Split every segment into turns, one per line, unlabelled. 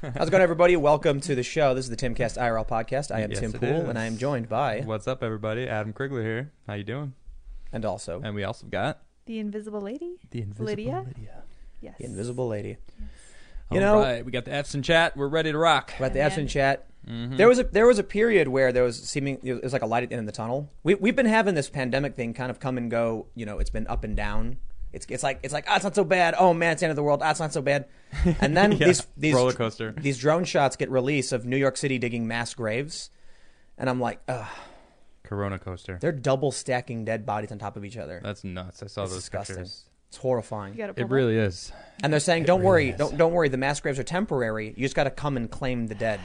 How's it going, everybody? Welcome to the show. This is the Timcast IRL podcast. I am
Yes,
Tim
it
Pool, and I
is.
am joined by,
What's up, everybody? Adam Krigler here. How you doing?
and also,
And we also got
The Invisible Lady?
the invisible
Lydia? Yes.
the Invisible Lady.
You
You know-
we got the F's in chat. We're ready to rock.
We're at the
And
Epson
then-
chat.
Mm-hmm.
There was a there was a period where there was seeming it was like a light at the end of the tunnel. We we've been having this pandemic thing kind of come and go. You know, it's been up and down. It's it's like it's like ah, it's not so bad. Oh man, it's the end of the world. Ah, it's not so bad. And then
Yeah.
these these
Roller coaster.
these drone shots get released of New York City digging mass graves, and I'm like, ugh,
Corona coaster.
they're double stacking dead bodies on top of each other.
That's nuts. I saw
It's
those
disgusting.
pictures.
It's horrifying.
You gotta pull
It really is.
And they're saying, "Don't worry,
really is.
don't don't worry. The mass graves are temporary. You just got to come and claim the dead."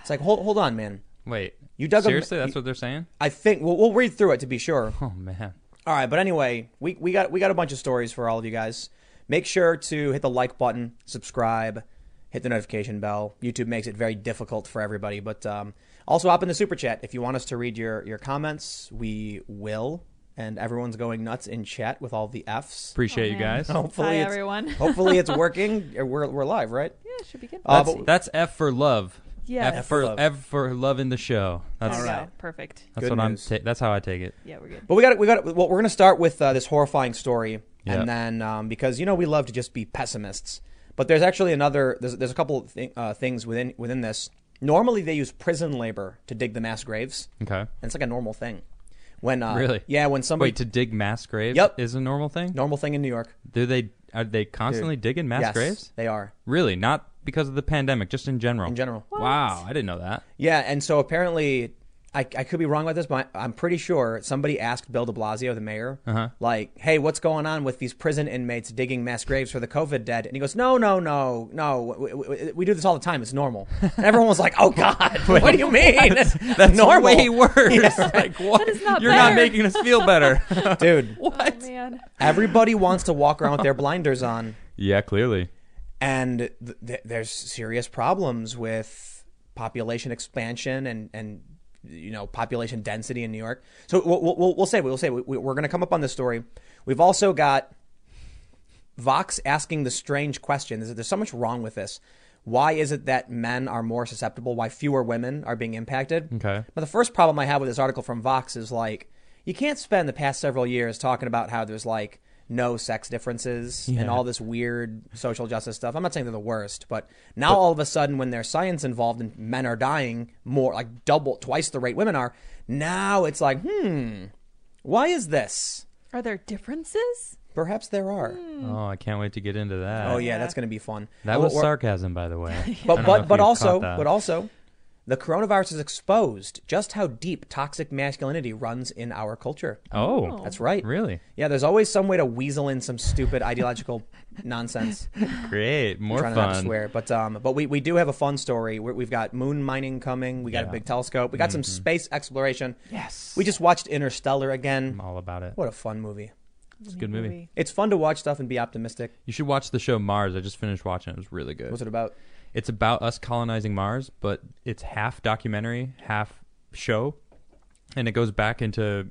It's like, hold hold on, man.
Wait.
You dug a-
Seriously, that's what they're saying?
I think we'll, we'll read through it to be sure.
Oh man.
All right, but anyway, we, we got we got a bunch of stories for all of you guys. Make sure to hit the like button, subscribe, hit the notification bell. YouTube makes it very difficult for everybody, but um, also hop in the super chat if you want us to read your your comments. We will, and everyone's going nuts in chat with all the Fs.
Appreciate
Oh,
you
man.
guys.
Oh.
Hopefully,
Hi,
it's,
everyone.
hopefully it's working. We're we're live, right?
Yeah, it should be good.
Uh,
That's, that's F for love.
Yes.
F for
love.
F for loving the show.
There
That's
we go.
Alright.
Perfect.
that's
Good
what I'm.
news.
Ta- that's how I take it.
Yeah, we're good.
But we got we got well. We're gonna start with uh, this horrifying story,
Yeah.
and then um, because you know we love to just be pessimists, but there's actually another. There's, there's a couple of th- uh, things within within this. Normally they use prison labor to dig the mass graves.
Okay.
And it's like a normal thing. When uh,
Really?
yeah, when somebody
Wait, to dig mass graves
Yep.
is a normal thing?
normal thing in New York.
Do they are they constantly digging mass
yes,
graves?
they are
Really? Not because of the pandemic, just in general.
in general.
Wow, I didn't know that.
Yeah, and so apparently, I, I could be wrong about this, but I'm pretty sure somebody asked Bill de Blasio, the mayor,
Uh-huh.
like, hey, what's going on with these prison inmates digging mass graves for the COVID dead? And he goes, no, no, no, no. We, we, we do this all the time. It's normal. And everyone was like, oh, God, what do you mean?
That's
normal.
way worse. Like what?
That is not
You're not
better.
making us feel better.
Dude,
Oh,
what?
man.
everybody wants to walk around with their blinders on,
Yeah, clearly.
and th- th- there's serious problems with population expansion and and you know population density in New York. So we'll we'll, we'll- we'll say we'll say we, we- we're going to come up on this story. We've also got Vox asking the strange question: There's, there's so much wrong with this. Why is it that men are more susceptible? Why fewer women are being impacted?
Okay.
But the first problem I have with this article from Vox is like, you can't spend the past several years talking about how there's like no sex differences and
Yeah.
all this weird social justice stuff. I'm not saying they're the worst, but now all of a sudden, when there's science involved and men are dying more, like double, twice the rate women are, now it's like, hmm, why is this?
Are there differences?
Perhaps there are.
Oh, I can't wait to get into that.
Hmm. Oh yeah, that's going to be fun.
That
Or-
was
or-
sarcasm, by the way. I
but
don't know
but
if
but
you
also
caught that.
but also the coronavirus has exposed just how deep toxic masculinity runs in our culture.
oh,
That's right.
Really?
Yeah, there's always some way to weasel in some stupid ideological nonsense.
Great. More
trying to not
fun.
to swear, but um, but we, we do have a fun story. we we've got moon mining coming. We got a
Yeah. Mm-hmm.
big telescope. We got some space exploration.
Yes.
We just watched Interstellar again.
I'm all about it.
What a fun movie!
It's a good movie.
It's fun to watch stuff and be optimistic.
You should watch the show Mars. I just finished watching it. It was really good.
What's it about?
It's about us colonizing Mars, but it's half documentary, half show, and it goes back into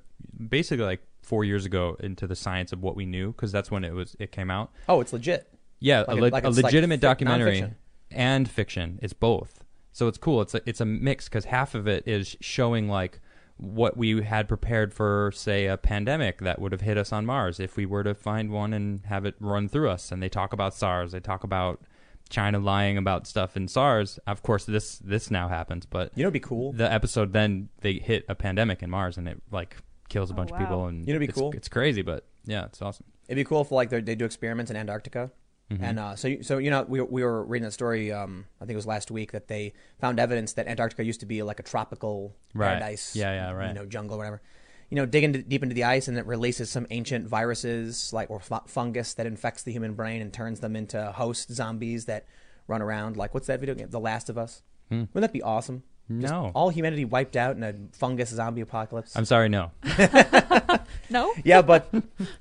basically like four years ago into the science of what we knew because that's when it was it came out.
Oh, it's legit.
Yeah,
Like
a,
a-
le-
like
a
it's like
legitimate
fic-
documentary
nonfiction.
and fiction. It's both, so it's cool. It's a, it's a mix because half of it is showing like what we had prepared for, say, a pandemic that would have hit us on Mars if we were to find one and have it run through us. And they talk about SARS. They talk about China lying about stuff in SARS. Of course, this this now happens, but
You know, it'd be cool.
the episode then they hit a pandemic in Mars and it like kills a
Oh,
bunch
wow.
of people. And
You know, it'd be
it's-
cool.
It's crazy, but yeah, it's awesome.
It'd be cool if like they they do experiments in Antarctica,
Mm-hmm.
and uh, so you- so you know we we were reading a story um, I think it was last week that they found evidence that Antarctica used to be like a tropical
Right.
paradise,
Yeah, yeah, right.
you know jungle or whatever. You know, dig into, deep into the ice, and it releases some ancient viruses like or fu- fungus that infects the human brain and turns them into host zombies that run around. Like what's that video game? The Last of Us. Wouldn't that be awesome? Just
Hmm. No.
all humanity wiped out in a fungus zombie apocalypse.
I'm sorry, no.
No?
Yeah, but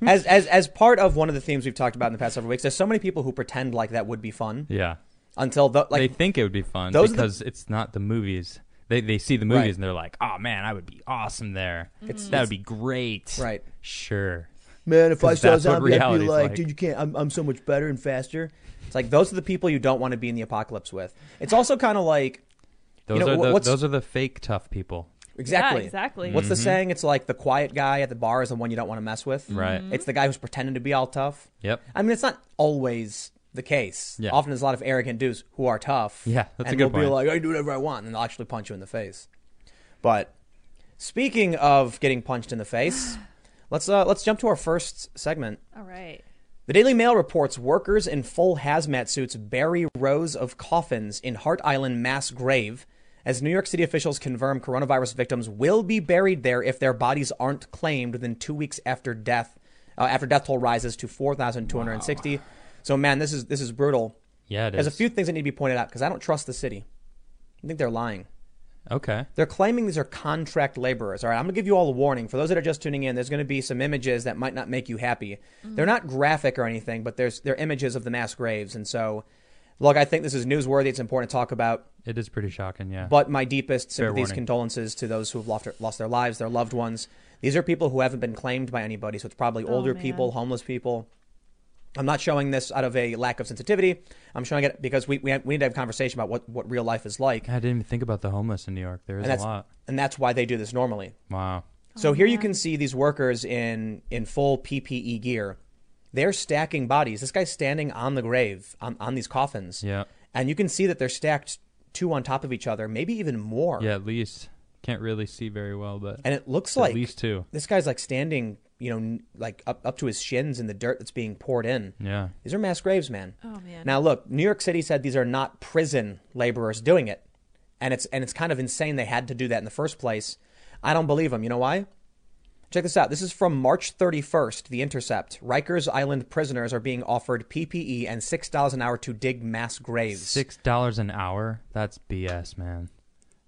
as as as part of one of the themes we've talked about in the past several weeks, there's so many people who pretend like that would be fun
yeah.
until the, like
they think it would be fun
those are the-
because it's not the movies. They they see the movies and they're like, "Oh man, I would be awesome there. that would be great."
right.
Sure.
man, if I
'Cause
saw a
that's what
zombie, I'd be
reality's
like,
like.
dude, you can't. I'm, I'm so much better and faster. It's like those are the people you don't want to be in the apocalypse with. It's also kind of like
Those
know,
are
wh-
the,
what's-
those are the fake tough people.
exactly,
Yeah, exactly.
What's
Mm-hmm.
the saying? It's like the quiet guy at the bar is the one you don't want to mess with.
Right.
It's the guy who's pretending to be all tough.
Yep.
I mean, it's not always the case.
Yeah.
Often there's a lot of arrogant dudes who are tough.
Yeah, that's a
and
good
will be
point.
like, I can do whatever I want, and they'll actually punch you in the face. But speaking of getting punched in the face, let's uh, let's jump to our first segment.
All right.
The Daily Mail reports workers in full hazmat suits bury rows of coffins in Hart Island mass grave as New York City officials confirm coronavirus victims will be buried there if their bodies aren't claimed within two weeks after death. Uh, after death toll rises to 4,260. So, man, this is this is brutal.
Yeah, it is.
There's a few things that need to be pointed out because I don't trust the city. I think they're lying.
Okay.
They're claiming these are contract laborers. All right, I'm going to give you all a warning. For those that are just tuning in, there's going to be some images that might not make you happy.
Mm-hmm.
They're not graphic or anything, but there's they're images of the mass graves. And so, look, I think this is newsworthy. It's important to talk about.
It is pretty shocking, yeah.
But my deepest sympathies,
warning.
condolences to those who have lost, lost their lives, their loved ones. These are people who haven't been claimed by anybody. So it's probably
Oh,
older
man.
people, homeless people. I'm not showing this out of a lack of sensitivity. I'm showing it because we, we, have- we need to have a conversation about what, what real life is like.
I didn't even think about the homeless in New York. There is
And
a
that's,
lot.
and that's why they do this normally.
Wow.
So
Oh,
here you
man.
can see these workers in in full PPE gear. They're stacking bodies. This guy's standing on the grave on, on these coffins,
Yeah.
and you can see that they're stacked two on top of each other, maybe even more.
Yeah, at least can't really see very well, but
Uh, And it looks
at
like
least two.
this guy's like standing, you know, n- like up up to his shins in the dirt that's being poured in.
Yeah.
These are mass graves, man.
Oh man.
Now look, New York City said these are not prison laborers doing it, and it's and it's kind of insane they had to do that in the first place. I don't believe them. You know why? Check this out. This is from March 31st. The Intercept: Rikers Island prisoners are being offered PPE and six dollars an hour to dig mass graves.
Six dollars an hour? That's BS, man.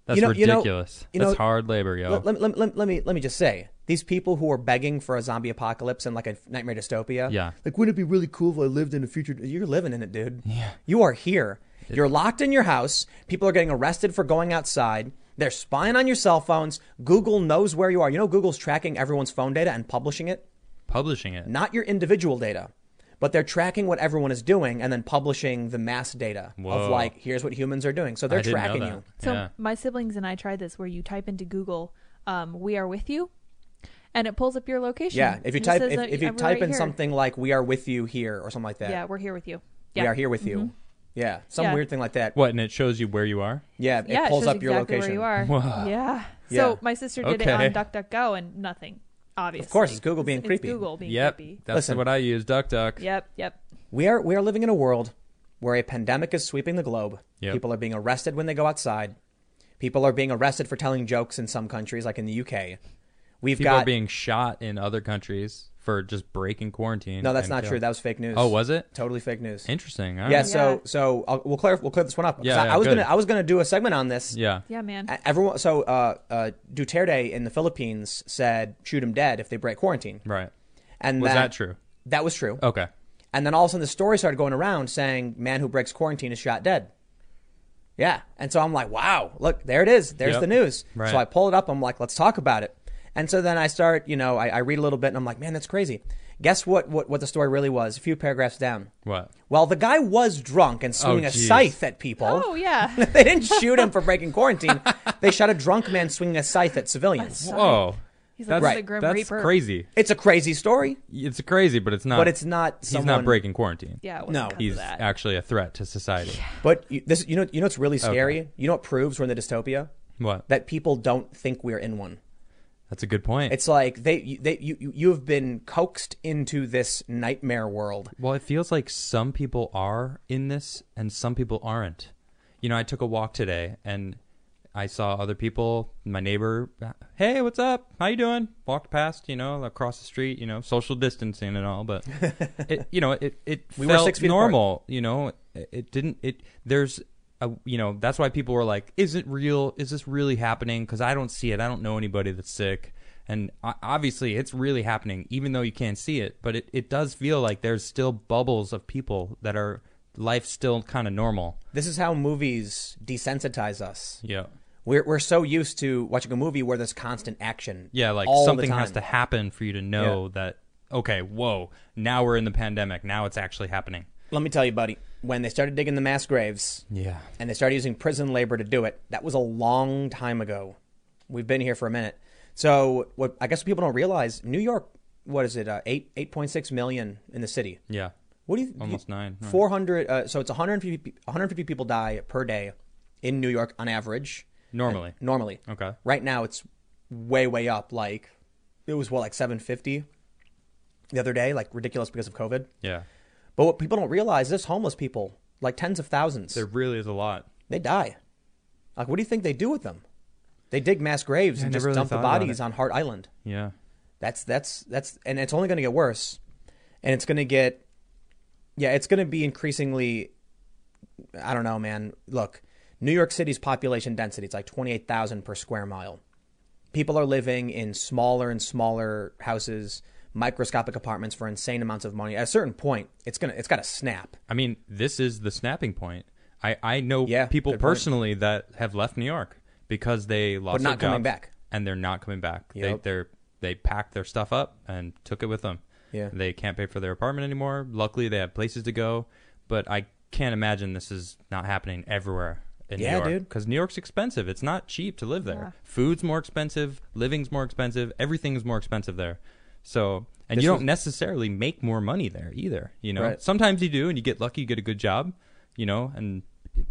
That's
know- you know-
ridiculous.
you
That's
know-
hard labor, yo.
Let, let, let, let, let me let me just say these people who are begging for a zombie apocalypse and like a nightmare dystopia.
Yeah.
Like, wouldn't it be really cool if I lived in a future? You're living in it, dude. Yeah. You are here. You're locked in your house. People are getting arrested for going outside. They're spying on your cell phones. Google knows where you are. You know Google's tracking everyone's phone data and publishing it,
Publishing it.
not your individual data. But they're tracking what everyone is doing and then publishing the mass data of
Whoa.
like, here's what humans are doing. So
I
they're
didn't know
tracking
that.
you.
So
yeah.
my siblings and I tried this, where you type into Google, um, "We are with you," and it pulls up your location.
Yeah, if you
It just
type
says
if,
that
if you
I'm
type
right
in
here.
something like "We are with you here" or something like that,
yeah, we're here with you.
we
Yeah. Mm-hmm.
are here with you. Yeah, some
Yeah.
weird thing like that.
What, and it shows you where you are?
Yeah, it
yeah,
pulls
shows
up your
exactly
location.
Where you are.
Wow.
Yeah.
Yeah.
So my sister did
Okay.
it on DuckDuckGo and nothing. Obviously.
Of course, it's Google being
It's
creepy.
Google being
Yep.
creepy.
That's
Listen.
what I use. Duck duck.
Yep. Yep.
We are we are living in a world where a pandemic is sweeping the globe.
Yep.
People are being arrested when they go outside. People are being arrested for telling jokes in some countries, like in the UK. We've
People
got
are being shot in other countries for just breaking quarantine.
no, that's
and
not
killed.
true. That was fake news.
Oh, was it?
totally fake news.
Interesting. All
Yeah,
right.
so
Yeah.
so I'll, we'll clear we'll clear this one up. 'Cause
Yeah,
I,
yeah,
I was
good.
gonna I was gonna do a segment on this.
Yeah.
Yeah, man.
A- Everyone, so uh, uh, Duterte in the Philippines said, "Shoot him dead if they break quarantine."
Right.
And
Was
then-
that true? Oh.
That was true.
Okay.
And then all of a sudden, the story started going around saying, "Man who breaks quarantine is shot dead." Yeah, and so I'm like, "Wow, look, there it is. There's
Yep.
the news."
Right.
So I pull it up. I'm like, "Let's talk about it." And so then I start, you know, I, I read a little bit, and I'm like, "Man, that's crazy." Guess what? What what the story really was? A few paragraphs down.
What?
Well, the guy was drunk
Oh,
and swinging a
geez.
scythe at people.
Oh yeah.
they didn't shoot him for breaking quarantine. they shot a drunk man swinging a scythe at civilians.
Whoa.
He's like
That's,
the Grim
that's
Reaper.
crazy.
It's a crazy story,
It's crazy, but it's not.
but it's not.
He's
someone-
not breaking quarantine.
Yeah. It was
No.
because of
He's
that.
actually a threat to society.
But you, this, you know, you know, what's really scary. You know what proves we're in the dystopia
What?
that people don't think we're in one.
That's a good point.
It's like they, you- they, you, you, you have been coaxed into this nightmare world.
Well, it feels like some people are in this and some people aren't. You know, I took a walk today and I saw other people, my neighbor, hey, what's up? How you doing? Walked past, you know, across the street, you know, social distancing and all, but it, you know, it it
We were
felt
six feet apart.
normal, you know. It, it didn't it there's a, you know, that's why people were like, is it real? Is this really happening? Cuz I don't see it. I don't know anybody that's sick. And o- obviously, it's really happening, even though you can't see it. But it, it does feel like there's still bubbles of people that are life still kind of normal.
This is how movies desensitize us.
Yeah.
We're, we're so used to watching a movie where there's constant action.
Yeah, like
all the
something has
time.
to happen for you to know that okay, whoa, now we're in the pandemic. Now it's actually happening.
Let me tell you, buddy, when they started digging the mass graves
Yeah.
and they started using prison labor to do it, that was a long time ago. We've been here for a minute. So what I guess people don't realize, New York, what is it, uh, eight eight point six million in the city.
Yeah.
What do you
Almost
you-
nine, right.
400 uh, so it's 150 pe- 150 people die per day in New York on average
Normally.
normally.
Okay.
Right now it's way way up like it was what like 750 the other day like ridiculous because of COVID.
Yeah.
But what people don't realize is homeless people like tens of thousands
There really is a lot.
they die. Like what do you think they do with them? They dig mass graves
Yeah, I
and
never
just
really
dump the
thought about
bodies
it.
on Hart Island.
Yeah.
That's that's that's and it's only going to get worse, and it's going to get, yeah, it's going to be increasingly. I don't know, man. Look, New York City's population density it's like twenty eight thousand per square mile. People are living in smaller and smaller houses, microscopic apartments for insane amounts of money. At a certain point, it's gonna it's got to snap.
I mean, this is the snapping point. I, I know
Yeah,
people
good point.
personally that have left New York because they lost
But not
their
coming
jobs
back.
and they're not coming back.
Yep.
They they they packed their stuff up and took it with them.
Yeah.
They can't pay for their apartment anymore. Luckily, they have places to go, but I can't imagine this is not happening everywhere in
Yeah,
New York
dude.
cuz New York's expensive. It's not cheap to live there.
Yeah.
Food's more expensive, living's more expensive, everything's more expensive there. So, and
This
you
was-
don't necessarily make more money there either, you know know?
Right.
sometimes you do and you get lucky you get a good job you know and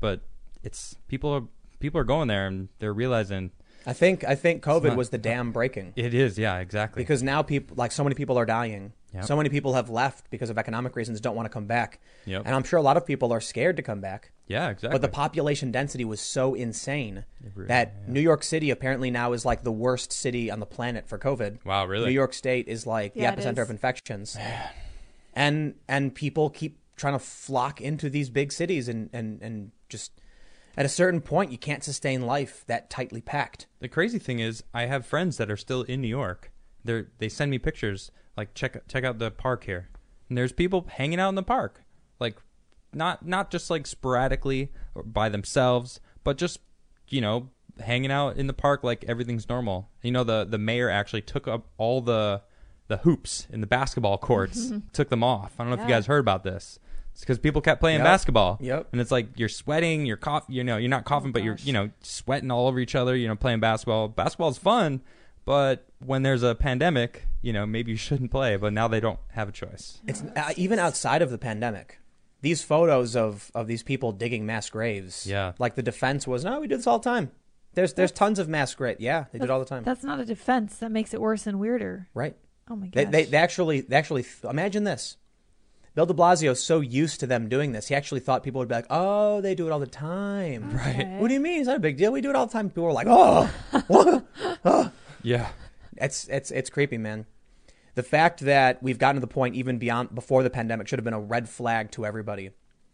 but it's people are people are going there and they're realizing
I think I think COVID
not-
was the dam breaking.
it is yeah exactly
because now people like so many people are dying
Yep.
so many people have left because of economic reasons don't want to come back
Yep.
and i'm sure a lot of people are scared to come back
yeah exactly
but the population density was so insane
really-
that new york city apparently now is like the worst city on the planet for covid
Wow, really?
new york state is like
Yeah, it
the epicenter
is.
of infections and and people keep trying to flock into these big cities and and and just at a certain point you can't sustain life that tightly packed
the crazy thing is i have friends that are still in new york they they send me pictures like check check out the park here and there's people hanging out in the park like not not just like sporadically or by themselves but just you know hanging out in the park like everything's normal you know the the mayor actually took up all the the hoops in the basketball courts took them off i don't know if you
Yeah.
guys heard about this it's because people kept playing
Yep.
basketball
Yep.
and it's like you're sweating you're cough you know you're not coughing but you're
gosh.
you know know, sweating all over each other, you know, playing basketball. Basketball's fun, but when there's a pandemic, you know, maybe you shouldn't play, but now they don't have a choice.
It's uh, even outside of the pandemic. These photos of of these people digging mass graves.
Yeah.
Like the defense was, no, we do this all the time. There's there's tons of mass grave. Yeah, they do it all the time.
That's not a defense. That makes it worse and weirder.
Right.
Oh my
They,
gosh.
they they actually they actually imagine this. Bill De Blasio's so used to them doing this, he actually thought people would be like, "Oh, they do it all the time."
Right.
What do you mean? It's not a big deal. We do it all the time. People were like, "Oh, what?"
Yeah.
It's it's it's creepy, man. The fact that we've gotten to the point even beyond before the pandemic should have been a red flag to everybody.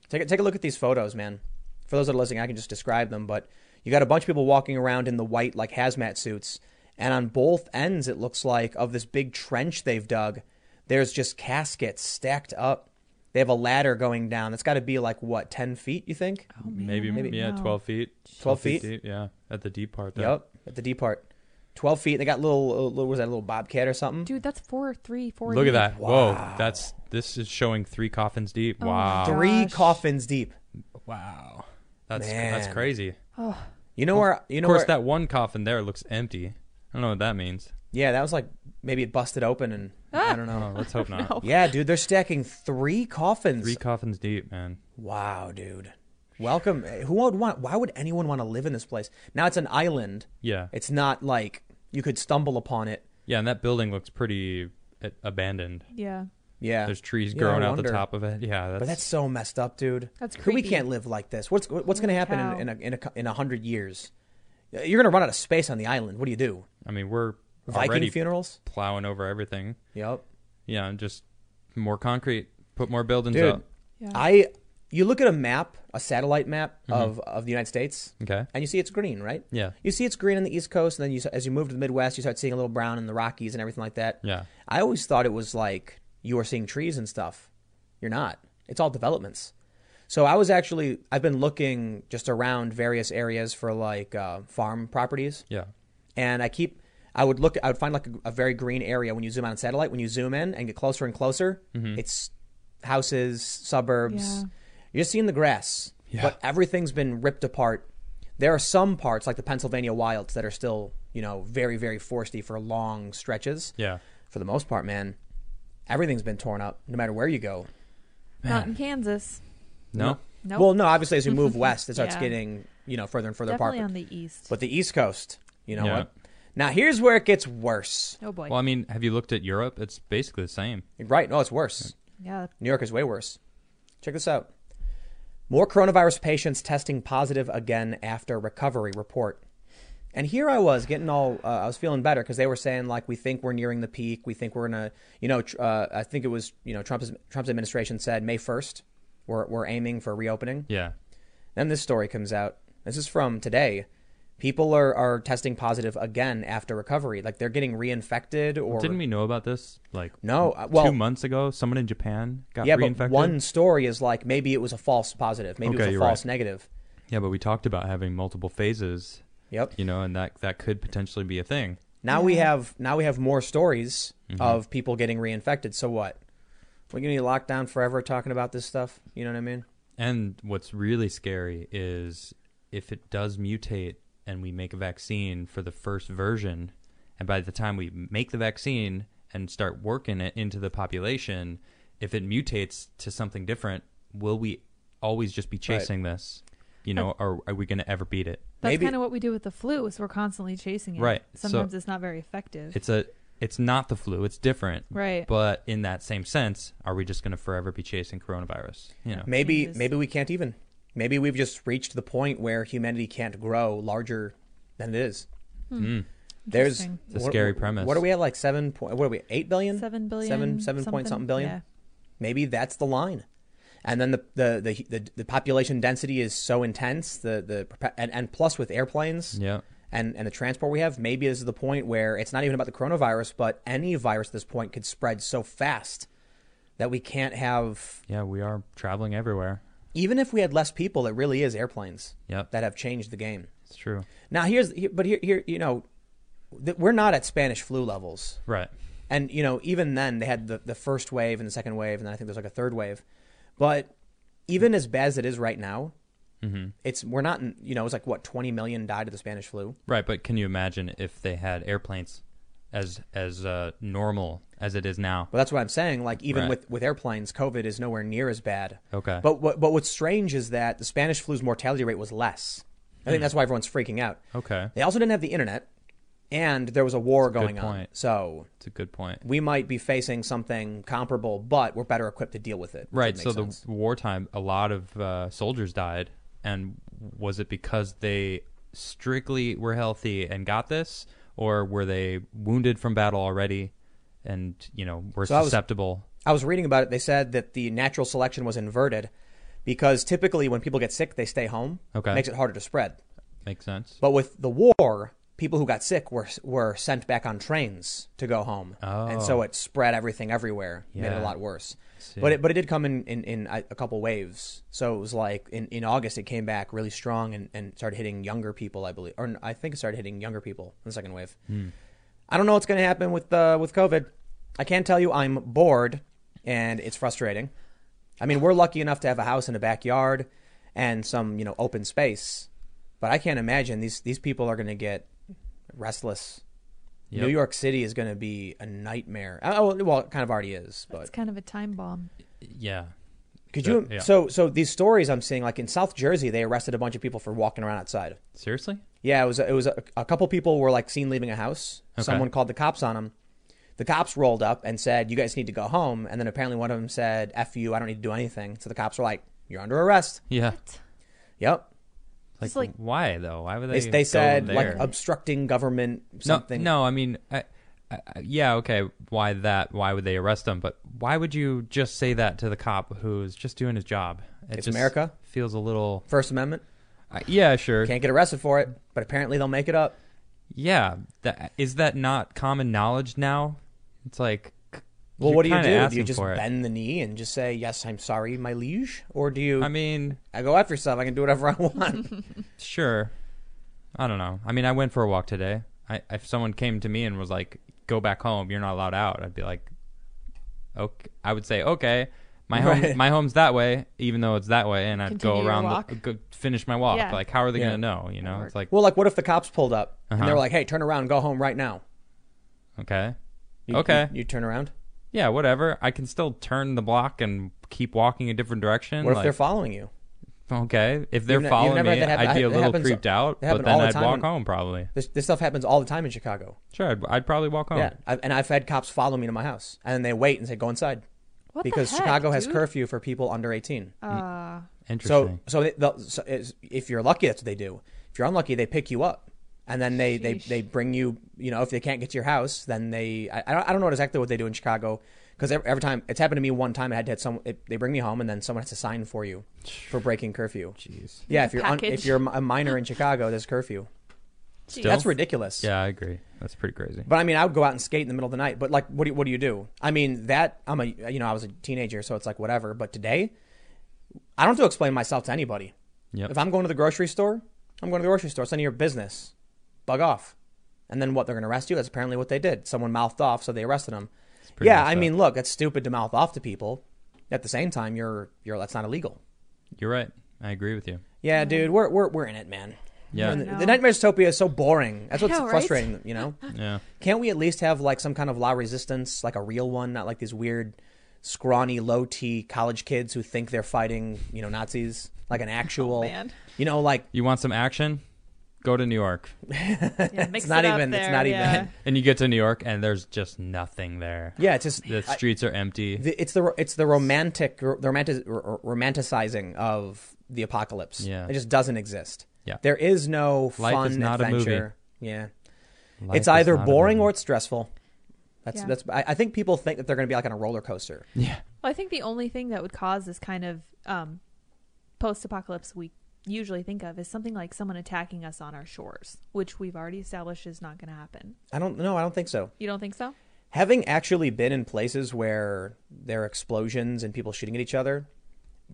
Take a, take a look at these photos, man. For those that are listening, I can just describe them, but you got a bunch of people walking around in the white like hazmat suits, and on both ends it looks like of this big trench they've dug, there's just caskets stacked up. They have a ladder going down. That's got to be like what ten feet, you think?
Oh, man,
Maybe,
I don't
yeah,
know.
12 feet.
12 feet?
deep, yeah, at the deep part there.
Yep, at the D part, twelve feet. They got little, little was that a little bobcat or something?
Dude, that's four, three, four.
Look at
deep.
that. Whoa, that's this is showing 3 coffins deep.
Oh my
wow.
God.
Three
Gosh.
coffins deep.
Wow. That's that's
Man.
crazy.
You know where you
Of
know
course
where,
that one coffin there looks empty. I don't know what that means.
Yeah, that was like maybe it busted open and
Ah.
I don't know.
Oh, let's hope not.
Yeah, dude, they're stacking three coffins.
3 coffins deep, man. Wow.
Wow, dude. Welcome. Eh, Who would want? Why would anyone want to live in this place? Now it's an island.
Yeah.
It's not like you could stumble upon it.
Yeah, and that building looks pretty uh, abandoned.
Yeah.
Yeah,
There's trees
Yeah,
growing
I
out the
wonder.
top of it. Yeah, that's,
But that's so messed up, dude.
That's
We
creepy.
can't live like this. What's what's going to
Holy
happen
cow.
in in a, in a cou- in a hundred years? You're going to run out of space on the island. What do you do?
I mean, we're
Viking
already
funerals?
plowing over everything.
Yep.
Yeah, and just more concrete, put more buildings
Dude,
up.
Yeah.
I you look at a map, a satellite map of of the United States.
Mm-hmm. Okay.
and you see it's green, right?
Yeah.
You see it's green on the East Coast, and then you, as you move to the Midwest, you start seeing a little brown in the Rockies and everything like that.
Yeah.
I always thought it was like you were seeing trees and stuff. You're not. It's all developments. So I was actually I've been looking just around various areas for like uh, farm properties,
Yeah.
and I keep I would look. I would find like a, a very green area when you zoom out on satellite. When you zoom in and get closer and closer,
Mm-hmm.
it's houses, suburbs.
Yeah.
You're just seeing the grass,
Yeah.
but everything's been ripped apart. There are some parts like the Pennsylvania wilds that are still, you know, very very foresty for long stretches.
Yeah.
For the most part, man, everything's been torn up. No matter where you go.
Not in Kansas.
No.
Nope.
Well, no, obviously as you move west, it starts
Yeah.
getting you know further and further
Definitely
apart.
on the east.
But the East Coast, you know
Yeah.
what? Now here's where it gets worse.
oh boy.
Well, I mean, have you looked at Europe? It's basically the same.
Right? No, it's worse.
yeah.
New York is way worse. Check this out. More coronavirus patients testing positive again after recovery report. And here I was getting all, uh, I was feeling better because they were saying like, we think we're nearing the peak. We think we're gonna, you know, tr- uh, I think it was, you know, Trump's Trump's administration said May first, we're we're aiming for reopening.
Yeah.
Then this story comes out. This is from today. People are, are testing positive again after recovery. Like they're getting reinfected or
Didn't we know about this like
no. uh, Well,
two months ago? Someone in Japan got
yeah,
reinfected.
but one story is like maybe it was a false positive, maybe
Okay,
it was a
you're
false
right.
negative.
Yeah, but we talked about having multiple phases,
Yep.
you know, and that that could potentially be a thing.
Now we have now we have more stories
Mm-hmm.
of people getting reinfected. So what? We're gonna be locked down forever talking about this stuff. You know what I mean?
And what's really scary is if it does mutate and we make a vaccine for the first version, and by the time we make the vaccine and start working it into the population, if it mutates to something different, will we always just be chasing this? You know, or are we going to ever beat it?
That's
Maybe-
kind of what we do with the flu. Is we're constantly chasing it.
Right, so-
Sometimes it's not very effective.
It's a it's not the flu, it's different.
Right.
But in that same sense, are we just going to forever be chasing coronavirus? You know.
Maybe
Changes.
maybe we can't even. Maybe we've just reached the point where humanity can't grow larger than it is. There's
Hmm. Interesting.
Hmm. It's a scary premise.
What are we at? Like seven point? What are we? Eight billion?
Seven billion.
Seven seven point something billion.
Yeah.
Maybe that's the line. And then the the, the the the population density is so intense. The the and, and plus with airplanes
Yeah.
and and the transport we have, maybe this is the point where it's not even about the coronavirus, but any virus at this point could spread so fast that we can't have.
Yeah, we are traveling everywhere.
Even if we had less people, it really is airplanes
Yep.
that have changed the game.
It's true.
Now here's here, but here here you know, th- we're not at Spanish flu levels.
Right.
and you know even then they had the, the first wave and the second wave and then i think there's like a third wave but even as bad as it is right now
Mm-hmm.
it's we're not in, you know it's like what 20 million died of the spanish flu
Right, but can you imagine if they had airplanes as as uh, normal as it is now?
well that's what i'm saying like even
Right.
with with airplanes covid is nowhere near as bad
Okay.
but what, but what's strange is that the spanish flu's mortality rate was less i
Hmm.
think that's why everyone's freaking out
Okay,
they also didn't have the internet and there was a war
Oh. a good
going on
point.
so
it's a good point.
we might be facing something comparable but we're better equipped to deal with it which
Right.
would
So
make sense.
the wartime, a lot of uh, soldiers died, and was it because they strictly were healthy and got this, or were they wounded from battle already, and you know were
I was-
susceptible?
I was reading about it. They said that the natural selection was inverted because typically when people get sick, they stay home.
Okay.
Makes it harder to spread.
Makes sense.
But with the war, people who got sick were were sent back on trains to go home. And so it spread everything everywhere. Made it
Oh. Yeah.
a lot worse.
see.
But it, but it did come in, in, in uh, a a couple waves. So it was like in, in August, it came back really strong and, and started hitting younger people, I believe. Or n- I think it started hitting younger people in the second wave.
Hmm.
I don't know what's going to happen with, uh, with COVID. I can tell you I'm bored and it's frustrating. I mean, we're lucky enough to have a house and a backyard and some, you know, open space. But I can't imagine these these people are going to get restless.
Yep.
New York City is going to be a nightmare. Oh, well, it kind of already is, but
It's kind of a time bomb.
Yeah.
could
So-
you?
yeah.
So, so these stories I'm seeing, like in South Jersey, they arrested a bunch of people for walking around outside.
Seriously.
Yeah, it was it was a, a couple people were like seen leaving a house.
Okay.
Someone called the cops on them. The cops rolled up and said, "You guys need to go home." And then apparently one of them said, "F you, I don't need to do anything." So the cops were like, "You're under arrest."
Yeah.
Yep.
Like,
Just like-
why though? Why would
They,
they?
they,
go
said
there?
like obstructing government something.
No, no I mean, I, I, I- yeah, okay. Why that? Why would they arrest him? But why would you just say that to the cop who's just doing his job? It
It's
just
America.
Feels a little.
First Amendment.
I yeah, sure.
Can't get arrested for it, but apparently they'll make it up.
Yeah, that is that not common knowledge now? It's like. c-
Well,
you're
what do you
kinda
do? Do
asking
you just
for it.
bend the knee and just say, "Yes, I'm sorry, my liege," or do you?
I mean,
I go after yourself. I can do whatever I want.
sure. I don't know. I mean, I went for a walk today. I, if someone came to me and was like, "Go back home. You're not allowed out," I'd be like, "Okay." I would say, "Okay, my home,
Right.
my home's that way, even though it's that way," and I'd
Continue
go
your
around,
walk.
The, go, finish my walk.
Yeah.
Like, how are they
Yeah.
gonna know? You know, it's like,
Well, like, what if the cops pulled up and they
Uh-huh.
were like, "Hey, turn around, and go home right now."
okay,
You,
Okay.
You, you turn around.
yeah, whatever. I can still turn the block and keep walking a different direction.
What if
like,
they're following you?
okay, if they're
You've ne- you've
following
never
me,
had that happen.
I'd be
I-
a
it
little
happens-
creeped out,
it
but
happened
then
all the
I'd
time
walk
when-
home probably.
This this stuff happens all the time in Chicago.
Sure, I'd, I'd probably walk home.
Yeah, I've, and I've had cops follow me to my house, and then they wait and say, "Go inside,"
What the
because
heck,
Chicago has
dude?
curfew for people under eighteen.
Uh,
Interesting.
So, so, they, they'll- so it's- if you're lucky, that's what they do. If you're unlucky, they pick you up, and then they, they,
Sheesh.
they bring you. You know, if they can't get to your house, then they. I, I don't- I don't know exactly what they do in Chicago because every, every time it's happened to me one time, I had to had some. It, they bring me home, and then someone has to sign for you for breaking curfew.
Jeez.
Yeah,
Like
if
a
you're un,
package.
if you're a minor in Chicago, there's curfew.
Still?
That's ridiculous.
Yeah, I agree. That's pretty crazy.
But I mean, I would go out and skate in the middle of the night. But like, what do you, what do you do? I mean, that I'm a you know I was a teenager, so it's like whatever. But today, I don't have to explain myself to anybody.
Yep.
If I'm going to the grocery store, I'm going to the grocery store. It's none of your business. Bug off. And then what? They're going to arrest you. That's apparently what they did. Someone mouthed off, so they arrested him.
pretty
Yeah,
messed
I
up.
mean, look, that's stupid to mouth off to people. At the same time, you're you're that's not illegal.
You're right. I agree with you.
Yeah, dude, we're we're we're in it, man.
Yeah.
We're
I
in The,
know.
the Nightmare Dystopia is so boring. That's
I
what's
know, right?
frustrating, you know.
Yeah.
Can't we at least have like some kind of law resistance, like a real one, not like these weird, scrawny, low T college kids who think they're fighting, you know, Nazis? Like an actual,
Oh, man.
you know, like
You want some action? Go to New York.
yeah, mix
it's not
it up
even,
There.
it's not
yeah.
even,
And you get to New York and there's just nothing there.
yeah, it's just
The streets are empty.
the, it's the ro- it's the romantic the romantic r- romanticizing of the apocalypse.
Yeah.
it just doesn't exist.
Yeah.
there is no
Life
fun
is not a movie.
adventure. Yeah,
Life
it's
is
either
not a
boring
movie.
or it's stressful. That's
Yeah.
that's. I, I think people think that they're going to be like on a roller coaster.
Yeah.
Well, I think the only thing that would cause this kind of um, post-apocalypse we usually think of is something like someone attacking us on our shores, which we've already established is not going to happen.
I don't know. I don't think so.
You don't think so?
having actually been in places where there are explosions and people shooting at each other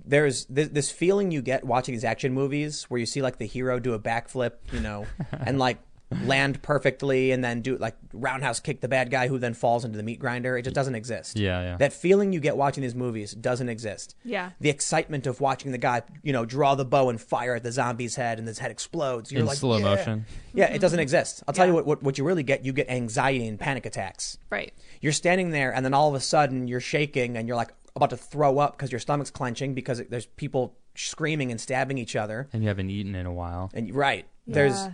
there's this, this feeling you get watching these action movies where you see like the hero do a backflip you know and like land perfectly and then do like roundhouse kick the bad guy who then falls into the meat grinder it just doesn't exist
Yeah, yeah.
that feeling you get watching these movies doesn't exist
Yeah.
the excitement of watching the guy you know draw the bow and fire at the zombie's head and his head explodes you're
In
like
slow
"Yeah."
motion.
yeah it doesn't exist i'll tell you
Mm-hmm. Yeah.
what, what what you really get you get anxiety and panic attacks
Right.
you're standing there and then all of a sudden you're shaking and you're like about to throw up because your stomach's clenching because there's people screaming and stabbing each other
And you haven't eaten in a while.
and you- right there's
Yeah.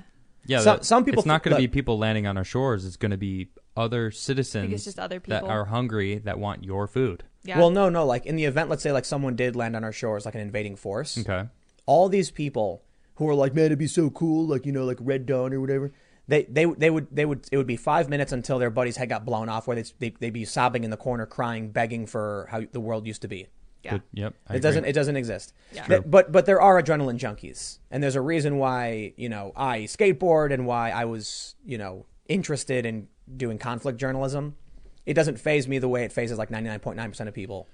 Yeah.
Some-
that-
some people
It's not
th-
going to be
look-
people landing on our shores. It's going to be other citizens
just other
that
people.
are hungry that want your food.
Yeah.
well no no like in the event let's say like someone did land on our shores like an invading force
Okay.
all these people who are like man it'd be so cool like you know like red dawn or whatever they, they, they would they would it would be five minutes until their buddy's head got blown off where they'd, they'd they'd be sobbing in the corner crying begging for how the world used to be
yeah.
Good. Yep. I
it
agree.
doesn't. It doesn't exist.
Yeah.
Th- but but there are adrenaline junkies, and there's a reason why you know I skateboard and why I was you know interested in doing conflict journalism. It doesn't phase me the way it phases like 99.9 percent of people.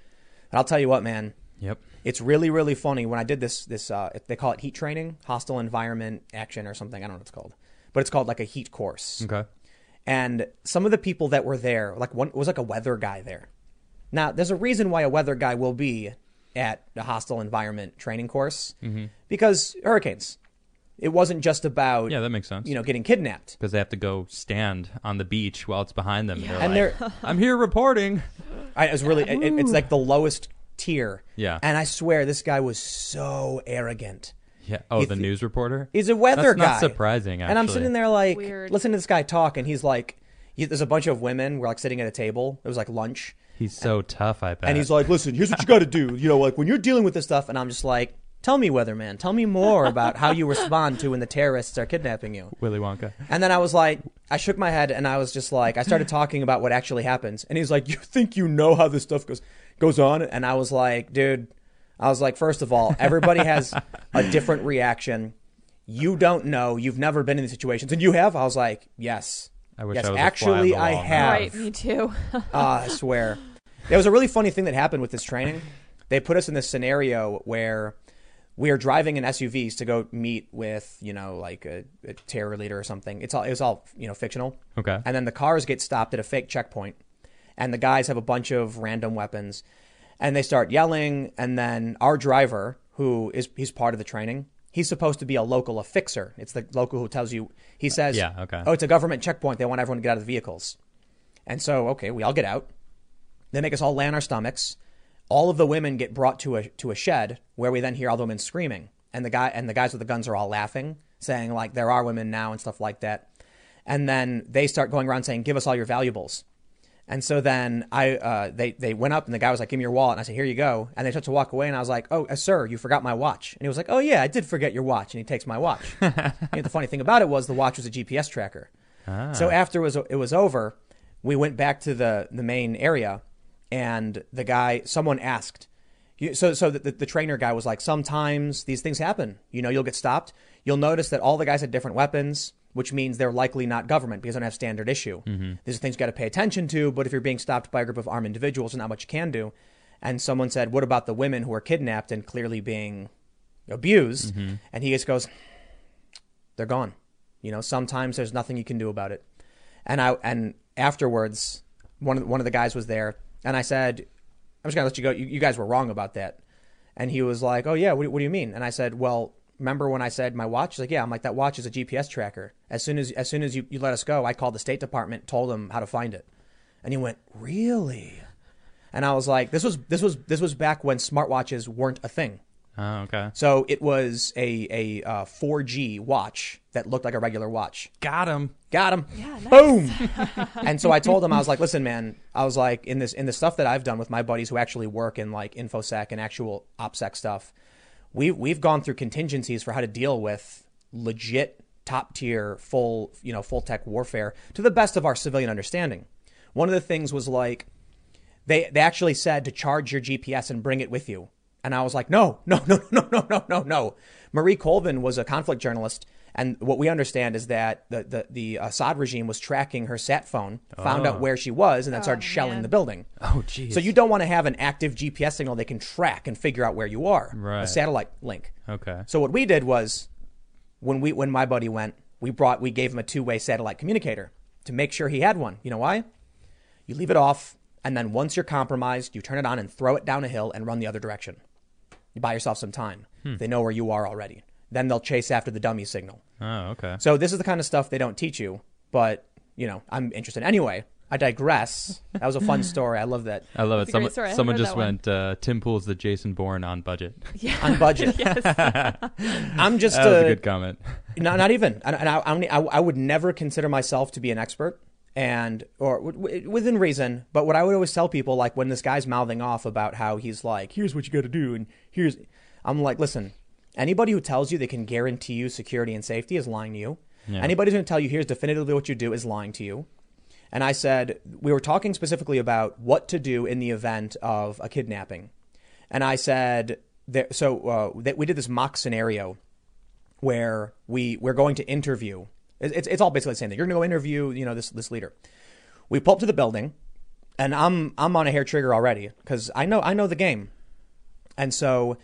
And I'll tell you what, man,
Yep.
it's really really funny when I did this this uh, they call it heat training, hostile environment action or something. I don't know what it's called, but it's called like a heat course.
Okay.
And some of the people that were there, like one it was like a weather guy there. Now, there's a reason why a weather guy will be at a hostile environment training course
Mm-hmm.
because hurricanes. It wasn't just about
Yeah, that makes sense.
you know getting kidnapped.
because they have to go stand on the beach while it's behind them.
And
And they're like, I'm here reporting.
I it was really it- it- it's like the lowest tier.
Yeah.
And I swear this guy was so arrogant.
Yeah. Oh,
If-
the news reporter.
He's a weather
That's
guy.
not surprising. Actually.
And I'm sitting there like,
Weird.
listen to this guy talk, and he's like, he, there's a bunch of women. We're like sitting at a table. It was like lunch.
He's so tough. I bet.
And he's like, listen, here's what you got to do. You know, like when you're dealing with this stuff. And I'm just like, tell me, weatherman, tell me more about how you respond to when the terrorists are kidnapping you.
Willy Wonka.
And then I was like, I shook my head and I was just like, I started talking about what actually happens. And he's like, you think you know how this stuff goes goes on? And I was like, dude, I was like, first of all, everybody has a different reaction. You don't know. You've never been in these situations, and you have. I was like, yes,
I wish
yes,
I was a fly on
actually,
the
I
wall now.
have.
Right. Me too.
Ah, I swear. There was a really funny thing that happened with this training. They put us in this scenario where we are driving in SUVs to go meet with you know like a, a terror leader or something. It's all it was all you know fictional.
Okay.
And then the cars get stopped at a fake checkpoint, and the guys have a bunch of random weapons, and they start yelling. And then our driver, who is he's part of the training, he's supposed to be a local, a fixer. It's the local who tells you. He says,
yeah, okay.
Oh, it's a government checkpoint. They want everyone to get out of the vehicles. And so, okay, we all get out. They make us all lay on our stomachs. All of the women get brought to a to a shed where we then hear all the women screaming, and the guy and the guys with the guns are all laughing, saying like there are women now and stuff like that. And then they start going around saying, "Give us all your valuables." And so then I uh, they they went up and the guy was like, "Give me your wallet." And I said, "Here you go." And they took to walk away, and I was like, "Oh, uh, sir, you forgot my watch." And he was like, "Oh yeah, I did forget your watch." And he takes my watch. You know, the funny thing about it was the watch was a GPS tracker. So after it was it was over, we went back to the the main area, and the guy someone asked, you, so so the, the, the trainer guy was like, sometimes these things happen. You know, you'll get stopped. You'll notice that all the guys had different weapons, which means they're likely not government because they don't have standard issue. These are things you got to pay attention to. But if you're being stopped by a group of armed individuals, there's not much you can do. And someone said, what about the women who are kidnapped and clearly being abused? And he just goes, they're gone. You know, sometimes there's nothing you can do about it. And I and afterwards, one of the, one of the guys was there, and I said, "I'm just gonna let you go. You, you guys were wrong about that." And he was like, "Oh yeah, what, what do you mean?" And I said, "Well, remember when I said my watch?" He's like, "Yeah." I'm like, "That watch is a GPS tracker. As soon as as soon as you, you let us go, I called the State Department, told them how to find it." And he went, "Really?" And I was like, "This was this was this was back when smartwatches weren't a thing."
Oh, okay.
So it was a a uh, 4G watch that looked like a regular watch.
Got him.
Got him.
Yeah, nice.
Boom. and so I told him I was like, "Listen, man. I was like in this in the stuff that I've done with my buddies who actually work in like infosec and actual opsec stuff. We've we've gone through contingencies for how to deal with legit top tier full you know full tech warfare to the best of our civilian understanding. One of the things was like they they actually said to charge your GPS and bring it with you. And I was like, no, no, no, no, no, no, no, no. Marie Colvin was a conflict journalist, and what we understand is that the the, the uh, Assad regime was tracking her sat phone, found out where she was, and then started shelling
man.
the building.
Oh, jeez.
So you don't want to have an active GPS signal they can track and figure out where you are. A
Right.
satellite link.
Okay.
So what we did was when we when my buddy went, we brought we gave him a two-way satellite communicator to make sure he had one. You know why? You leave it off and then once you're compromised, you turn it on and throw it down a hill and run the other direction. You buy yourself some time.
Hmm.
They know where you are already. Then they'll chase after the dummy signal.
Oh, okay.
So this is the kind of stuff they don't teach you, but you know, I'm interested. Anyway, I digress. That was a fun story. I love that.
I love
That's
it.
a
Someone,
great story. I haven't
someone
heard
just
that one.
went. Uh, Tim Pool's the Jason Bourne on budget.
Yeah.
On budget.
yes.
I'm just
That was a
a-
good comment.
not, not even. And, and I, I'm- I, I would never consider myself to be an expert, and or w- w- within reason. But what I would always tell people, like when this guy's mouthing off about how he's like, "Here's what you got to do," and here's, I'm like, listen, anybody who tells you they can guarantee you security and safety is lying to you. Anybody who's going to tell you here's definitively what you do is lying to you. And I said we were talking specifically about what to do in the event of a kidnapping, and I said. There, so uh, that we did this mock scenario where we we're going to interview. It's it's- it's all basically the same thing. You're going to go interview, you know, this this leader. We pull up to the building, and I'm I'm on a hair trigger already because I know I know the game, and so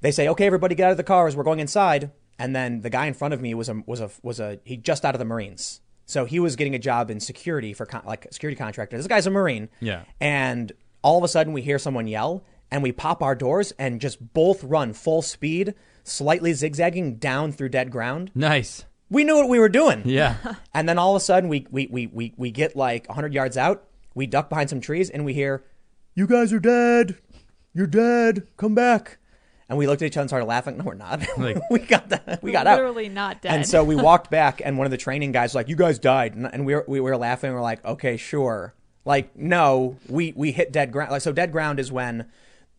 they say, okay, everybody get out of the cars. We're going inside. And then the guy in front of me was a was a was a he just out of the Marines, so he was getting a job in security for con- like security contractor. This guy's a Marine.
Yeah.
And all of a sudden, we hear someone yell, and we pop our doors and just both run full speed, slightly zigzagging down through dead ground.
nice.
We knew what we were doing.
Yeah.
And then all of a sudden, we we we we, we get like 100 yards out. We duck behind some trees, and we hear, "You guys are dead. You're dead. Come back." And we looked at each other and started laughing. No, we're not.
Like-
we got the, we got out.
Literally not dead.
And so we walked back, and one of the training guys was like, "You guys died," and, and we were, we were laughing. We're like, "Okay, sure." Like, no, we we hit dead ground. Like, so dead ground is when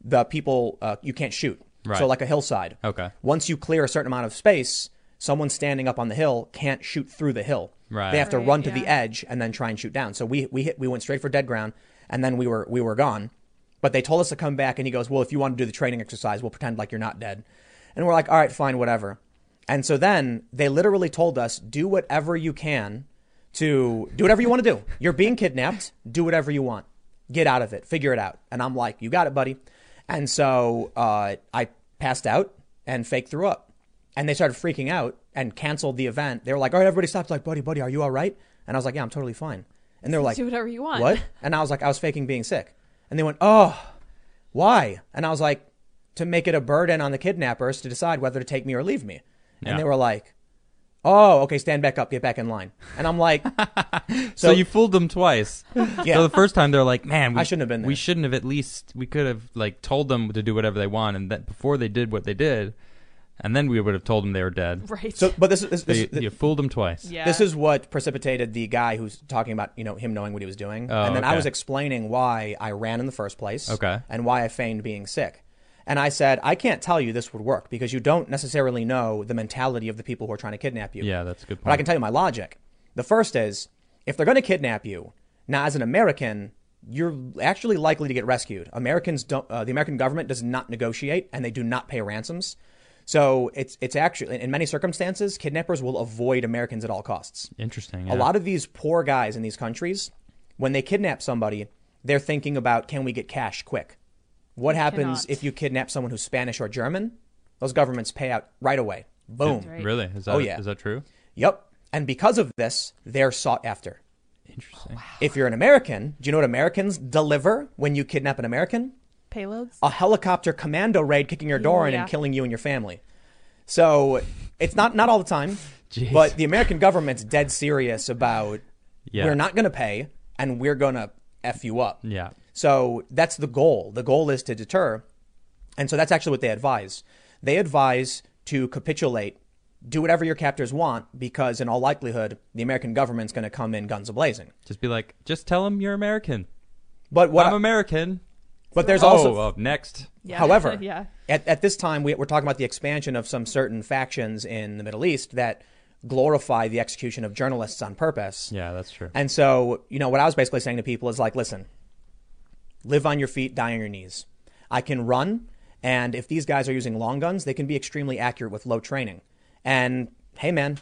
the people uh, you can't shoot.
Right.
So like a hillside.
Okay.
Once you clear a certain amount of space, someone standing up on the hill can't shoot through the hill.
Right.
They have to
Right,
run to
yeah.
the edge and then try and shoot down. So we we hit we went straight for dead ground, and then we were we were gone. But they told us to come back, and he goes, "Well, if you want to do the training exercise, we'll pretend like you're not dead." And we're like, "All right, fine, whatever." And so then they literally told us, "Do whatever you can to do whatever you want to do. You're being kidnapped. Do whatever you want. Get out of it. Figure it out." And I'm like, "You got it, buddy." And so uh, I passed out and fake threw up. And they started freaking out and canceled the event. They were like, all right, everybody stopped. Like, buddy, buddy, are you all right? And I was like, yeah, I'm totally fine. And they were like,
Do whatever you want.
what? And I was like, I was faking being sick. And they went, oh, why? And I was like, to make it a burden on the kidnappers to decide whether to take me or leave me.
Yeah.
And they were like, oh, okay, stand back up, get back in line. And I'm like,
So,
So-
you fooled them twice.
Yeah.
So the first time they're like, "Man, we,
I shouldn't have been there."
We shouldn't have at least we could have like told them to do whatever they want, and that before they did what they did, and then we would have told them they were dead.
Right.
so, but this is, this,
So
this,
you, you fooled them twice.
yeah.
This is what precipitated the guy who's talking about, you know, him knowing what he was doing.
Oh,
and then I
okay.
was explaining why I ran in the first place.
Okay.
And why I feigned being sick. And I said, I can't tell you this would work because you don't necessarily know the mentality of the people who are trying to kidnap you.
Yeah, that's a good
But I
point.
can tell you my logic. The first is if they're going to kidnap you, now as an American, you're actually likely to get rescued. Americans don't, uh, the American government does not negotiate and they do not pay ransoms. So it's, it's actually, in many circumstances, kidnappers will avoid Americans at all costs.
Interesting.
A lot of these poor guys in these countries, when they kidnap somebody, they're thinking about can we get cash quick? What happens
cannot.
if you kidnap someone who's Spanish or German? Those governments pay out right away. Boom.
right.
really is that
Oh, yeah.
is that true?
Yep. And because of this, they're sought after.
Oh,
Interesting.
If you're an American, do you know what Americans deliver when you kidnap an American?
payloads.
A helicopter commando raid kicking your door in
Yeah.
and killing you and your family. So it's not, not all the time,
Jeez.
but the American government's dead serious about
Yeah.
we're not going to pay and we're going to F you up.
Yeah.
So that's the goal. The goal is to deter. And so that's actually what they advise. They advise to capitulate, do whatever your captors want, because in all likelihood, the American government's going to come in guns a blazing.
Just be like, just tell them you're American.
But what?
I'm American.
but there's
oh,
also.
uh, next.
Yeah.
However,
yeah.
at, at this time, we, we're talking about the expansion of some certain factions in the Middle East that glorify the execution of journalists on purpose.
Yeah, that's true.
And so, you know, what I was basically saying to people is like, listen, live on your feet, die on your knees. I can run, and if these guys are using long guns, they can be extremely accurate with low training. And hey, man,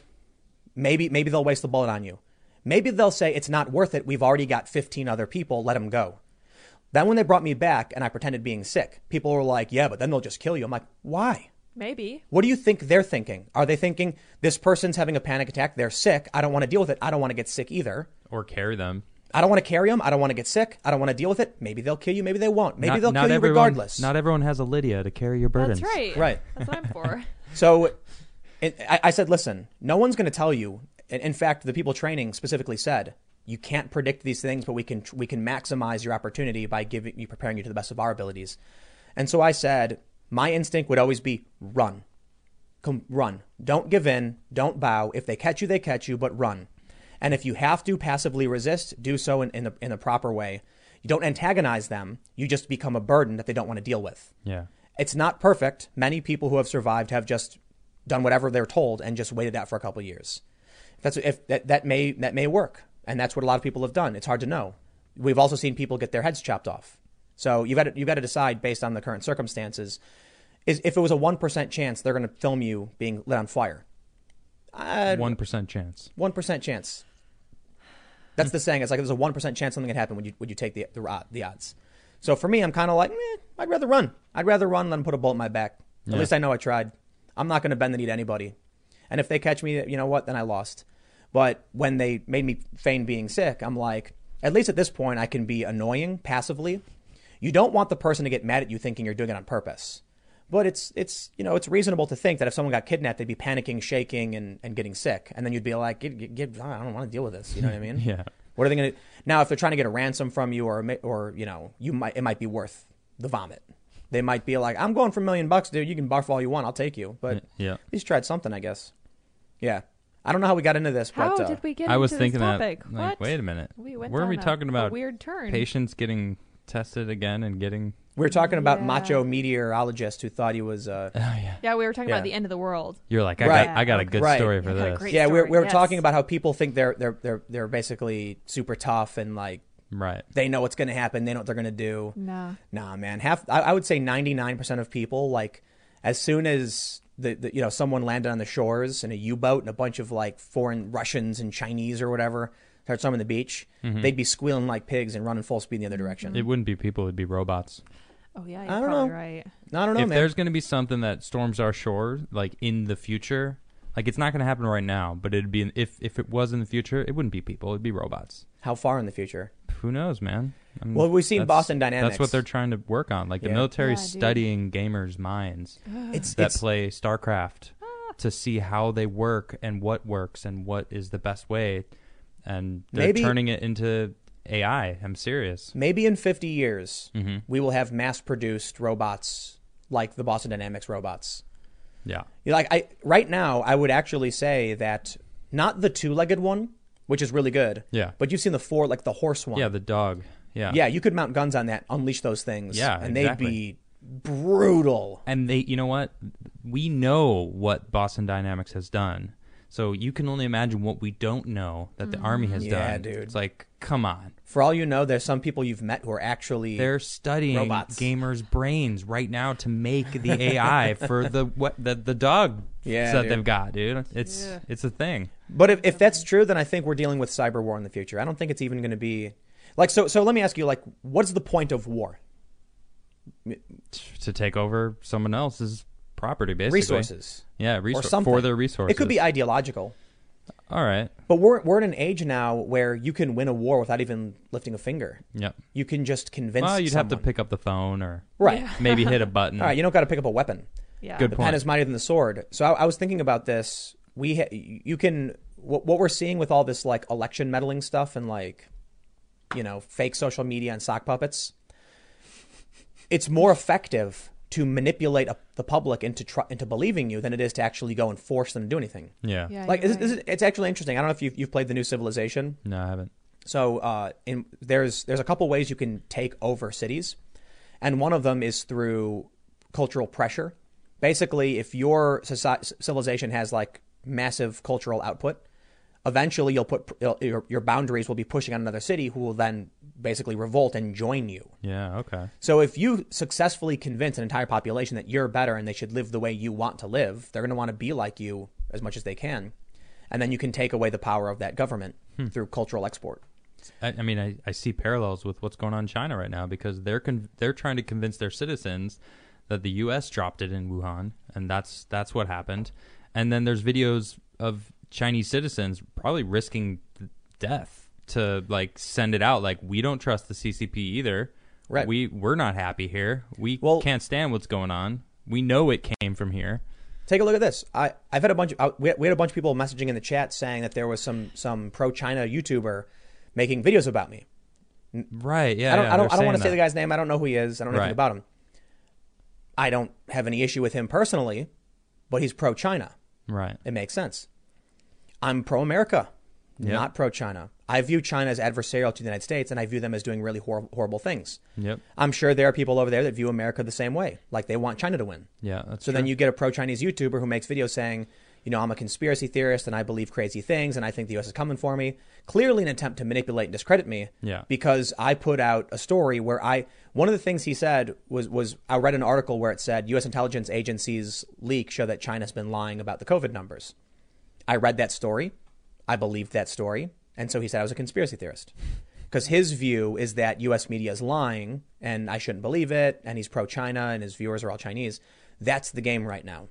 maybe maybe they'll waste the bullet on you. Maybe they'll say it's not worth it. We've already got 15 other people. Let them go. Then when they brought me back and I pretended being sick, people were like, "Yeah, but then they'll just kill you." I'm like, "Why?"
Maybe.
What do you think they're thinking? Are they thinking this person's having a panic attack? They're sick. I don't want to deal with it. I don't want to get sick either.
Or carry them.
I don't want to carry them. I don't want to get sick. I don't want to deal with it. Maybe they'll kill you. Maybe they won't. Maybe
Not-
they'll
not
kill you
everyone-
regardless.
Not everyone has a Lydia to carry your burdens.
That's right.
Right.
That's what I'm for.
So it, I, I said, listen, no one's going to tell you. In, in fact, the people training specifically said, you can't predict these things, but we can we can maximize your opportunity by giving you preparing you to the best of our abilities. And so I said, my instinct would always be run, Come, run. Don't give in. Don't bow. If they catch you, they catch you, but run. And if you have to passively resist, do so in, in the in the proper way. You don't antagonize them. You just become a burden that they don't want to deal with.
Yeah.
It's not perfect. Many people who have survived have just done whatever they're told and just waited out for a couple years. That's if that, that may that may work, and that's what a lot of people have done. It's hard to know. We've also seen people get their heads chopped off. So you've got to, you've got to decide based on the current circumstances. Is if it was a one percent chance they're going to film you being lit on fire? Uh,
One percent chance.
One percent chance. That's the saying. It's like if there's a one percent chance something could happen. Would you would you take the the, ro- the odds? So for me, I'm kind of like, eh, I'd rather run. I'd rather run than put a bullet in my back. At least I know I tried. I'm not going to bend the knee to anybody. And if they catch me, you know what? Then I lost. But when they made me feign being sick, I'm like, at least at this point, I can be annoying passively. You don't want the person to get mad at you thinking you're doing it on purpose. But it's it's you know it's reasonable to think that if someone got kidnapped, they'd be panicking, shaking, and, and getting sick, and then you'd be like, get, get, get, I don't want to deal with this. You know what I mean?
Yeah.
What are they going to now? If they're trying to get a ransom from you, or ma- or you know, you might it might be worth the vomit. They might be like, I'm going for a million bucks, dude. You can barf all you want. I'll take you. But
Yeah.
at least tried something, I guess. Yeah. I don't know how we got into this,
How
but uh,
did we get
I was
into
thinking
this
that.
topic?
Like,
what?
wait a minute.
We went
Were
down
we
a-
talking
a
about
weird turn.
patients getting tested again and getting?
we were talking about
Yeah.
macho meteorologist who thought he was. Uh,
Oh yeah.
Yeah, we were talking
Yeah.
about the end of the world.
You're like, I
Right.
got, I got a good
Right.
story for
I got a
this.
great-
yeah, we were, we were
story,
talking
yes.
about how people think they're they're they're they're basically super tough and like
Right.
they know what's going to happen. They know what they're going to do.
Nah.
Nah, man. Half I, I would say ninety nine percent of people like as soon as the, the you know someone landed on the shores in a U boat and a bunch of like foreign Russians and Chinese or whatever started swimming the
Mm-hmm.
beach, they'd be squealing like pigs and running full speed in the other direction.
It wouldn't be people; it'd be robots.
Oh yeah, you're
I don't
probably
know.
right.
No, I don't know,
if
man.
there's going to be something that storms our shore, like in the future, like it's not going to happen right now, but it'd be if if it was in the future, it wouldn't be people, it'd be robots.
How far in the future?
Who knows, man? I mean,
Well, we've seen
that's-
Boston Dynamics.
That's what they're trying to work on. Like the
Yeah.
military's
Yeah, dude.
studying gamers' minds
It's
that
it's,
play StarCraft to see how they work and what works and what is the best way, and they're
Maybe-
turning it into AI. I'm serious.
maybe in 50 years
Mhm.
we will have mass-produced robots like the Boston Dynamics robots.
Yeah.
You know, like I right now, I would actually say that not the two-legged one, which is really good.
Yeah.
But you've seen the four, like the horse one.
Yeah. The dog. Yeah.
Yeah, you could mount guns on that, unleash those things.
Yeah,
and
exactly.
they'd be brutal.
And they, you know what? We know what Boston Dynamics has done. So you can only imagine what we don't know that the army has
Mm-hmm. Yeah,
done.
dude.
It's like, come on.
For all you know, there's some people you've met who are actually
They're studying
Robots.
gamers' brains right now to make the AI for the what the, the dog
Yeah,
that
dude.
they've got, dude. It's
Yeah.
it's a thing.
But if, if that's true, then I think we're dealing with cyber war in the future. I don't think it's even going to be like so. So let me ask you, like, what's the point of war?
To take over someone else's property basically.
Resources
Yeah,
or
resource
something
for their resources.
It could be ideological,
All right.
but we're we're in an age now where you can win a war without even lifting a finger.
Yep.
You can just convince.
Well, Ah, you'd have to
someone.
pick up the phone or
right.
maybe hit a button.
All right, you don't got to pick up a weapon.
Yeah.
Good
The
point.
pen is mightier than the sword. So I, I was thinking about this. We ha- you can what, what we're seeing with all this like election meddling stuff and like you know fake social media and sock puppets. It's more effective to manipulate a, the public into tr- into believing you than it is to actually go and force them to do anything.
yeah.
Yeah,
like
you're
this, this is, it's actually interesting. I don't know if you've, you've played the new Civilization.
No, I haven't.
So uh, in, there's there's a couple ways you can take over cities, and one of them is through cultural pressure. Basically, if your soci- civilization has like massive cultural output, eventually you'll put you'll- your, your boundaries will be pushing on another city who will then basically revolt and join you.
Yeah, okay.
So if you successfully convince an entire population that you're better and they should live the way you want to live, they're going to want to be like you as much as they can. And then you can take away the power of that government through cultural export.
I, I mean, I, I see parallels with what's going on in China right now because they're con- they're trying to convince their citizens that the U.S. dropped it in Wuhan, and that's that's what happened. And then there's videos of Chinese citizens probably risking th- death to like send it out. Like we don't trust the CCP either.
Right.
We we're not happy here. We
Well-
can't stand what's going on. We know it came from here.
Take a look at this. I, I've had a bunch of I, we, we had a bunch of people messaging in the chat saying that there was some some pro China YouTuber making videos about me.
Right. Yeah.
I don't
yeah,
I don't, I
they're
don't
saying
want to say
that.
the guy's name. I don't know who he is. I don't know
Right.
anything about him. I don't have any issue with him personally, but he's pro China.
Right.
It makes sense. I'm pro America, not pro China. I view China as adversarial to the United States, and I view them as doing really hor- horrible things.
Yep.
I'm sure there are people over there that view America the same way, like they want China to win.
Yeah. That's
So then you get a pro Chinese YouTuber who makes videos saying, you know, I'm a conspiracy theorist and I believe crazy things and I think the US is coming for me. Clearly, an attempt to manipulate and discredit me.
Yeah.
Because I put out a story where I, one of the things he said was, was I read an article where it said US intelligence agencies leak show that China's been lying about the COVID numbers. I read that story. I believed that story. And so he said I was a conspiracy theorist. Because his view is that US media is lying and I shouldn't believe it. And he's pro China and his viewers are all Chinese. That's the game right now.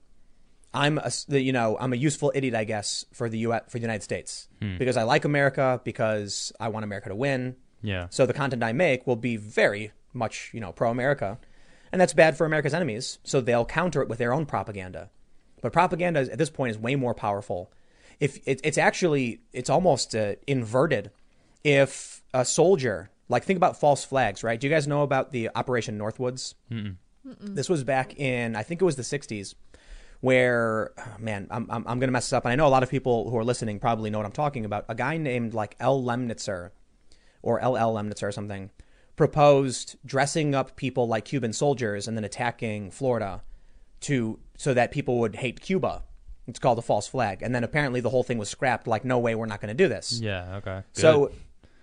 I'm a, s- the- you know, I'm a useful idiot, I guess, for the US, for the United States because I like America because I want America to win.
Yeah.
So the content I make will be very much, you know, pro America. And that's bad for America's enemies. So they'll counter it with their own propaganda. But propaganda is- at this point is way more powerful. If it, it's actually, it's almost uh, inverted. If a soldier, like think about false flags, right? Do you guys know about the Operation Northwoods? This was back in, I think it was the 60s, where, oh, man, I'm, I'm, I'm going to mess this up. And I know a lot of people who are listening probably know what I'm talking about. A guy named like L. Lemnitzer or L.L. Lemnitzer or something proposed dressing up people like Cuban soldiers and then attacking Florida to so that people would hate Cuba. It's called a false flag. And then apparently the whole thing was scrapped like, no way, we're not going to do this.
Yeah. Okay.
So,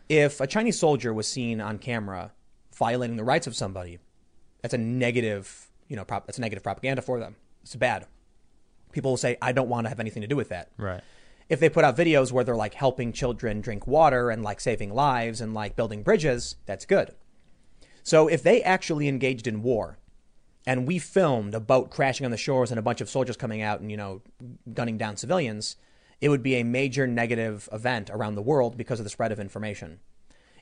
if a Chinese soldier was seen on camera violating the rights of somebody, that's a negative, you know, prop, that's negative propaganda for them. It's bad. People will say, "I don't want to have anything to do with that."
Good. Right.
If they put out videos where they're like helping children drink water and like saving lives and like building bridges, that's good. So if they actually engaged in war, and we filmed a boat crashing on the shores and a bunch of soldiers coming out and you know gunning down civilians, it would be a major negative event around the world because of the spread of information.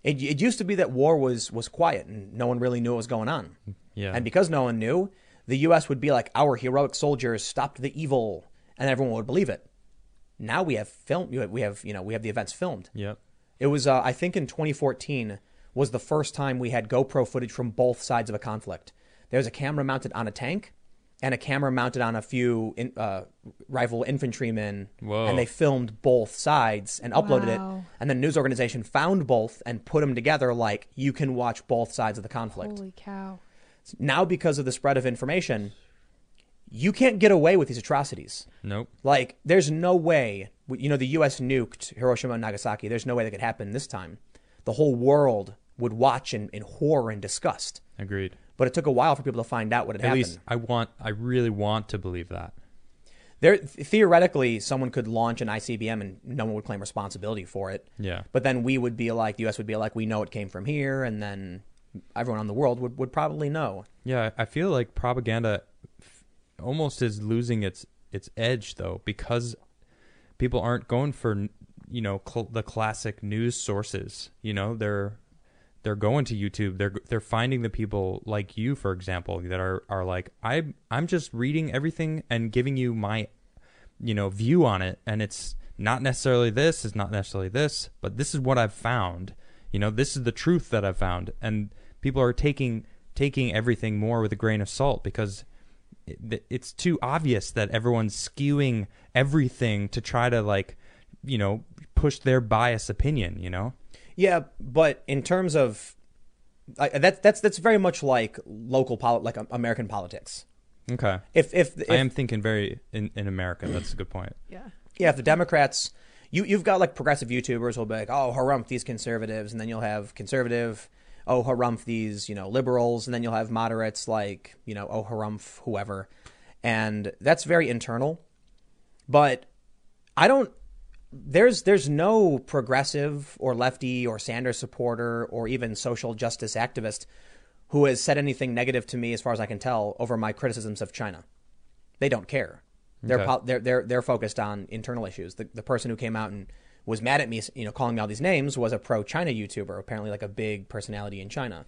It, it used to be that war was was quiet and no one really knew what was going on.
Yeah.
And because no one knew, the U.S. would be like, "Our heroic soldiers stopped the evil," and everyone would believe it. Now we have film. We have you know we have the events filmed.
Yep.
It was, uh, I think, in 2014 was the first time we had GoPro footage from both sides of a conflict. There's a camera mounted on a tank, and a camera mounted on a few in, uh, rival infantrymen,
Whoa.
and they filmed both sides and uploaded
Wow.
it. And the news organization found both and put them together, like you can watch both sides of the conflict.
Holy cow.
Now, because of the spread of information, you can't get away with these atrocities.
Nope.
Like, there's no way, you know, the U.S. nuked Hiroshima and Nagasaki. There's no way that could happen this time. The whole world would watch in, in horror and disgust.
Agreed.
But it took a while for people to find out what had
At
happened.
least I want. I really want to believe that.
there, theoretically, someone could launch an ICBM and no one would claim responsibility for it.
Yeah.
But then we would be like, the U.S. would be like, we know it came from here. And then everyone on the world would, would probably know.
Yeah, I feel like propaganda f- almost is losing its its edge though because people aren't going for you know cl- the classic news sources. You know, they're they're going to YouTube. They're they're finding the people like you, for example, that are are like I I'm just reading everything and giving you my you know view on it, and it's not necessarily this, it's not necessarily this, but this is what I've found. You know, this is the truth that I've found, and people are taking taking everything more with a grain of salt because it, it's too obvious that everyone's skewing everything to try to like you know push their bias opinion. You know.
Yeah, but in terms of I that's that's that's very much like local poli- like um, American politics.
Okay.
If if, if
I am thinking very in, in America. That's a good point.
Yeah.
yeah, if the Democrats, you you've got like progressive YouTubers who'll be like, oh, harumph these conservatives, and then you'll have conservative, oh, harumph these you know liberals, and then you'll have moderates like you know oh, harumph whoever, and that's very internal. But I don't. There's there's no progressive or lefty or Sanders supporter or even social justice activist who has said anything negative to me, as far as I can tell, over my criticisms of China. They don't care. They're
Okay.
po- they're they're they're focused on internal issues. The the person who came out and was mad at me, you know, calling me all these names, was a pro-China YouTuber, apparently like a big personality in China,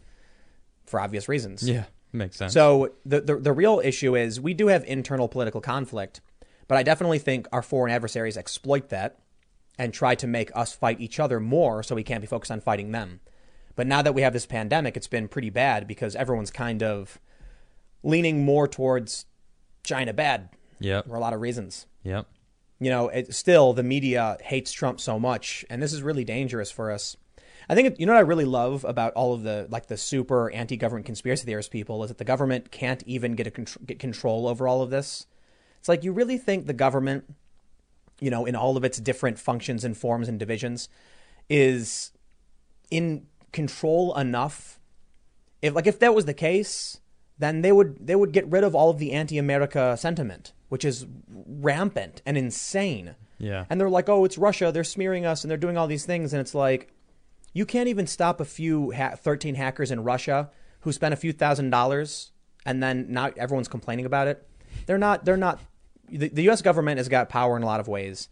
for obvious reasons.
Yeah, makes sense.
So the, the the real issue is we do have internal political conflict, but I definitely think our foreign adversaries exploit that and try to make us fight each other more so we can't be focused on fighting them. But now that we have this pandemic, it's been pretty bad because everyone's kind of leaning more towards China bad
yep,
for a lot of reasons.
yep.
You know, it, still the media hates Trump so much, and this is really dangerous for us. I think it- you know what I really love about all of the like the super anti-government conspiracy theorist people is that the government can't even get a contr- get control over all of this. It's like you really think the government, you know, in all of its different functions and forms and divisions, is in control enough if like if that was the case then they would they would get rid of all of the anti-america sentiment which is rampant and insane
Yeah.
and they're like oh it's russia they're smearing us and they're doing all these things and it's like you can't even stop a few ha- 13 hackers in russia who spent a few thousand dollars and then now everyone's complaining about it they're not they're not the, the us government has got power in a lot of ways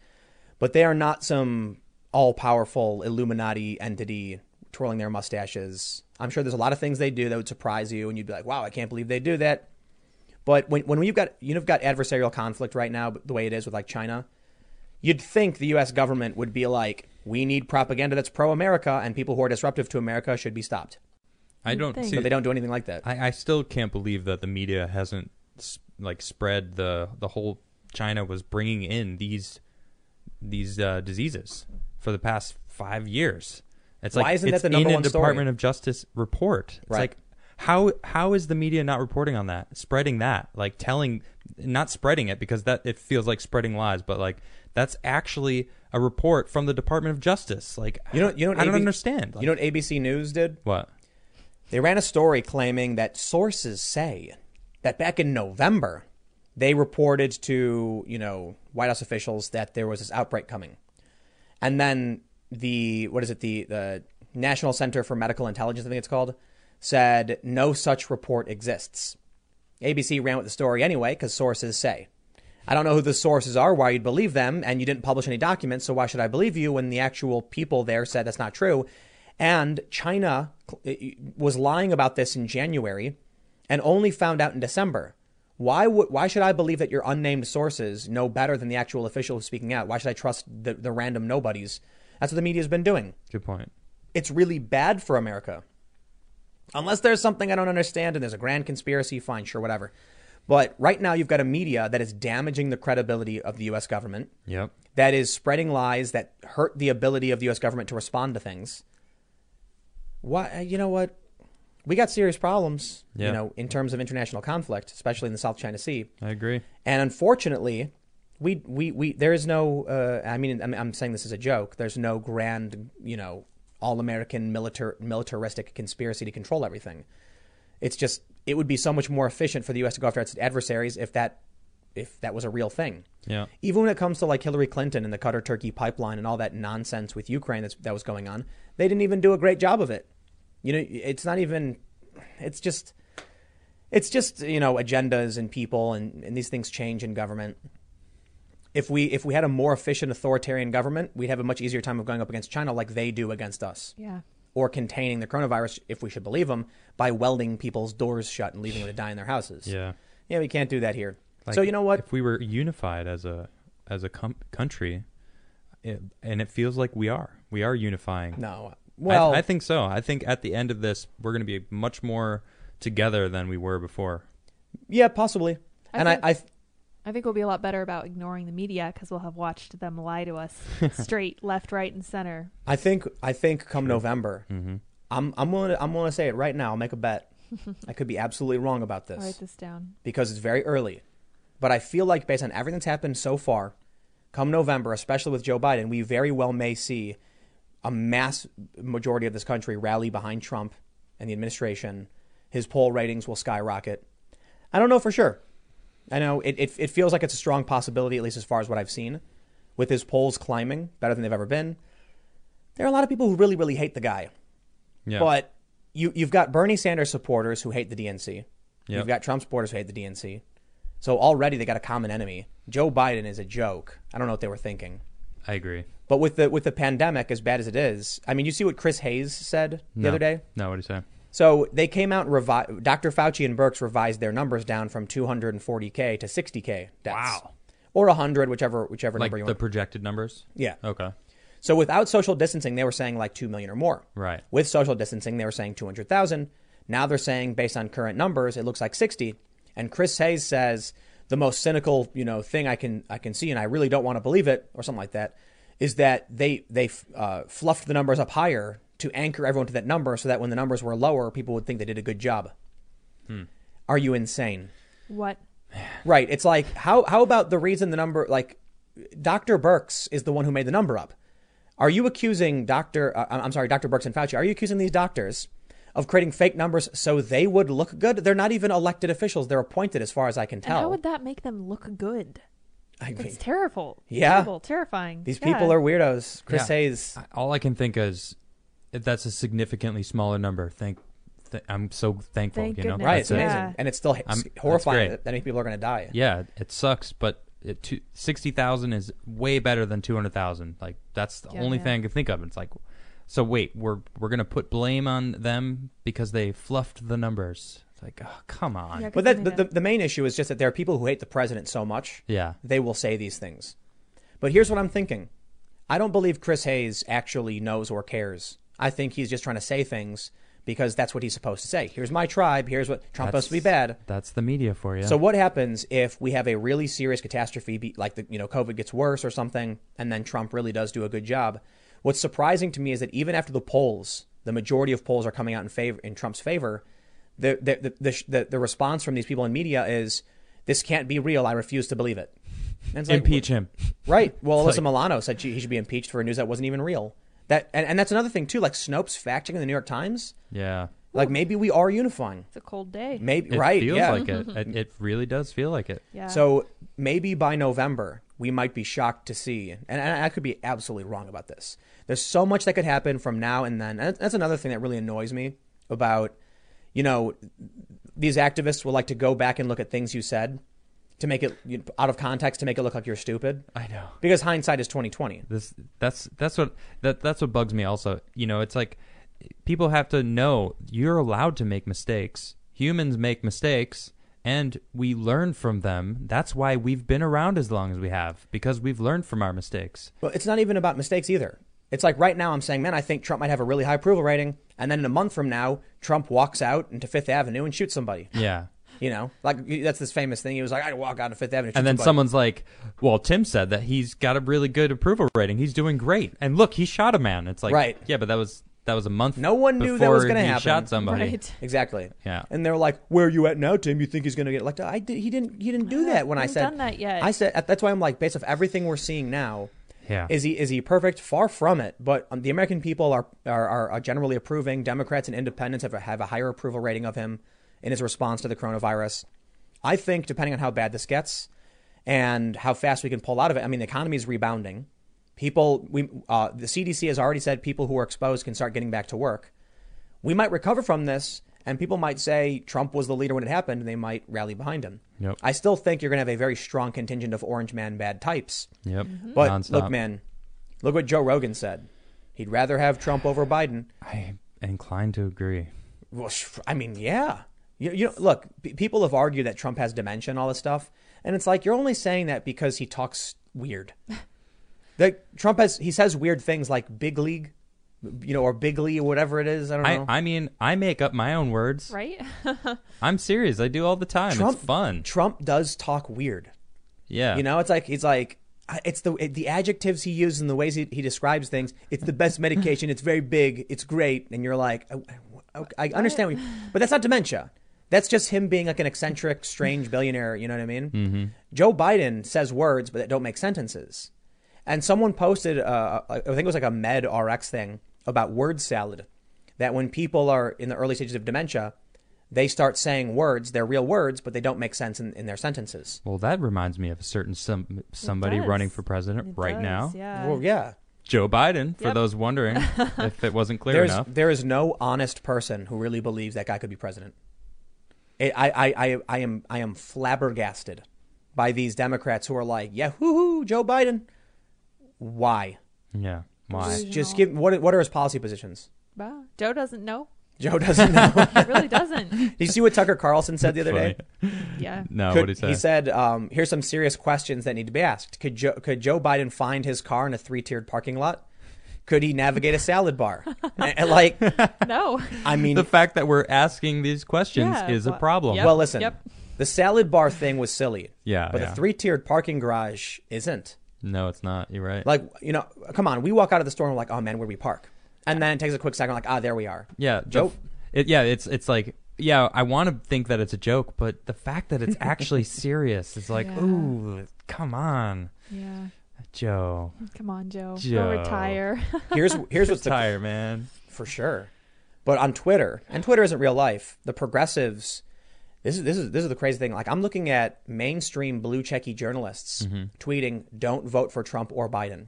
but they are not some all powerful Illuminati entity twirling their mustaches. I'm sure there's a lot of things they do that would surprise you, and you'd be like, "Wow, I can't believe they do that." But when when you've got you've got adversarial conflict right now, the way it is with like China, you'd think the U.S. government would be like, "We need propaganda that's pro-America, and people who are disruptive to America should be stopped."
I
You'd
don't
think.
see.
But they don't do anything like that.
I, I still can't believe that the media hasn't s- like spread the the whole China was bringing in these these uh, diseases for the past five years. It's like
Why isn't that
it's
the number
in
one
a
story?
Department of Justice report. It's
Right.
like how how is the media not reporting on that, spreading that, like telling, not spreading it because that it feels like spreading lies, but like that's actually a report from the Department of Justice. Like
You know, you know, what
I don't
ABC
understand. Like,
you know what ABC News did?
what?
They ran a story claiming that sources say that back in November, they reported to, you know, White House officials that there was this outbreak coming. And then the, what is it, the, the National Center for Medical Intelligence, I think it's called, said no such report exists. ABC ran with the story anyway because sources say. I don't know who the sources are, why you'd believe them, and you didn't publish any documents, so why should I believe you when the actual people there said that's not true? And China cl- eh, was lying about this in January and only found out in December. Why would why should I believe that your unnamed sources know better than the actual official who's speaking out? Why should I trust the, the random nobodies? That's what the media's been doing.
Good point.
It's really bad for America. Unless there's something I don't understand and there's a grand conspiracy, fine, sure, whatever. But right now you've got a media that is damaging the credibility of the US government,
Yep.
that is spreading lies that hurt the ability of the US government to respond to things. Why uh, you know what? We got serious problems,
Yeah.
you know, in terms of international conflict, especially in the South China Sea.
I agree.
And unfortunately, we we, we there is no. Uh, I mean, I'm, I'm saying this as a joke. There's no grand, you know, all-American militar militaristic conspiracy to control everything. It's just it would be so much more efficient for the U.S. to go after its adversaries if that if that was a real thing.
Yeah.
Even when it comes to like Hillary Clinton and the Qatar Turkey pipeline and all that nonsense with Ukraine that's, that was going on, they didn't even do a great job of it. You know, it's not even. It's just. It's just you know agendas and people and, and these things change in government. If we if we had a more efficient authoritarian government, we'd have a much easier time of going up against China like they do against us,
Yeah.
or containing the coronavirus if we should believe them by welding people's doors shut and leaving them to die in their houses.
Yeah.
yeah, we can't do that here.
Like,
so you know what?
If we were unified as a as a com- country, it, and it feels like we are, we are unifying.
no.
I-
Well,
I, think so. I think at the end of this, we're going to be much more together than we were before.
Yeah, possibly.
I
and
think-
I, I,
I think we'll be a lot better about ignoring the media because we'll have watched them lie to us straight, left, right, and center.
I think, I think, come November,
Mm-hmm.
I'm, I'm willing, to, I'm willing to say it right now. I'll make a bet. I could be absolutely wrong about
I'll write
this
this down.
because it's very early, but I feel like based on everything that's happened so far, come November, especially with Joe Biden, we very well may see a mass majority of this country rally behind Trump and the administration. His poll ratings will skyrocket. I don't know for sure. I know it, it, it feels like it's a strong possibility, at least as far as what I've seen, with his polls climbing better than they've ever been. There are a lot of people who really, really hate the guy.
Yeah.
But you, you've got Bernie Sanders supporters who hate the DNC.
Yep.
You've got Trump supporters who hate the DNC. So already they got a common enemy. Joe Biden is a joke. I don't know what they were thinking.
I agree.
But with the with the pandemic, as bad as it is, I mean, you see what Chris Hayes said the
No.
other day.
No, what do you say?
So they came out and revi- Dr. Fauci and Burks revised their numbers down from 240k to 60k deaths.
Wow.
Or 100, whichever whichever
Like
number you
the
want.
projected numbers?
Yeah.
Okay.
So without social distancing, they were saying like 2 million or more.
Right.
With social distancing, they were saying 200,000. Now they're saying, based on current numbers, it looks like 60. And Chris Hayes says the most cynical, you know, thing I can I can see, and I really don't want to believe it, or something like that, is that they they uh, fluffed the numbers up higher to anchor everyone to that number, so that when the numbers were lower, people would think they did a good job. Are you insane?
What?
Right. It's like how how about the reason the number like Dr. Burks is the one who made the number up. Are you accusing Dr. Uh, I'm I'm sorry, Dr. Burks and Fauci? Are you accusing these doctors of creating fake numbers so they would look good? They're not even elected officials. They're appointed, as far as I can
And
tell.
how would that make them look good?
I mean,
It's terrible.
Yeah.
Terrible, terrifying.
these
Yeah.
people are weirdos. Chris
Yeah.
Hayes.
I- All I can think is if that's a significantly smaller number. Thank, th- I'm so thankful.
Thank
you know,
goodness.
Right. It's
That's it.
amazing,
Yeah.
and it's still
I'm-
s- horrifying
that's great.
that many people are going to die.
Yeah, it- it sucks, but it, two, sixty thousand is way better than two hundred thousand. Like that's the
Yeah,
only
yeah.
thing I can think of. It's like, so wait, we're we're gonna put blame on them because they fluffed the numbers. It's like, oh, come on.
Yeah,
Yeah.
'cause
But
they
that,
made
the, the,
up-
the main issue is just that there are people who hate the president so much
Yeah.
they will say these things. But here's what I'm thinking I don't believe Chris Hayes actually knows or cares. I think he's just trying to say things because that's what he's supposed to say. Here's my tribe. Here's what Trump's supposed to be bad.
That's the media for you.
So what happens if we have a really serious catastrophe, be- like the, you know COVID gets worse or something, and then Trump really does do a good job? What's surprising to me is that even after the polls, the majority of polls are coming out in favor in Trump's favor. The the the the, the, the response from these people in media is, "This can't be real. I refuse to believe it." And it's like,
impeach him.
Right. Well, Alyssa
It's like-
Milano said she, he should be impeached for a news that wasn't even real. That and, and that's another thing too. Like Snopes fact checking the New York Times.
Yeah.
Like maybe we are unifying.
It's a cold day.
Maybe
It
right.
Feels
yeah.
like it. it. It really does feel like it.
yeah.
So maybe by November we might be shocked to see, and, and I could be absolutely wrong about this. There's so much that could happen from now and then. And that's another thing that really annoys me about you know, these activists will like to go back and look at things you said to make it you know, out of context to make it look like you're stupid
I know.
because hindsight is 2020.
this that's that's what that that's what bugs me also you know it's like people have to know you're allowed to make mistakes humans make mistakes and we learn from them that's why we've been around as long as we have because we've learned from our mistakes
Well, it's not even about mistakes either. It's like right now I'm saying, man, I think Trump might have a really high approval rating, and then in a month from now, Trump walks out into Fifth Avenue and shoots somebody.
yeah
You know, like that's this famous thing. He was like, I walk out to Fifth Avenue, shoot
and then
somebody.
someone's like well tim said that he's got a really good approval rating he's doing great and look he shot a man it's like
Right.
yeah but that was that was a month
No one knew that was
before
gonna
he
happen.
shot somebody
Right.
Exactly.
Yeah.
And they're like, "Where are you at now, Tim? You think he's going to get elected?" I did, he didn't. He didn't do that when I
haven't
said
done that yet.
I said that's why I'm like, based off everything we're seeing now,
yeah
is he is he perfect? Far from it. But um, the American people are are, are generally approving. Democrats and independents have a, have a higher approval rating of him in his response to the coronavirus. I think depending on how bad this gets and how fast we can pull out of it. I mean, the economy is rebounding. People, we uh, the CDC has already said people who are exposed can start getting back to work. We might recover from this, and people might say Trump was the leader when it happened, and they might rally behind him.
Yep.
I still think you're going to have a very strong contingent of orange man bad types.
yep
But
Nonstop.
look, man, look what Joe Rogan said. He'd rather have Trump over Biden.
i'm inclined to agree
Well, sh- I mean, yeah. You, you know, look, p- people have argued that Trump has dementia and all this stuff, and it's like you're only saying that because he talks weird. that Trump has he says weird things like big league, you know, or bigly, whatever it is. I don't know.
I, I mean, I make up my own words.
right?
I'm serious. I do all the time.
Trump-
it's fun.
Trump does talk weird.
Yeah.
You know, it's like he's like I- it's the it, the adjectives he uses and the ways he, he describes things. It's the best medication. It's very big. It's great. And you're like, I, I- okay, I understand, what you, but that's not dementia. That's just him being like an eccentric, strange billionaire. You know what I mean? Mm-hmm. Joe Biden says words, but that don't make sentences. And someone posted, uh, I think it was like a Med RX thing about word salad. That when people are in the early stages of dementia, they start saying words. They're real words, but they don't make sense in, in their sentences.
Well, that reminds me of a certain some somebody
does.
running for president
It
right
does,
now.
Yeah.
well, yeah.
Joe Biden, for
Yep.
those wondering if it wasn't clear
There's
enough.
there is no honest person who really believes that guy could be president. It, I, I I I am I am flabbergasted by these Democrats who are like, yeah, hoo, Joe Biden. Why?
Yeah. Why?
Delusional.
Just give what what are his policy positions?
Wow. Joe doesn't know.
Joe doesn't know.
He really doesn't.
Did you see what Tucker Carlson said the other day?
Yeah.
No,
Could-
what Uh, he said.
He said, um, "Here's some serious questions that need to be asked. Could Joe, could Joe Biden find his car in a three tiered parking lot? Could he navigate a salad bar? And- and like,
No.
I mean,
the fact that we're asking these questions
Yeah,
is a
wha-
problem.
yep.
Well, listen,
Yep. Oh,
the salad bar thing was silly.
Yeah,
But
yeah.
the three tiered parking garage isn't.
No, it's not. You're right.
Like, you know, come on, we walk out of the store and we're like, oh man, where do we park? And then it takes a quick second, like, ah, there we are.
yeah. the
Joe-
f- It, yeah, it's it's like yeah, I want to think that it's a joke, but the fact that it's actually serious is like,
Yeah.
ooh, come on,
Yeah.
Joe.
Come on, Joe.
Joe.
Go retire.
Here's here's what's the
Tire, man.
for sure. But on Twitter, and Twitter isn't real life. The progressives, this is this is this is the crazy thing. Like I'm looking at mainstream blue checky journalists
Mm-hmm.
tweeting, "Don't vote for Trump or Biden."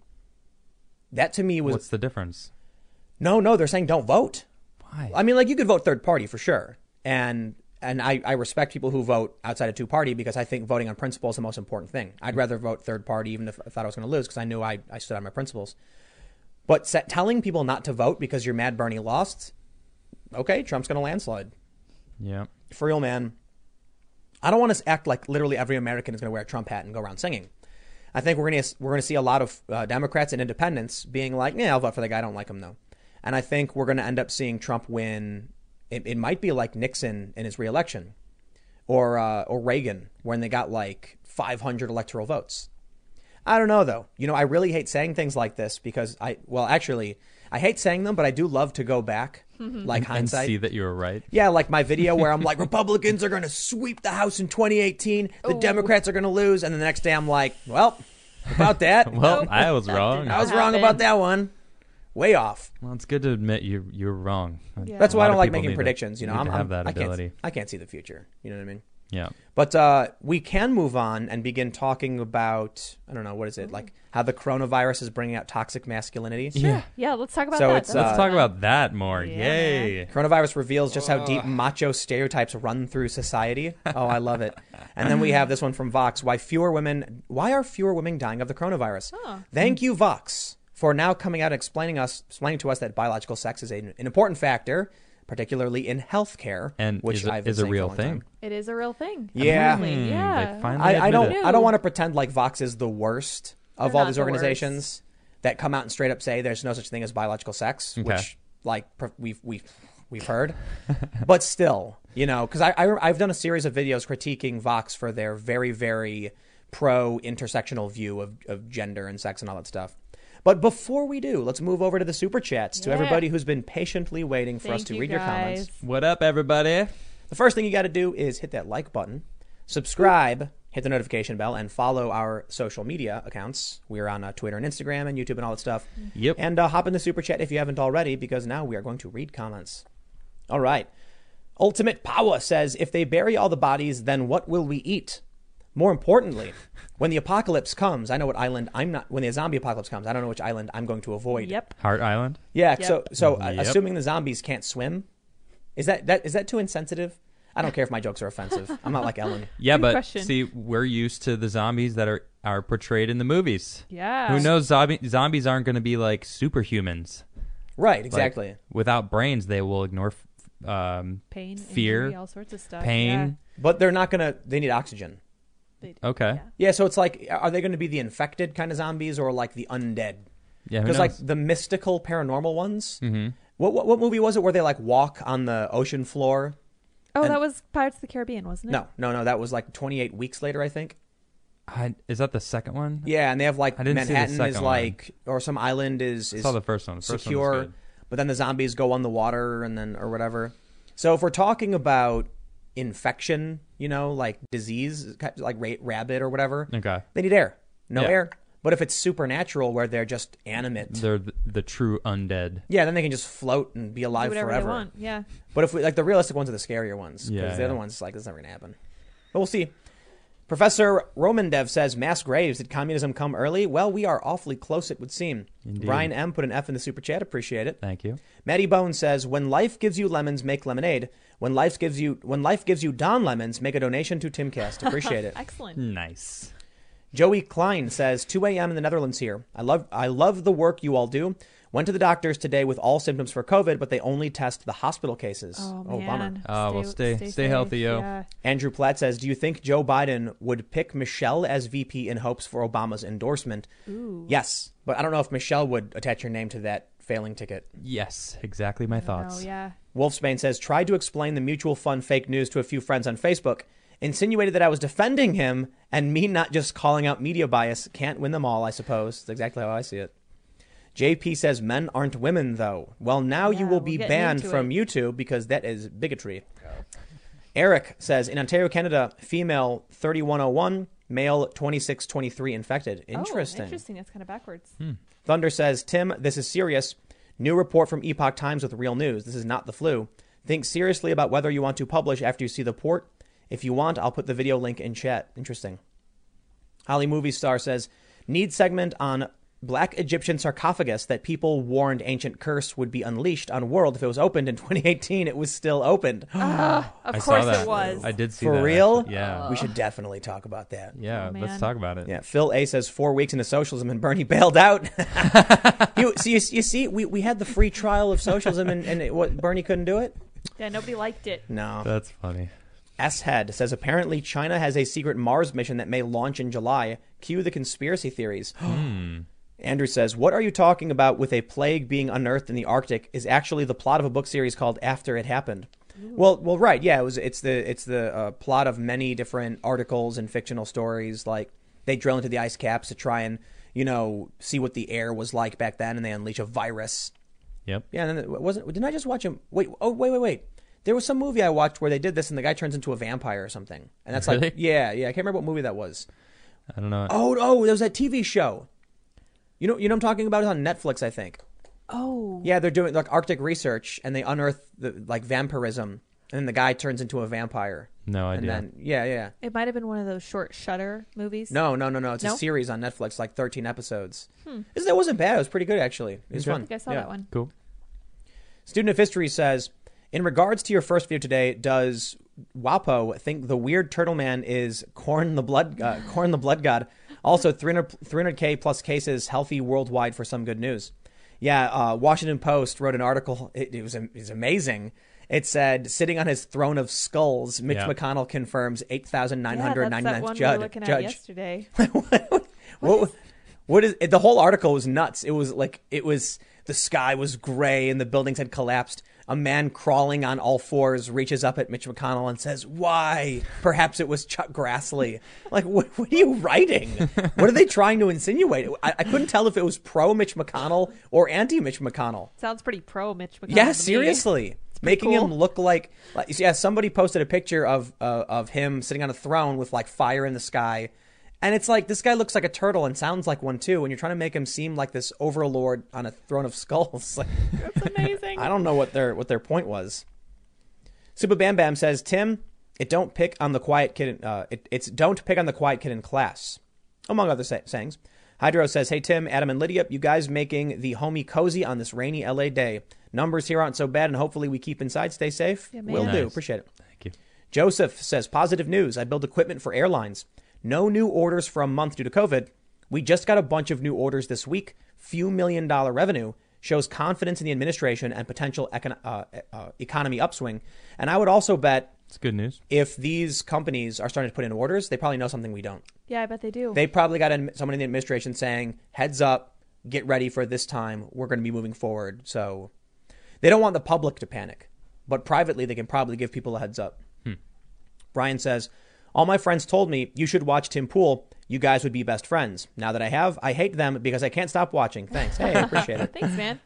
That to me was
What's the difference?
no, no. They're saying don't vote.
Why?
I mean, like you could vote third party for sure, and and I, I respect people who vote outside of two party because I think voting on principle is the most important thing. I'd rather vote third party even if I thought I was going to lose because I knew I, I stood on my principles. But set, telling people not to vote because you're mad Bernie lost, okay, Trump's going to landslide
yeah.
for real, man. I don't want to act like literally every American is going to wear a Trump hat and go around singing. I think we're going to we're going to see a lot of uh, Democrats and Independents being like, "Yeah, I'll vote for the guy. I don't like him though." And I think we're going to end up seeing Trump win. It, it might be like Nixon in his reelection, or uh, or Reagan when they got like 500 electoral votes. I don't know though. You know, I really hate saying things like this because I well, actually, I hate saying them, but I do love to go back, like
And
hindsight.
see that you were right.
Yeah, like my video where I'm like, Republicans are going to sweep the House in 2018. The Democrats are going to lose. And the next day I'm like, well, about that.
Well,
Nope.
I was
That did
wrong.
not
I was wrong
happened.
about that one. Way off.
Well, it's good to admit you you're wrong.
Yeah.
That's
A
why I
lot
don't
of
like
people need
making
to-
predictions. you know,
need
I'm,
to have
I'm-
that
I can't,
ability.
I can't see the future. You know what I mean?
Yeah.
But uh, we can move on and begin talking about I don't know what is
Mm.
it like how the coronavirus is bringing out toxic masculinity.
Yeah.
Yeah, let's talk about
So
that.
it's,
That
uh,
was
Let's
Uh,
talk
fun.
about that more.
Yeah,
Yay.
Coronavirus reveals just how deep macho stereotypes run through society. Oh, I love it. And then we have this one from Vox: Why fewer women? Why are fewer women dying of the coronavirus?
Huh.
Thank you, Vox, for now coming out and explaining us, explaining to us that biological sex is a, an important factor, particularly in healthcare,
And
which
is a,
I've been
is a
saying for
real
long
thing.
time.
It is a real thing.
Yeah.
Absolutely.
Hmm,
yeah.
They finally
I, I
admit
don't.
it.
I don't want to pretend like Vox is the worst of
They're
all
not
these
the
organizations that come out and straight up say there's no such thing as biological sex,
Okay.
which like pr- we've we've we've heard, but still, you know, because I, I I've done a series of videos critiquing Vox for their very very pro intersectional view of of gender and sex and all that stuff. But before we do, let's move over to the super chats to
Yeah.
everybody who's been patiently waiting for
Thank
us to
you
read
guys.
your comments.
What up, everybody?
The first thing you got to do is hit that like button, subscribe, hit the notification bell, and follow our social media accounts. We're on uh, Twitter and Instagram and YouTube and all that stuff.
Yep.
And uh, hop in the super chat if you haven't already, because now we are going to read comments. All right. Ultimate Power says if they bury all the bodies, then what will we eat? More importantly, when the apocalypse comes, I know what island I'm not. When the zombie apocalypse comes, I don't know which island I'm going to avoid.
Yep.
Heart Island.
Yeah.
Yep.
So, so uh,
Yep.
assuming the zombies can't swim, is that that is that too insensitive? I don't care if my jokes are offensive. I'm not like Ellen.
Yeah,
Good
but
question.
see, we're used to the zombies that are are portrayed in the movies.
Yeah.
Who knows? Zombie, zombies aren't going to be like superhumans.
Right.
Like,
Exactly.
without brains, they will ignore f- um,
Pain,
fear,
injury, all sorts of stuff.
pain. Oh,
but they're not gonna. They need oxygen.
Yeah. They-
Okay.
yeah.
Yeah. So it's like, are they gonna be the infected kind of zombies or like the undead?
Yeah, who
Because like
knows?
the mystical paranormal ones. Mm-hmm. What, what what movie was it where they like walk on the ocean floor?
Oh,
And-
that was Pirates of the Caribbean, wasn't it?
No, no, no. That was like 28 weeks later, I think.
I, is that the second one?
Yeah, and they have like
I didn't see the
Manhattan is
second one.
like, or some island is
I
is
saw the first one. The first one was
secure,
good.
but then the zombies go on the water and then or whatever. So if we're talking about infection, you know, like disease, like ra- rabbit or whatever,
Okay.
they need air, no
Yeah.
air. But if it's supernatural, where they're just animate,
They're the, the true undead.
yeah, then they can just float and be
Do
alive
whatever
forever.
they want. Yeah.
But if we like the realistic ones are the scarier ones, because
Yeah,
the
yeah.
other ones like that's never gonna happen. But we'll see. Professor Romandev says mass graves. Did communism come early? Well, we are awfully close. It would seem.
Indeed.
Brian M put an F in the super chat. Appreciate it.
Thank you.
Maddie Bone says, "When life gives you lemons, make lemonade. When life gives you when life gives you Don lemons, make a donation to Timcast. Appreciate it."
Hmm.
Excellent.
Nice.
Joey Klein says, "2 a.m. in the Netherlands here. I love I love the work you all do. Went to the doctors today with all symptoms for COVID, but they only test the hospital cases.
Oh, man.
bummer."
Oh, well, stay- stay
safe.
healthy, yo.
Yeah.
Andrew Platt says, "Do you think Joe Biden would pick Michelle as VP in hopes for Obama's endorsement?"
Ooh.
Yes, but I don't know if Michelle would attach her name to that failing ticket.
Yes, exactly my thoughts.
Oh, yeah.
Wolfsbane says, tried to explain the mutual fund fake news to a few friends on Facebook, insinuated that I was defending him and me not just calling out media bias. Can't win them all, I suppose. That's exactly how I see it. JP says, men aren't women, though. Well, now you
Yeah,
will
we'll
be
get
banned
into
from YouTube because that is bigotry. Eric says, in Ontario, Canada, female 3101, male 2623 infected.
Oh, interesting. That's kind of backwards.
Hmm.
Thunder says, Tim, this is serious. New report from Epoch Times with real news. This is not the flu. Think seriously about whether you want to publish after you see the port. If you want, I'll put the video link in chat. Interesting. Holly Movie Star says, need segment on black Egyptian sarcophagus that people warned ancient curse would be unleashed on world if it was opened in 2018. It was still opened.
Of
I saw
course
that.
it was.
I did see
For
that.
real?
actually. Yeah.
We should definitely talk about that.
yeah,
Oh,
let's
man.
talk about it.
Yeah, Phil A says four weeks into socialism and Bernie bailed out. you, so you, you see, we, we had the free trial of socialism and, and it, what Bernie couldn't do it.
Yeah, nobody liked it.
No.
That's funny.
S head says apparently China has a secret Mars mission that may launch in July. Cue the conspiracy theories. Andrew says, "What are you talking about with a plague being unearthed in the Arctic? Is actually the plot of a book series called After It Happened." Well, well, right, yeah, it was. It's the it's the uh, plot of many different articles and fictional stories. Like they drill into the ice caps to try and you know see what the air was like back then, and they unleash a virus.
Yep.
Yeah, and then it wasn't. Didn't I just watch him? Wait, oh wait, wait, wait. There was some movie I watched where they did this, and the guy turns into a vampire or something. And that's like,
Really?
yeah, yeah. I can't remember what movie that was.
I don't know.
Oh, oh, there was that TV show. You know, you know, what I'm talking about It's on Netflix, I think.
Oh.
Yeah, they're doing like Arctic research, and they unearth the, like vampirism, and then the guy turns into a vampire.
No
and
idea.
then yeah, yeah, yeah.
It might have been one of those short shutter movies.
No, no, no, no. It's
No?
a series on Netflix, like 13 episodes.
Hmm.
It's- That wasn't bad. It was pretty good actually. It was
Okay.
I
fun.
think I saw
Yeah.
that one.
cool.
Student of History says, in regards to your first video today, does Wapo think the weird turtle man is Corn the Blood uh, Corn the Blood God? Also, 300 k plus cases healthy worldwide for some good news. Yeah, uh, Washington Post wrote an article. It, it was am- it's amazing. It said, sitting on his throne of skulls, Mitch
Yeah.
McConnell confirms
Yeah, that's
8,999th
that one we were
judge.
looking at
judge.
yesterday.
What, what is it, the whole article was nuts. It was like it was the sky was gray and the buildings had collapsed. A man crawling on all fours reaches up at Mitch McConnell and says, "Why? Perhaps it was Chuck Grassley." Like, what, what are you writing? What are they trying to insinuate? I, I couldn't tell if it was pro Mitch McConnell or anti Mitch McConnell.
Sounds pretty pro Mitch McConnell. to
Yeah,
me.
seriously. Making him look like, like yeah, somebody posted a picture of uh, of him sitting on a throne with like fire in the sky, and it's like this guy looks like a turtle and sounds like one too. And you're trying to make him seem like this overlord on a throne of skulls. Like,
That's amazing.
I don't know what their what their point was. Super Bam Bam says, Tim, it don't pick on the quiet kid. In, uh, it, it's don't pick on the quiet kid in class, among other say- sayings. Hydro says, Hey Tim, Adam and Lydia, you guys making the homie cozy on this rainy LA day. Numbers here aren't so bad, and hopefully we keep inside. Stay safe.
Yeah, man.
Will do.
Nice.
Appreciate it.
Thank you.
Joseph says, Positive news. I build equipment for airlines. No new orders for a month due to COVID. We just got a bunch of new orders this week. Few million dollar revenue shows confidence in the administration and potential econ- uh, uh, economy upswing. And I would also bet
It's good news.
if these companies are starting to put in orders, they probably know something we don't.
yeah, I bet they do.
They probably got an- someone in the administration saying, heads up, get ready for this time. We're going to be moving forward. So they don't want the public to panic, but privately, they can probably give people a heads up. Brian says, All my friends told me you should watch Tim Pool. You guys would be best friends. Now that I have, I hate them because I can't stop watching. Thanks. Hey, I appreciate it.
Thanks, man.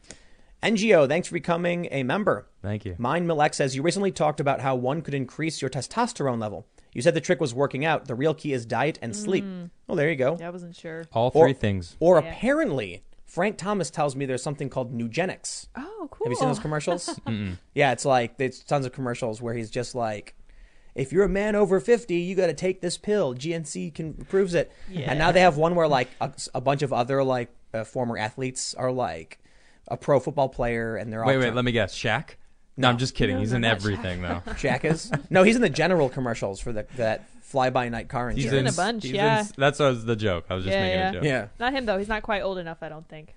NGO, thanks for becoming a member.
Thank you.
Mind Millek says, You recently talked about how one could increase your testosterone level. You said the trick was working out. The real key is diet and sleep. Well, there you go.
Yeah, I wasn't sure.
All
Or-
three things.
Or
Yeah.
apparently, Frank Thomas tells me there's something called Nugenics.
Oh, cool.
Have you seen those commercials? yeah, it's like there's tons of commercials where he's just like, if you're a man over 50, you got to take this pill. GNC can proves it. And now they have one where like a, a bunch of other like uh, former athletes are like a pro football player and they're all
Wait, wait. Let me guess. Shaq. No, I'm just kidding.
No,
He's
no,
in
not Shaq.
everything though.
Jack is. No, he's in the general commercials for the, that fly by night car
He's,
insurance.
in a bunch,
he's
yeah.
that's what was the joke. I was just
Yeah,
making
yeah.
a joke.
yeah.
Not him though. He's not quite old enough, I don't think.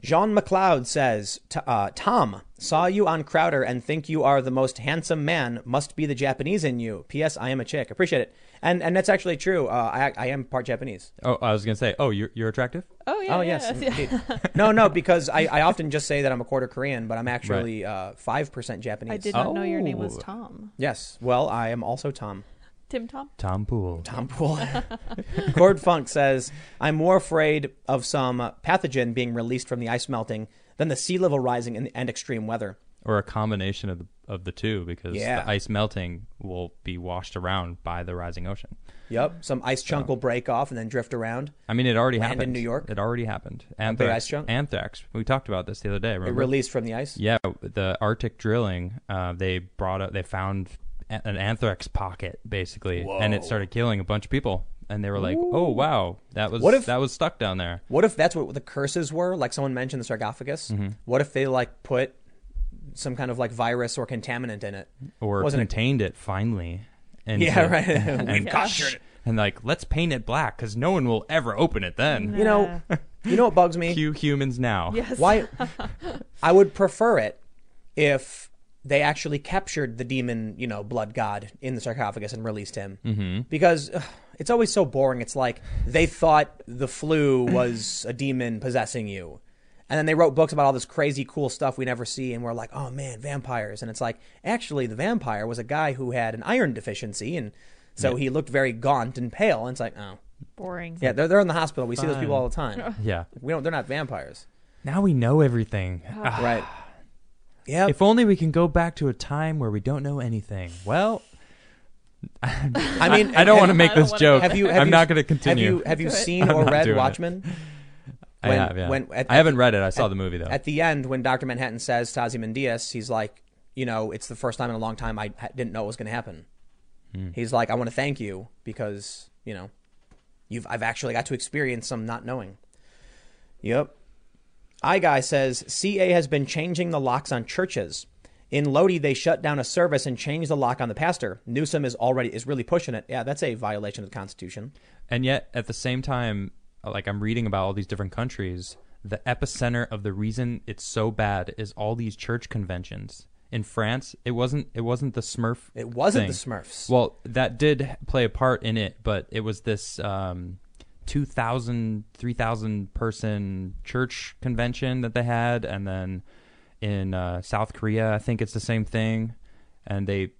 Jean McLeod says, "T- uh, Tom, saw you on Crowder and think you are the most handsome man. Must be the Japanese in you. P.S. I am a chick. Appreciate it. And and that's actually true. Uh, I, I am part Japanese.
Oh, I was gonna say. Oh, you're you're attractive.
Oh yeah.
oh,
yeah,
yes.
yeah.
indeed. no, no, because I, I often just say that I'm a quarter Korean, but I'm actually uh, 5% Japanese.
I did not know your name was
Oh.
Tom.
Yes. Well, I am also Tom.
Tim Tom.
Tom Pool.
Tom Pool. Cord Funk says, I'm more afraid of some pathogen being released from the ice melting than the sea level rising and, and extreme weather.
Or a combination of the of the two because
Yeah.
the ice melting will be washed around by the rising ocean.
Yep. Some ice chunk will break off and then drift around.
I mean, it already
Land in
happened
New York?
It already happened.
big
Anthrax.
ice chunk?
Anthrax. We talked about this the other day.
It
Remember?
released from the ice.
Mm-hmm. Yeah, the Arctic drilling. Uh, they brought up. They found a- an anthrax pocket basically, and it started killing a bunch of people. And they were like, "Oh wow, that was
What if-
that was stuck down there."
What if that's what the curses were? Like someone mentioned the sarcophagus. What if they like put some kind of like virus or contaminant in it?
or
Wasn't it-
contained it, finally. And
Yeah, right.
and, And like, let's paint it black because no one will ever open it then.
You know, you know what bugs me?
Cue humans now.
Yes.
Why? I would prefer it if they actually captured the demon, you know, blood god in the sarcophagus and released him. Mm-hmm. Because ugh, it's always so boring. It's like they thought the flu was a demon possessing you. And then they wrote books about all this crazy cool stuff we never see, and we're like, oh man, vampires. And it's like, actually, the vampire was a guy who had an iron deficiency, and so he looked very gaunt and pale. And it's like, oh,
Boring.
yeah, they're, they're in the hospital. We see those
Fine.
people all the time.
Yeah.
We don't. They're not vampires.
Now we know everything. Ah,
Right. Yeah.
If only we can go back to a time where we don't know anything. Well,
I mean,
I don't want to make
I don't
this
wanna-
joke.
Have you? Have
I'm
you,
not going to
Have
continue.
you? Have you
Do it.
seen
I'm
or
not
read
doing it.
Watchmen?
I
when-
have. Yeah.
when- at-
I haven't read it. I saw the movie though.
At the end, when Doctor Manhattan says to Ozymandias, he's like, you know, it's the first time in a long time I ha- didn't know what was going to happen.
Hmm.
He's like, I want to thank you because you know, you've I've actually got to experience some not knowing. Yep. I guy says CA has been changing the locks on churches. In Lodi, they shut down a service and changed the lock on the pastor. Newsom is already is really pushing it. Yeah, that's a violation of the Constitution.
And yet, at the same time, uh, like I'm reading about all these different countries, the epicenter of the reason it's so bad is all these church conventions. In France, it wasn't it wasn't the Smurf.
It wasn't the
thing.
Smurfs.
Well, that did play a part in it, but it was this um, 2,000, 3,000 person church convention that they had. And then in uh, South Korea, I think it's the same thing. And they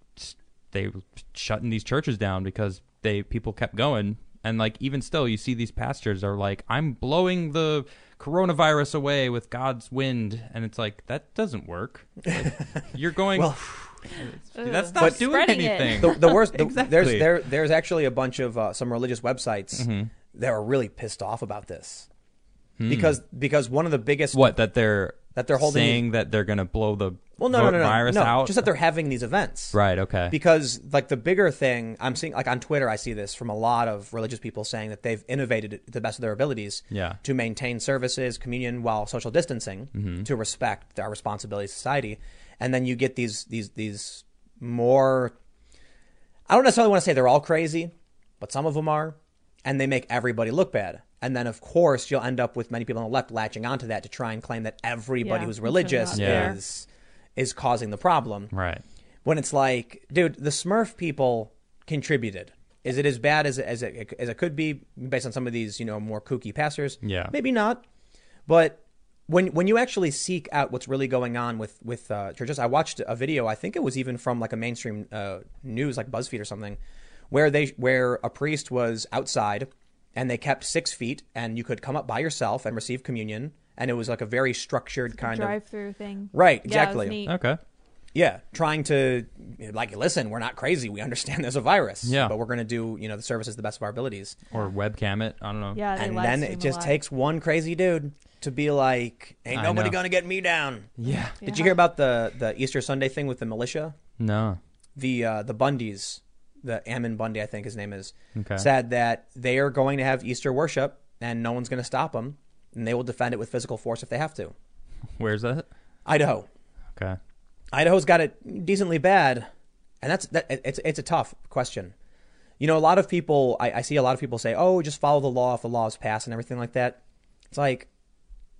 they shutting these churches down because they people kept going. And like even still, you see these pastors are like, "I'm blowing the coronavirus away with God's wind," and it's like that doesn't work. Like, you're going,
Well-
that's not
Ugh,
doing
spreading it.
anything.
the, the worst. The, There's
Exactly.
there there's actually a bunch of uh, some religious websites
Mm-hmm.
that are really pissed off about this because because one of the biggest
Hmm. What that they're
That they're holding
saying that they're going to blow the
well no no no no,
virus
no
out.
just that they're having these events
right. Okay.
because like the bigger thing I'm seeing like on Twitter I see this from a lot of religious people saying that they've innovated it to the best of their abilities
Yeah.
to maintain services communion while social distancing to respect our responsibility to society and then you get these these these more I don't necessarily want to say they're all crazy, but some of them are, and they make everybody look bad. And then, of course, you'll end up with many people on the left latching onto that to try and claim that everybody
Yeah,
who's
it's
religious
not fair.
is is causing the problem.
right.
When it's like, dude, the Smurf people contributed. Is it as bad as as it, as it could be based on some of these, you know, more kooky pastors?
Yeah.
maybe not. But when when you actually seek out what's really going on with with uh, churches, I watched a video. I think it was even from like a mainstream uh, news, like BuzzFeed or something, where they where a priest was outside and they kept six feet, and you could come up by yourself and receive communion, and it was like a very structured kind of
drive-through thing.
Right,
Yeah, it was
exactly.
neat.
Okay.
yeah, trying to like listen. We're not crazy. We understand there's a virus.
Yeah.
but we're gonna do you know the services the best of our abilities.
Or webcam it. I don't know.
Yeah, they
and
live
then
stream
it
a
just
lot.
takes one crazy dude to be like, "Ain't
I
nobody
know.
gonna get me down."
Yeah.
Did
Yeah.
you hear about the the Easter Sunday thing with the militia?
No.
The uh, the Bundys, the Ammon Bundy, I think his name is,
Okay.
said that they are going to have Easter worship and no one's going to stop them, and they will defend it with physical force if they have to.
Where's that?
Idaho,
Okay.
Idaho's got it decently bad, and that's that. it- It's it's a tough question. You know, a lot of people. I, I see a lot of people say, "Oh, just follow the law if the law is passed and everything like that." It's like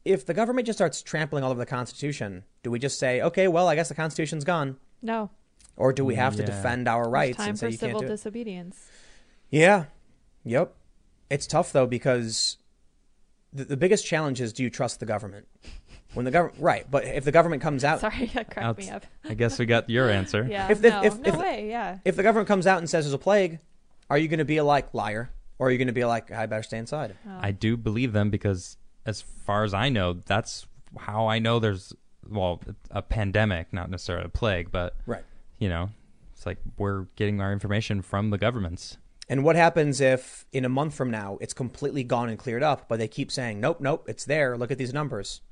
if the government just starts trampling all over the Constitution, do we just say, "Okay, well, I guess the Constitution's gone"?
No,
or do we have to
Yeah.
defend our
There's
rights
time
and say
for
you can't
civil
do it?
disobedience.
Yeah, yep. It's tough though because the, the biggest challenge is: do you trust the government? When the government, right? But if the government comes out,
Sorry, that cracked
Outs-
me up.
I guess we got your answer.
Yeah,
Oh. If the-
no,
if-
no
if-
way. Yeah,
if the government comes out and says there's a plague, are you going to be like liar, or are you going to be like I better stay inside?
Oh.
I do believe them because, as far as I know, that's how I know there's well a pandemic, not necessarily a plague, but
Right.
you know, it's like we're getting our information from the governments.
And what happens if in a month from now it's completely gone and cleared up, but they keep saying nope, nope, it's there. Look at these numbers.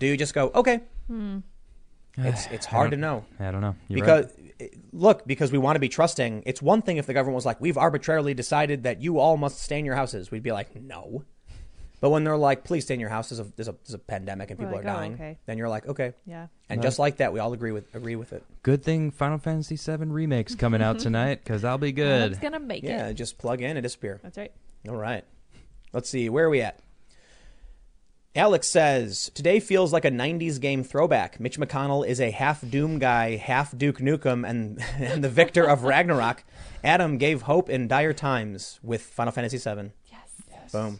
Do you just go okay?
Hmm.
It's it's hard to know.
I don't know. You're right.
because look, because we want to be trusting. It's one thing if the government was like, "We've arbitrarily decided that you all must stay in your houses." We'd be like, "No." But when they're like, "Please stay in your houses," there's a, there's a, there's a pandemic and
We're
people
like,
are
"Oh,
dying,"
okay.
then you're like, "Okay."
yeah.
And just like that, we all agree with agree with it.
Good thing Final Fantasy VII Remake's coming out tonight, because I'll be
It's
good.
gonna make
Yeah,
it.
just plug in and disappear.
That's right.
All right. Let's see. Where are we at? Alex says, Today feels like a 90s game throwback. Mitch McConnell is a half Doom guy, half Duke Nukem, and, and the victor of Ragnarok. Adam gave hope in dire times with Final Fantasy VII.
Yes.
Boom.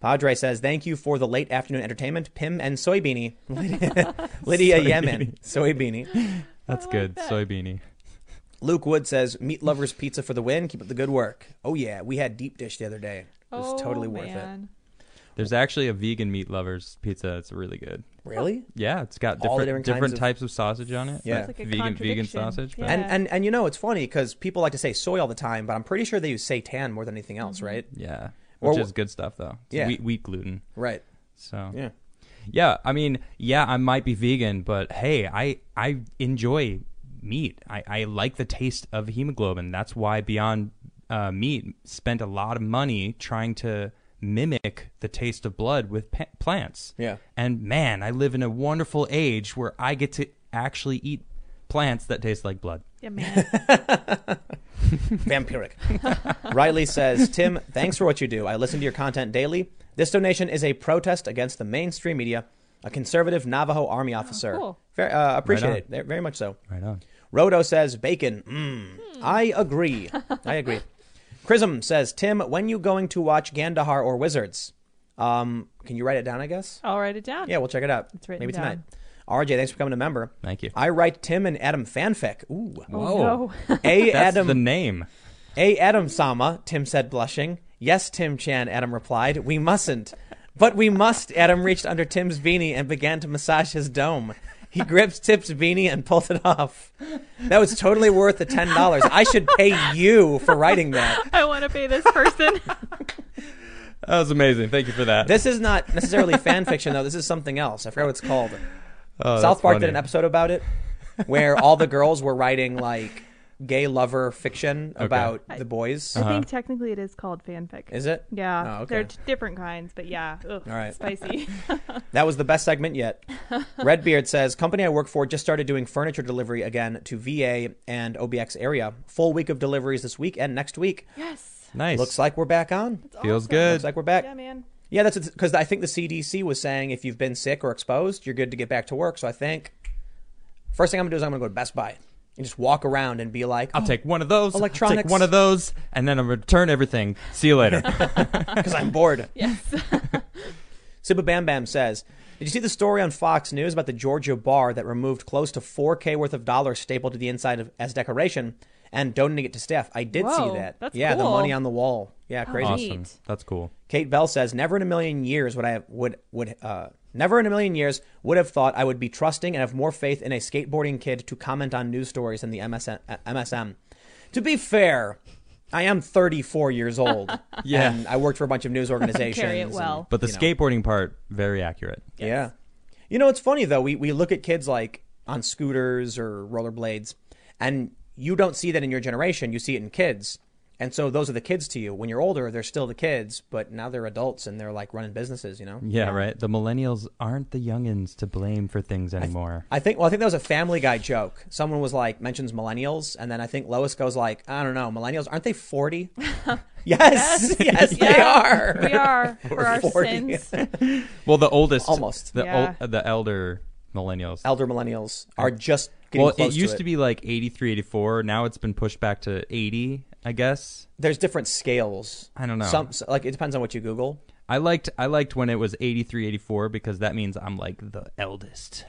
Padre says, Thank you for the late afternoon entertainment, Pim and Soybeanie. Lydia Yemen, Soybeanie.
That's
I like
good.
that.
Soybeanie.
Luke Wood says, Meat Lovers Pizza for the win. Keep up the good work. Oh, yeah. We had deep dish the other day. It was
oh,
totally worth it.
man.
There's actually a vegan meat lovers pizza. That's really good.
Really?
Yeah, it's got
All the
different different,
different kinds of-
types of sausage on it.
Yeah.
but
It's like a
vegan vegan
contradiction.
sausage. But
Yeah.
And, and and you know it's funny because people like to say soy all the time, but I'm pretty sure they use seitan more than anything
Mm-hmm.
else, right?
yeah,
Or
which
wh-
is good stuff though. It's
Yeah.
wheat, wheat gluten.
Right.
So
Yeah.
Yeah, I mean, yeah, I might be vegan, but hey, I I enjoy meat. I, I like the taste of hemoglobin. That's why Beyond uh, Meat spent a lot of money trying to mimic the taste of blood with pa- plants.
Yeah.
And man, I live in a wonderful age where I get to actually eat plants that taste like blood.
Yeah, man.
Vampiric. Riley says, Tim, thanks for what you do. I listen to your content daily. This donation is a protest against the mainstream media. A conservative Navajo army officer.
Oh, cool.
Very, uh, appreciate
on.
it. Very- Very much so.
Right on.
Rodo says bacon.
Hmm.
Mm, I agree. I agree. Chrism says Tim, when you going to watch Gandahar or Wizards? Um, can you write it down? I guess.
I'll write it down.
Yeah, we'll check it out.
It's written
Maybe tonight.
down.
RJ, thanks for coming to member.
Thank you.
I write Tim and Adam fanfic. Ooh.
Oh, no.
A
That's
Adam
the name.
A Adam Sama, Tim said blushing. Yes, Tim Chan, Adam replied. We mustn't. But we must, Adam reached under Tim's beanie and began to massage his dome. He gripped Tip's beanie and pulled it off. That was totally worth the ten dollars. I should pay you for writing that.
I want to pay this person.
Uh-huh. That was amazing. Thank you for that.
This is not necessarily fan fiction though, this is something else. I forgot what it's called.
Oh,
South
that's
Park did
funny.
an episode about it where all the girls were writing like gay lover fiction about the boys.
Uh-huh.
I think technically it is called fanfic.
Is it?
yeah,
Oh, okay.
they're t- different kinds, but yeah. Ugh,
All right.
Spicy.
That was the best segment yet. Redbeard says company I work for just started doing furniture delivery again to VA and OBX area. Full week of deliveries this week and next week.
yes.
Nice.
Looks like we're back on.
It's
Feels
awesome.
good.
Looks like we're back.
Yeah, man.
Yeah, that's because I think the CDC was saying if you've been sick or exposed, you're good to get back to work. So I think first thing I'm gonna do is I'm gonna go to Best Buy and just walk around and be like,
I'll take one of those. I'll take
Electronics.
one of those, and then I'll return everything. See you later.
because I'm bored.
Yes.
Siba Bam Bam says, Did you see the story on Fox News about the Georgia bar that removed close to 4K worth of dollars stapled to the inside of as decoration and donating it to staff? I did
Whoa,
see that.
that's
yeah, the
cool.
money on the wall. Yeah, crazy.
Awesome.
awesome.
Neat.
That's cool.
Kate Bell says, Never in a million years would I have, would would uh Never in a million years would have thought I would be trusting and have more faith in a skateboarding kid to comment on news stories than the MSN, uh, MSM. To be fair, I am 34 years old.
Yeah.
And I worked for a bunch of news organizations.
Carry it
and-
well.
But the
You know.
skateboarding part, very accurate.
yeah. You know, it's funny though. We we look at kids like on scooters or rollerblades, and you don't see that in your generation. You see it in kids, and so those are the kids to you. When you're older, they're still the kids, but now they're adults and they're like running businesses. You know.
Yeah, right. The millennials aren't the youngins to blame for things anymore.
I think well, I think that was a Family Guy joke. Someone was like mentions millennials, and then I think Lois goes like, I don't know, millennials aren't they forty? yes, yes, they
Yeah,
are.
We are for our
40.
sins.
well, the oldest,
Almost.
the
Yeah.
ol- the elder millennials.
Elder millennials are just getting
well,
close
it used to,
to it.
be like 83, 84. Now it's been pushed back to 80, I guess.
There's different scales.
I don't know.
Some so- like it depends on what you Google.
I liked I liked when it was 83, 84 because that means I'm like the eldest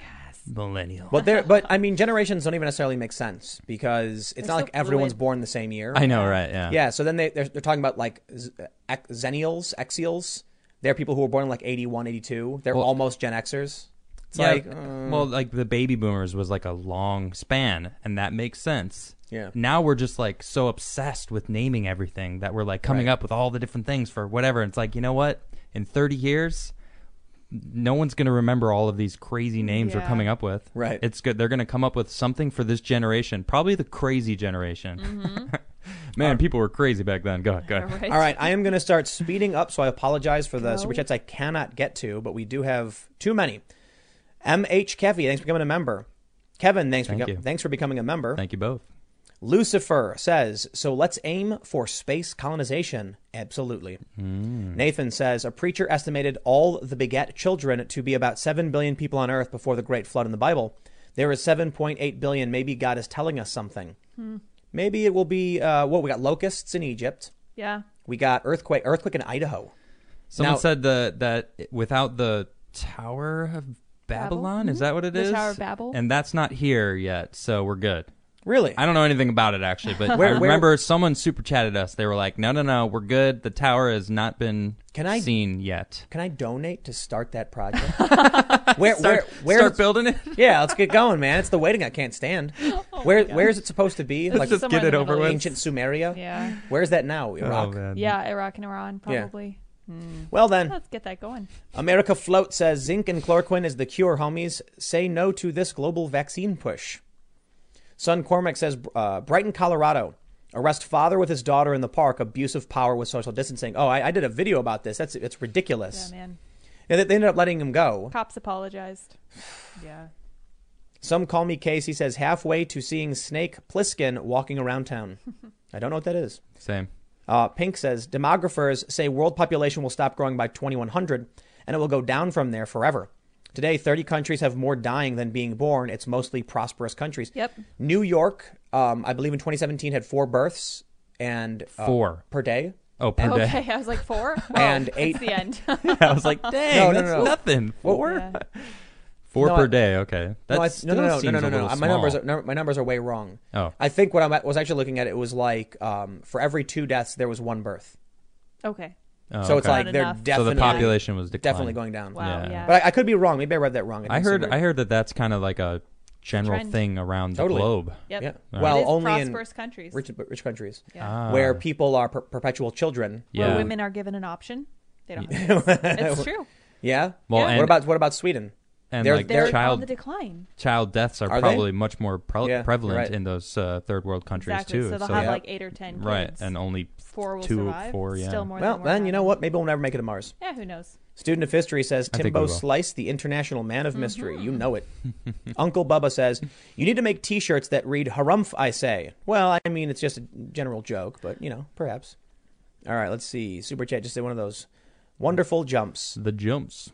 millennial.
But there, but I mean, generations don't even necessarily make sense because it's
They're
not
so
like everyone's
fluid.
born the same year.
I know, right? Yeah.
Yeah, so then they they're, they're talking about like z- ex- Xennials, Exials. They're people who were born in like 81, 82. They're
Well-
almost Gen Xers. It's
Yeah,
like uh,
well, like the baby boomers was like a long span, and that makes sense.
Yeah.
Now we're just like so obsessed with naming everything that we're like coming
Right.
up with all the different things for whatever. And it's like, you know what? In 30 years, no one's going to remember all of these crazy names we're
Yeah.
coming up with.
Right.
It's good. They're going to come up with something for this generation, probably the crazy generation. Man, people were crazy back then. Go ahead. Go ahead.
all right, I am going to start speeding up, so I apologize for the
No.
super chats I cannot get to, but we do have too many. MH Kevy, thanks for becoming a member. Kevin, thanks
Thank
for becom-
you.
thanks for becoming a member.
Thank you both.
Lucifer says, so let's aim for space colonization. Absolutely.
Hmm.
Nathan says, a preacher estimated all the begat children to be about 7 billion people on earth before the great flood in the Bible. There is 7.8 billion. Maybe God is telling us something. Maybe it will be, uh, well, we got locusts in Egypt.
Yeah.
We got earthquake, earthquake in Idaho.
Someone
Now-
said the that without the Tower of
Babel? Mm-hmm.
Babylon, is that what it
The
is?
Tower of Babel?
and that's not here yet, so we're good.
Really?
I don't know anything about it actually, but
Where-
I
where-
remember someone super chatted us. They were like, "No, no, no, we're good. The tower has not been
Can I-
seen yet.
Can I donate to start that project? where, where,
Start-
where?
start building it.
yeah, let's get going, man. It's the waiting I can't stand.
Oh,
where, where is it supposed to be? Like
just
Somewhere
get it
in the
over
Middle
with. Oh,
East.
ancient Sumeria?
Yeah.
Where's that now? Iraq.
man.
Yeah. Iraq and Iran,
Yeah.
probably.
well then,
Let's get that going.
America Float says zinc and chloroquine is the cure, homies. Say no to this global vaccine push. Son Cormac says uh, Brighton, Colorado. Arrest father with his daughter in the park. Abuse of power with social distancing. Oh, I, I did a video about this. That's it's
Yeah,
ridiculous.
man.
Yeah, they, they ended up letting him go.
Cops apologized. Yeah.
Some call me Casey says halfway to seeing Snake Plissken walking around town. I don't know what that is.
Same.
Uh, Pink says demographers say world population will stop growing by 2100 and it will go down from there forever. Today, 30 countries have more dying than being born. It's mostly prosperous countries.
Yep.
New York, um, I believe in 2017, had four births and uh,
Four.
per day.
Oh, per day.
Okay, I was like four.
And
Whoa,
eight-
It's the end.
I was like, dang,
No, no,
that's
no, no.
nothing.
What
Four,
Yeah.
four
No,
per
I-
day. Okay,
No, I-
that's
no, no, no, no,
still
no, no,
seems a
no.
little
My numbers
small.
are no, my numbers are way wrong.
Oh.
I think what I am was actually looking at it was like um, for every two deaths there was one birth.
Okay.
Oh,
so it's
okay.
like
Not
they're
enough. So the
so
definitely
the population was declining.
definitely going down.
Wow.
Yeah.
Yeah.
But I, I could be wrong. Maybe I read that wrong. It
I
didn't
heard.
seem
I
right.
heard that that's kind of like a general
Trend.
thing around
Totally.
the globe.
yep.
Yeah.
All
Well,
it is
only in
prosperous countries
rich, rich countries
Yeah.
Ah,
where people are per- perpetual children.
where
yeah.
women are given an option. They don't. Have kids. it's true.
Yeah.
Well,
Yeah.
and,
what about what about Sweden?
and
they're-
like
They're on
child
the decline.
child deaths are,
Are they?
probably much more pre-
Yeah, you're
prevalent
right.
in those uh, third world countries
Exactly.
too.
So they'll
So-
have
Yeah.
like eight or ten. Kids.
right, and only
four will
two,
survive.
four, yeah.
Still more.
Well,
than we're
then you know
having.
what? Maybe we'll never make it to Mars.
Yeah. Who knows?
Student of history says
I think we
Timbo
will.
Slice, the international man of mystery.
Mm-hmm.
You know it. Uncle Bubba says you need to make T-shirts that read "Harumph," I say. Well, I mean it's just a general joke, but you know, perhaps. All right, let's see. Super chat just did one of those wonderful jumps.
the jumps.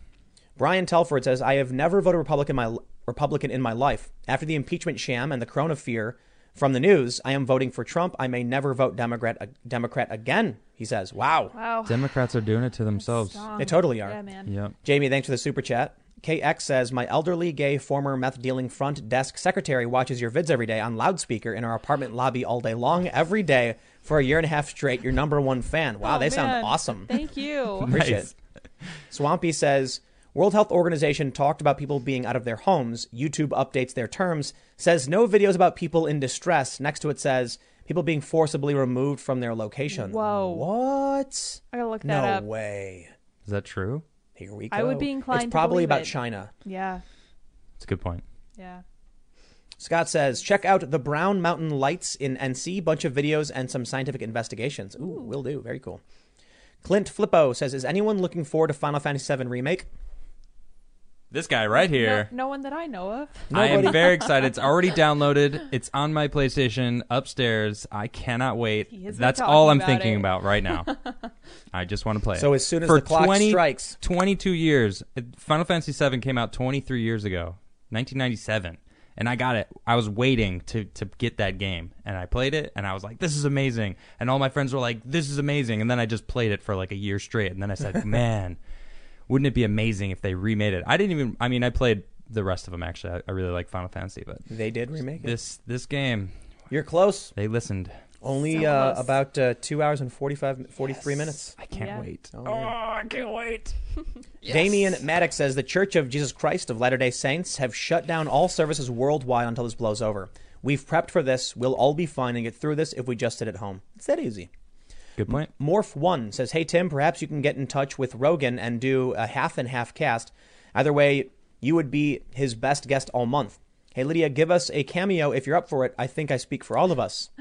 Brian Telford says I have never voted Republican in my Republican in my life. After the impeachment sham and the Corona fear from the news, I am voting for Trump. I may never vote Democrat uh, Democrat again. He says, "Wow,
Wow.
Democrats are doing it to themselves.
Strong.
They totally are.
Yeah, man.
Yep.
Jamie, thanks for the super chat. KX says, My elderly, gay, former meth dealing front desk secretary watches your vids every day on loudspeaker in our apartment lobby all day long, every day for a year and a half straight. Your number one fan. Wow,
Oh,
they sound
man.
awesome.
Thank you.
Appreciate
Nice.
it. Swampy says, World Health Organization talked about people being out of their homes. YouTube updates their terms, says no videos about people in distress. Next to it says, People being forcibly removed from their location.
Whoa.
What?
I gotta look that
No
up.
way.
Is that true?
Here we go.
I would be inclined
It's
to
probably
believe
about
it.
China.
Yeah.
It's a good point.
Yeah.
Scott says, check out the Brown Mountain Lights in NC, bunch of videos and some scientific investigations. Ooh, will do. Very cool. Clint Flippo says, is anyone looking forward to Final Fantasy VII Remake?
This guy right here.
No, no one that I know of.
I am
Nobody-
very excited. It's already downloaded. It's on my PlayStation upstairs. I cannot wait.
He is not
That's
talking
all I'm
about
thinking
it.
about right now. I just want to play.
So
it.
as soon as
For
the clock
20
strikes.
22 years. Final Fantasy VII came out 23 years ago, 1997, and I got it. I was waiting to to get that game, and I played it, and I was like, "This is amazing!" And all my friends were like, "This is amazing!" And then I just played it for like a year straight, and then I said, "Man." Wouldn't it be amazing if they remade it? I didn't even. I mean, I played the rest of them actually. I, I really like Final Fantasy, but
They did remake it.
this this game
You're close.
they listened.
Only
So
uh,
close.
about uh, two hours and 45, 43 minutes.
I can't
Yeah.
wait.
Oh,
Oh,
yeah.
I can't wait.
Damien Maddox says, the Church of Jesus Christ of Latter-day Saints have shut down all services worldwide until this blows over. We've prepped for this. We'll all be fine and get through this if we just sit at home. It's that easy.
Good point.
Morph1 says, Hey, Tim, perhaps you can get in touch with Rogan and do a half and half cast. Either way, you would be his best guest all month. Hey, Lydia, give us a cameo if you're up for it. I think I speak for all of us.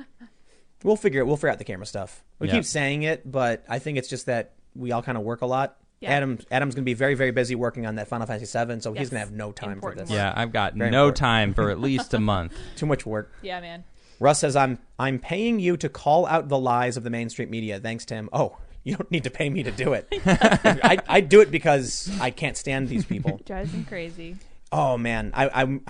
We'll figure it. We'll figure out the camera stuff. We
Yeah.
keep saying it, but I think it's just that we all kind of work a lot.
Yeah.
Adam Adam's going to be very very busy working on that Final Fantasy VII, so he's
Yes.
going to have no time
Important
for this.
work.
Yeah, I've got
Very
no
important.
time for at least a month.
Too much work.
Yeah, man.
Russ says, "I'm I'm paying you to call out the lies of the mainstream media. Thanks, Tim. Oh, you don't need to pay me to do it. I, I do it because I can't stand these people.
Drives me crazy.
Oh man, I I'm,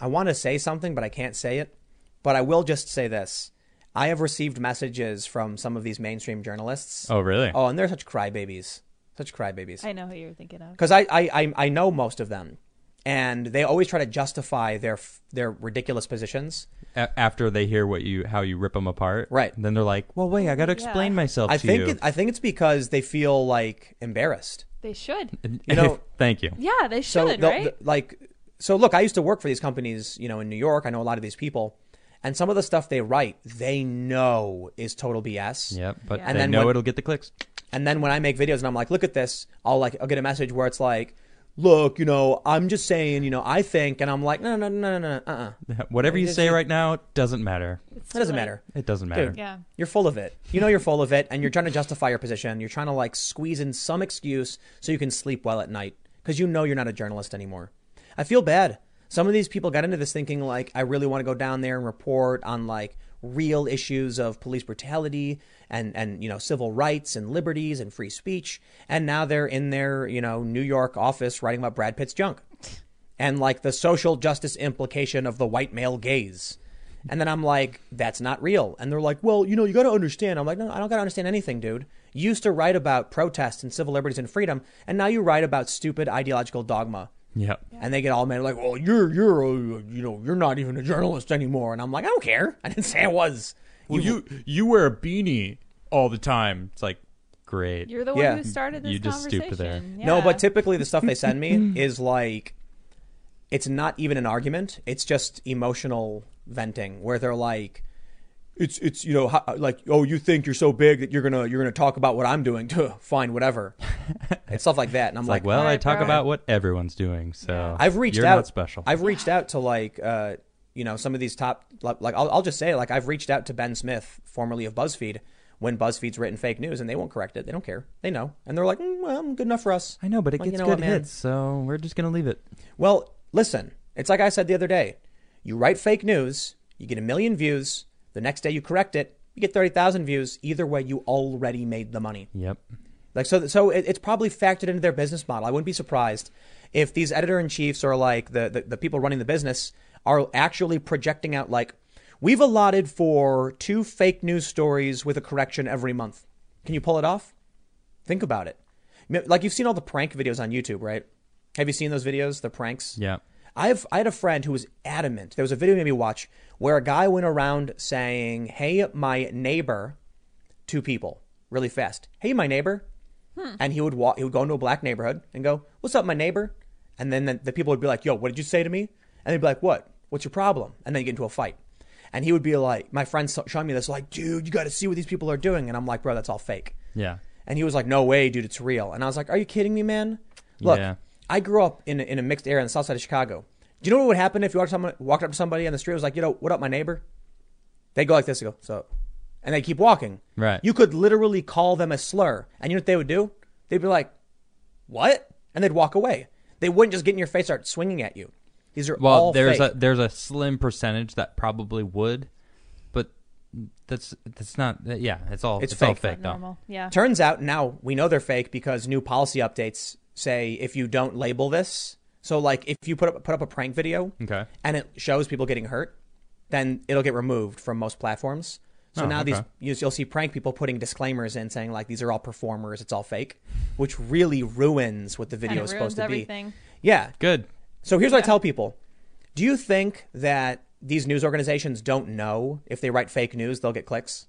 I want to say something, but I can't say it. But I will just say this: I have received messages from some of these mainstream journalists.
Oh, really?
Oh, and they're such crybabies, such crybabies
I know who you're thinking of.
because I, I, I, I know most of them, and they always try to justify their f- their ridiculous positions.
A- after they hear what you how you rip them apart,
Right.
Then they're like, "Well, wait, I got to explain
Yeah.
myself
I
to
think
you."
it, I think it's because they feel like embarrassed.
They should.
you know-
thank you.
Yeah, they
So
should,
they'll-
right?
th- like so look, I used to work for these companies, you know, in New York. I know a lot of these people. And some of the stuff they write, they know is total BS.
Yep, but
Yeah.
they
And
then
know
when-
it'll get the clicks.
And then when I make videos and I'm like, look at this, I'll like I'll get a message where it's like, look, you know, I'm just saying, you know, I think, and I'm like, no, no, no, no, no, uh, uh
Whatever you
It's
say
just-
right now doesn't matter.
It's
that doesn't
too late.
matter.
It doesn't matter.
Yeah.
You're full of it. You know you're full of it, and you're trying to justify your position. You're trying to like squeeze in some excuse so you can sleep well at night because you know you're not a journalist anymore. I feel bad. Some of these people got into this thinking like, I really want to go down there and report on like real issues of police brutality and and you know civil rights and liberties and free speech, and now they're in their you know New York office writing about Brad Pitt's junk and like the social justice implication of the white male gaze. And then I'm like, that's not real. And they're like, well, you know, you got to understand. I'm like, no, I don't got to understand anything, dude. You used to write about protests and civil liberties and freedom, and now you write about stupid ideological dogma.
Yep.
And they get all mad, like, well, you're, you're, a, you know, you're not even a journalist anymore. And I'm like, I don't care. I didn't say I was.
Well, you you wear a beanie all the time. It's like great.
You're the one
Yeah.
who started this
You just
conversation.
stooped there.
No,
Yeah.
but typically the stuff they send me is like, it's not even an argument. It's just emotional venting where they're like, it's it's you know how, like oh you think you're so big that you're gonna you're gonna talk about what I'm doing. Tuh, Fine, whatever. it's stuff like that, and I'm
It's like, well, I
Alright,
talk
bro.
about what everyone's doing, so
Yeah.
I've reached
you're
out.
Not special.
I've reached out to like uh, you know some of these top like, like I'll, I'll just say like I've reached out to Ben Smith, formerly of BuzzFeed, when BuzzFeed's written fake news, and they won't correct it. They don't care. They know, and they're like, mm, well, good enough for us.
I know, but it
Like, you
gets
know
good
what, man?
hits, so we're just gonna leave it.
Well, listen, it's like I said the other day. You write fake news, you get a million views. The next day you correct it, you get 30,000 views. Either way, you already made the money.
Yep.
Like so, so it, it's probably factored into their business model. I wouldn't be surprised if these editor in chiefs or like the, the the people running the business are actually projecting out like we've allotted for two fake news stories with a correction every month. Can you pull it off? Think about it. M- Like you've seen all the prank videos on YouTube, right? Have you seen those videos, the pranks?
Yeah.
I've I had a friend who was adamant. There was a video he made me watch where a guy went around saying, "Hey, my neighbor," to people really fast. "Hey, my neighbor," and he would walk. He would go into a black neighborhood and go, "What's up, my neighbor?" And then the, the people would be like, "Yo, what did you say to me?" And they'd be like, "What? What's your problem?" And then you get into a fight. And he would be like, "My friend saw- showing me this, like, dude, you got to see what these people are doing." And I'm like, "Bro, that's all fake."
Yeah.
And he was like, "No way, dude, it's real." And I was like, "Are you kidding me, man? Look,
Yeah.
I grew up in a, in a mixed area on the south side of Chicago. Do you know what would happen if you walked, someone, walked up to somebody on the street and was like, you know, what up, my neighbor?' They would go like this, they go, "So," and they keep walking.
Right.
You could literally call them a slur, and you know what they would do? They'd be like, "What?" and they'd walk away. They wouldn't just get in your face, and start swinging at you. These are
Well,
all
there's
fake.
a there's a slim percentage that probably would, but that's that's not. Yeah, it's all
It's
it's, all
fake.
fake though.
Normal. Yeah.
Turns out now we know they're fake because new policy updates say if you don't label this. So like if you put up put up a prank video
Okay.
and it shows people getting hurt, then it'll get removed from most platforms. So
Oh,
now these
okay.
you, you'll see prank people putting disclaimers in saying like these are all performers, it's all fake, which really ruins what the
And
video
it
is
ruins
supposed to
everything.
be. Yeah,
Good.
so here's what I tell people. Do you think that these news organizations don't know if they write fake news, they'll get clicks?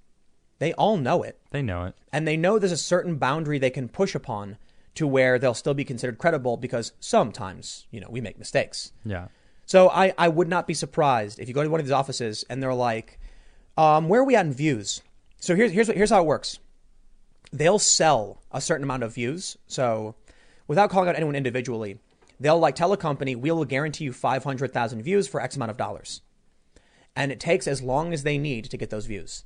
They all know it
They know it.
and they know there's a certain boundary they can push upon to where they'll still be considered credible because sometimes, you know, we make mistakes.
Yeah.
So I, I would not be surprised if you go to one of these offices and they're like, um, where are we at in views? So here's, here's, what, here's how it works. They'll sell a certain amount of views. So without calling out anyone individually, they'll like tell a company, we will guarantee you 500,000 views for X amount of dollars. And it takes as long as they need to get those views.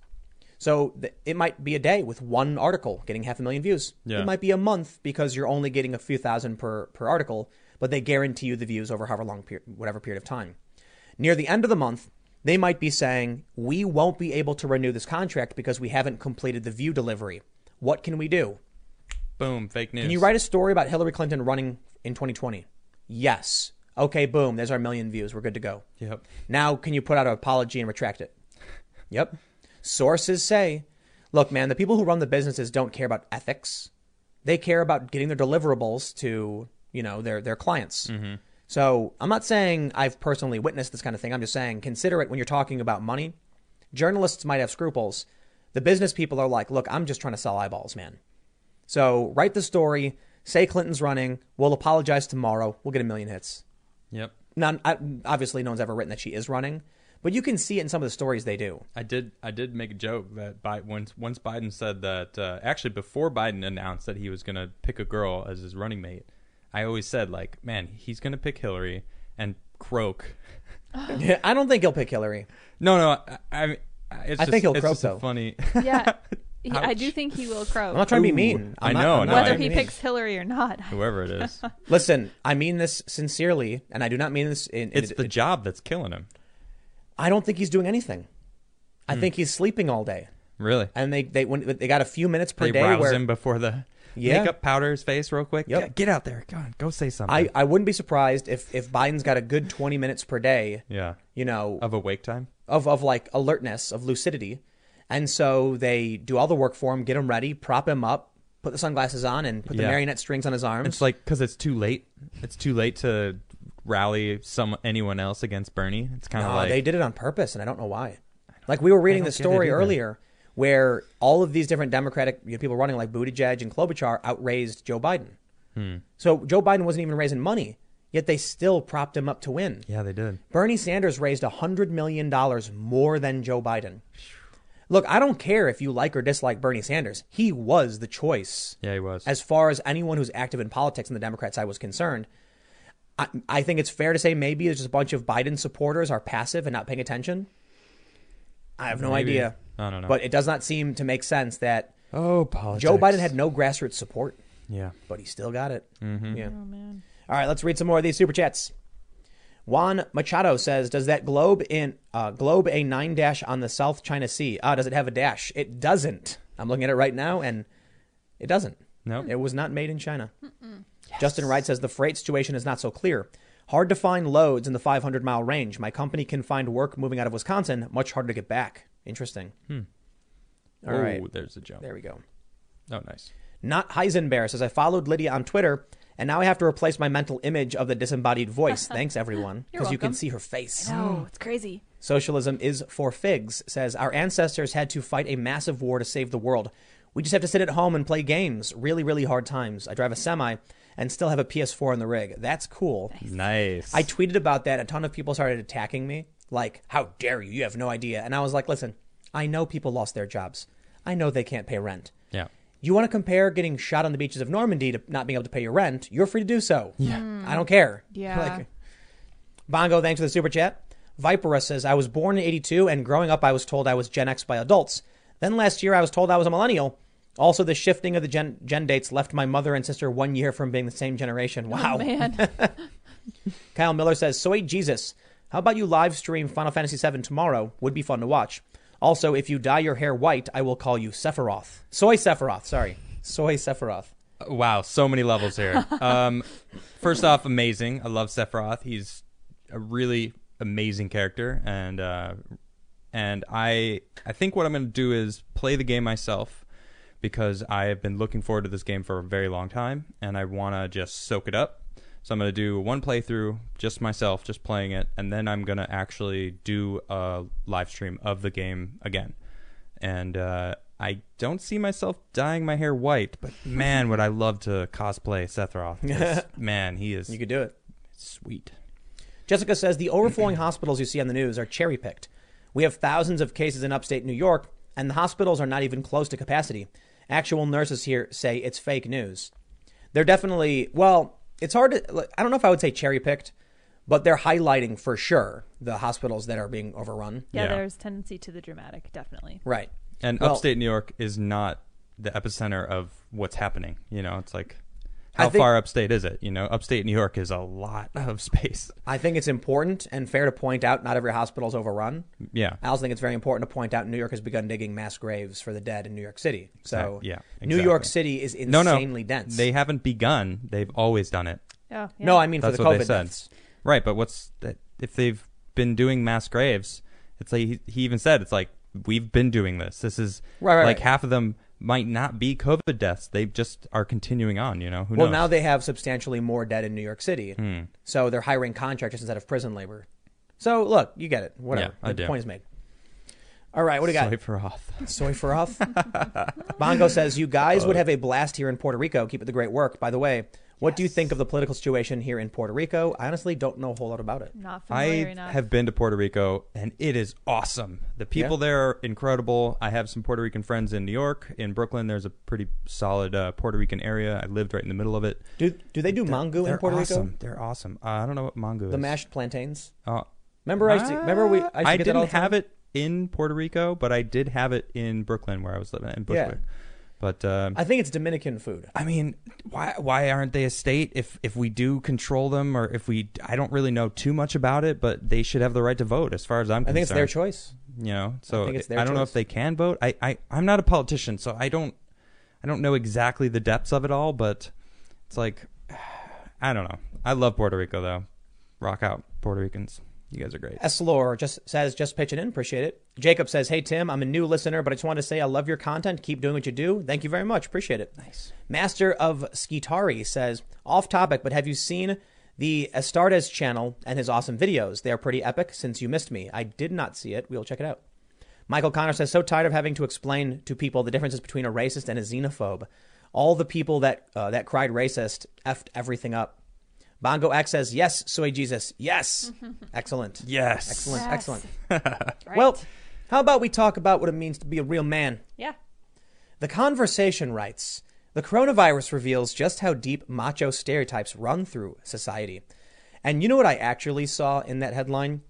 So th- it might be a day with one article getting half a million views.
Yeah.
It might be a month because you're only getting a few thousand per, per article, but they guarantee you the views over however long, per- whatever period of time. Near the end of the month, they might be saying, We won't be able to renew this contract because we haven't completed the view delivery. What can we do?
Boom. Fake news.
Can you write a story about Hillary Clinton running in 2020? Yes. Okay, boom, there's our million views. We're good to go.
Yep.
Now, can you put out an apology and retract it? Yep. Sources say, look, man, the people who run the businesses don't care about ethics. They care about getting their deliverables to, you know, their, their clients. So I'm not saying I've personally witnessed this kind of thing. I'm just saying consider it when you're talking about money. Journalists might have scruples. The business people are like, look, I'm just trying to sell eyeballs, man. So write the story, say Clinton's running, we'll apologize tomorrow, we'll get a million hits
Yep.
not I, obviously no one's ever written that she is running, but you can see it in some of the stories they do.
I did. I did make a joke that Bi- once once Biden said that uh, actually before Biden announced that he was going to pick a girl as his running mate, I always said like, man, he's gonna pick Hillary and croak.
I don't think he'll pick Hillary.
No, no, I, I, it's
I
just,
think he'll
it's
croak,
just a
though.
Funny.
Yeah. He- I
Ouch.
do think he will croak.
I'm not trying to be
Ooh.
mean. I'm
I
not-
know,
I'm not
no,
trying
Whether
to be
he
mean.
picks Hillary or not.
Whoever it is,
Listen, I mean this sincerely, and I do not mean this. In,
it's
it-
the
it-
job that's killing him.
I don't think he's doing anything. I
Hmm.
think he's sleeping all day,
Really,
and they they when they got a few minutes per
they
day
rouse
where
him before the
Yeah.
makeup powder his face real quick.
Yep.
Get, get out there, go on, go say something.
I I wouldn't be surprised if if Biden's got a good 20 minutes per day.
yeah,
You know,
of awake time.
of of like alertness, of lucidity. And so they do all the work for him, get him ready, prop him up, put the sunglasses on, and put the
Yeah.
marionette strings on his arms.
It's like because it's too late. It's too late to rally some anyone else against Bernie. It's kind of
No,
like
Uh, they did it on purpose, and I don't know why. Like we were reading
don't
the
get it
story
either.
earlier, where all of these different Democratic you know, people running, like Buttigieg and Klobuchar, outraised Joe Biden.
Hmm.
So Joe Biden wasn't even raising money, yet they still propped him up to win.
yeah, they did.
Bernie Sanders raised $100 million more than Joe Biden. Look, I don't care if you like or dislike Bernie Sanders. He was the choice
Yeah, he was.
as far as anyone who's active in politics on the Democrat side was concerned. I, I think it's fair to say maybe there's just a bunch of Biden supporters are passive and not paying attention. I have no
Maybe.
idea.
I don't know.
But it does not seem to make sense that
oh, politics.
Joe Biden had no grassroots support,
yeah.
but he still got it.
Mm-hmm.
Yeah.
Oh, man.
All right, let's read some more of these super chats. Juan Machado says, "Does that globe in uh, globe a nine dash on the South China Sea? Ah, does it have a dash? It doesn't. I'm looking at it right now, and it doesn't.
No.
it was not made in China." Justin Wright says the freight situation is not so clear. Hard to find loads in the 500 mile range. My company can find work moving out of Wisconsin. Much harder to get back. Interesting. All
oh,
right,
there's a jump.
there we go.
Oh, nice.
Not Heisenberg says I followed Lydia on Twitter, and now I have to replace my mental image of the disembodied voice. Thanks everyone,
You're
you can
welcome.
see her face.
No, it's crazy.
Socialism is for figs. Says our ancestors had to fight a massive war to save the world. We just have to sit at home and play games. Really, really hard times. I drive a semi and still have a PS4 in the rig. That's cool.
Nice.
I tweeted about that. A ton of people started attacking me, like, "How dare you? You have no idea." And I was like, "Listen, I know people lost their jobs. I know they can't pay rent."
yeah.
You want to compare getting shot on the beaches of Normandy to not being able to pay your rent? You're free to do so. Yeah. I don't care.
Yeah.
Bongo, thanks for the super chat. Vipera says, I was born in 82 and growing up I was told I was Gen X by adults. Then last year I was told I was a millennial. Also, the shifting of the gen, gen dates left my mother and sister one year from being the same generation. Wow.
Oh, man.
Kyle Miller says, Soy Jesus, how about you live stream Final Fantasy VII tomorrow? Would be fun to watch. Also, if you dye your hair white, I will call you Sephiroth. Soy Sephiroth, sorry. Soy Sephiroth.
Wow, so many levels here. Um, first off, amazing. I love Sephiroth. He's a really amazing character, and uh, and I I think what I'm going to do is play the game myself because I have been looking forward to this game for a very long time, and I want to just soak it up. So I'm going to do one playthrough, just myself, just playing it, and then I'm going to actually do a live stream of the game again and uh, I don't see myself dyeing my hair white. But man, would I love to cosplay Seth Roth. 'cause, man, he is
You could do it.
sweet.
Jessica says the overflowing hospitals you see on the news are cherry picked. We have thousands of cases in upstate New York, and the hospitals are not even close to capacity. Actual nurses here say it's fake news. They're definitely, well, it's hard to, like, I don't know if I would say cherry picked, but they're highlighting for sure the hospitals that are being overrun.
Yeah,
Yeah.
there's tendency to the dramatic, definitely.
Right.
And
Well-
upstate New York is not the epicenter of what's happening. You know, it's like how
I think-
far upstate is it? You know, upstate New York is a lot of space.
I think it's important and fair to point out not every hospital is overrun.
Yeah.
I also think it's very important to point out New York has begun digging mass graves for the dead in New York City. So
Exact- yeah,
New York
exactly.
City is
No, no,
insanely dense.
They haven't begun. They've always done it.
Oh, yeah.
No, I mean
That's
for the
what
COVID
they said.
deaths.
Right, but what's that if they've been doing mass graves? It's like he, he even said it's like we've been doing this. This is
Right, right,
like
right.
half of them might not be COVID deaths. They just are continuing on. You know who
Well,
knows? Hmm.
now they have substantially more dead in New York City, so they're hiring contractors instead of prison labor. So look, you get it. Whatever.
Yeah,
the
I do.
point is made. All right, what do you got?
Sorry for off.
Soy for
Uh,
off. Bongo says you guys would have a blast here in Puerto Rico. Keep up the great work. By the way, What do you
Yes.
think of the political situation here in Puerto Rico? I honestly don't know a whole lot about it.
Not familiar
I
enough.
have been to Puerto Rico and it is awesome. The people
Yeah.
there are incredible. I have some Puerto Rican friends in New York. In Brooklyn, there's a pretty solid uh, Puerto Rican area. I lived right in the middle of it.
Do do they do
They're-
mango
they're
in Puerto
awesome.
Rico?
They're awesome. Uh, I don't know what mango is.
The mashed plantains.
Uh,
Remember, I used to, remember we. I, used to get that
didn't
all the time?
have it in Puerto Rico, but I did have it in Brooklyn where I was living in Bushwick. But um,
I think it's Dominican food.
I mean, why why aren't they a state if if we do control them or if we I don't really know too much about it, but they should have the right to vote as far as I'm
I
concerned.
think it's their choice.
you know, so I,
think it's their
don't know
choice.
if they can vote. I, I I'm not a politician, so I don't I don't know exactly the depths of it all, but it's like I don't know. I love Puerto Rico though. Rock out, Puerto Ricans. You guys are great.
Eslor just says, just pitching in. Appreciate it. Jacob says, hey, Tim, I'm a new listener, but I just wanted to say I love your content. Keep doing what you do. Thank you very much. Appreciate it. Nice. Master of Skitari says, off topic, but have you seen the Astartes channel and his awesome videos? They are pretty epic since you missed me. I did not see it. We'll check it out. Michael Connor says, so tired of having to explain to people the differences between a racist and a xenophobe. All the people that uh, that cried racist effed everything up. Bongo X says, yes, soy Jesus. Yes. Excellent.
Yes.
Excellent.
Yes.
Excellent.
Right.
Well, how about we talk about what it means to be a real man?
yeah.
The Conversation writes The coronavirus reveals just how deep macho stereotypes run through society. And you know what I actually saw in that headline?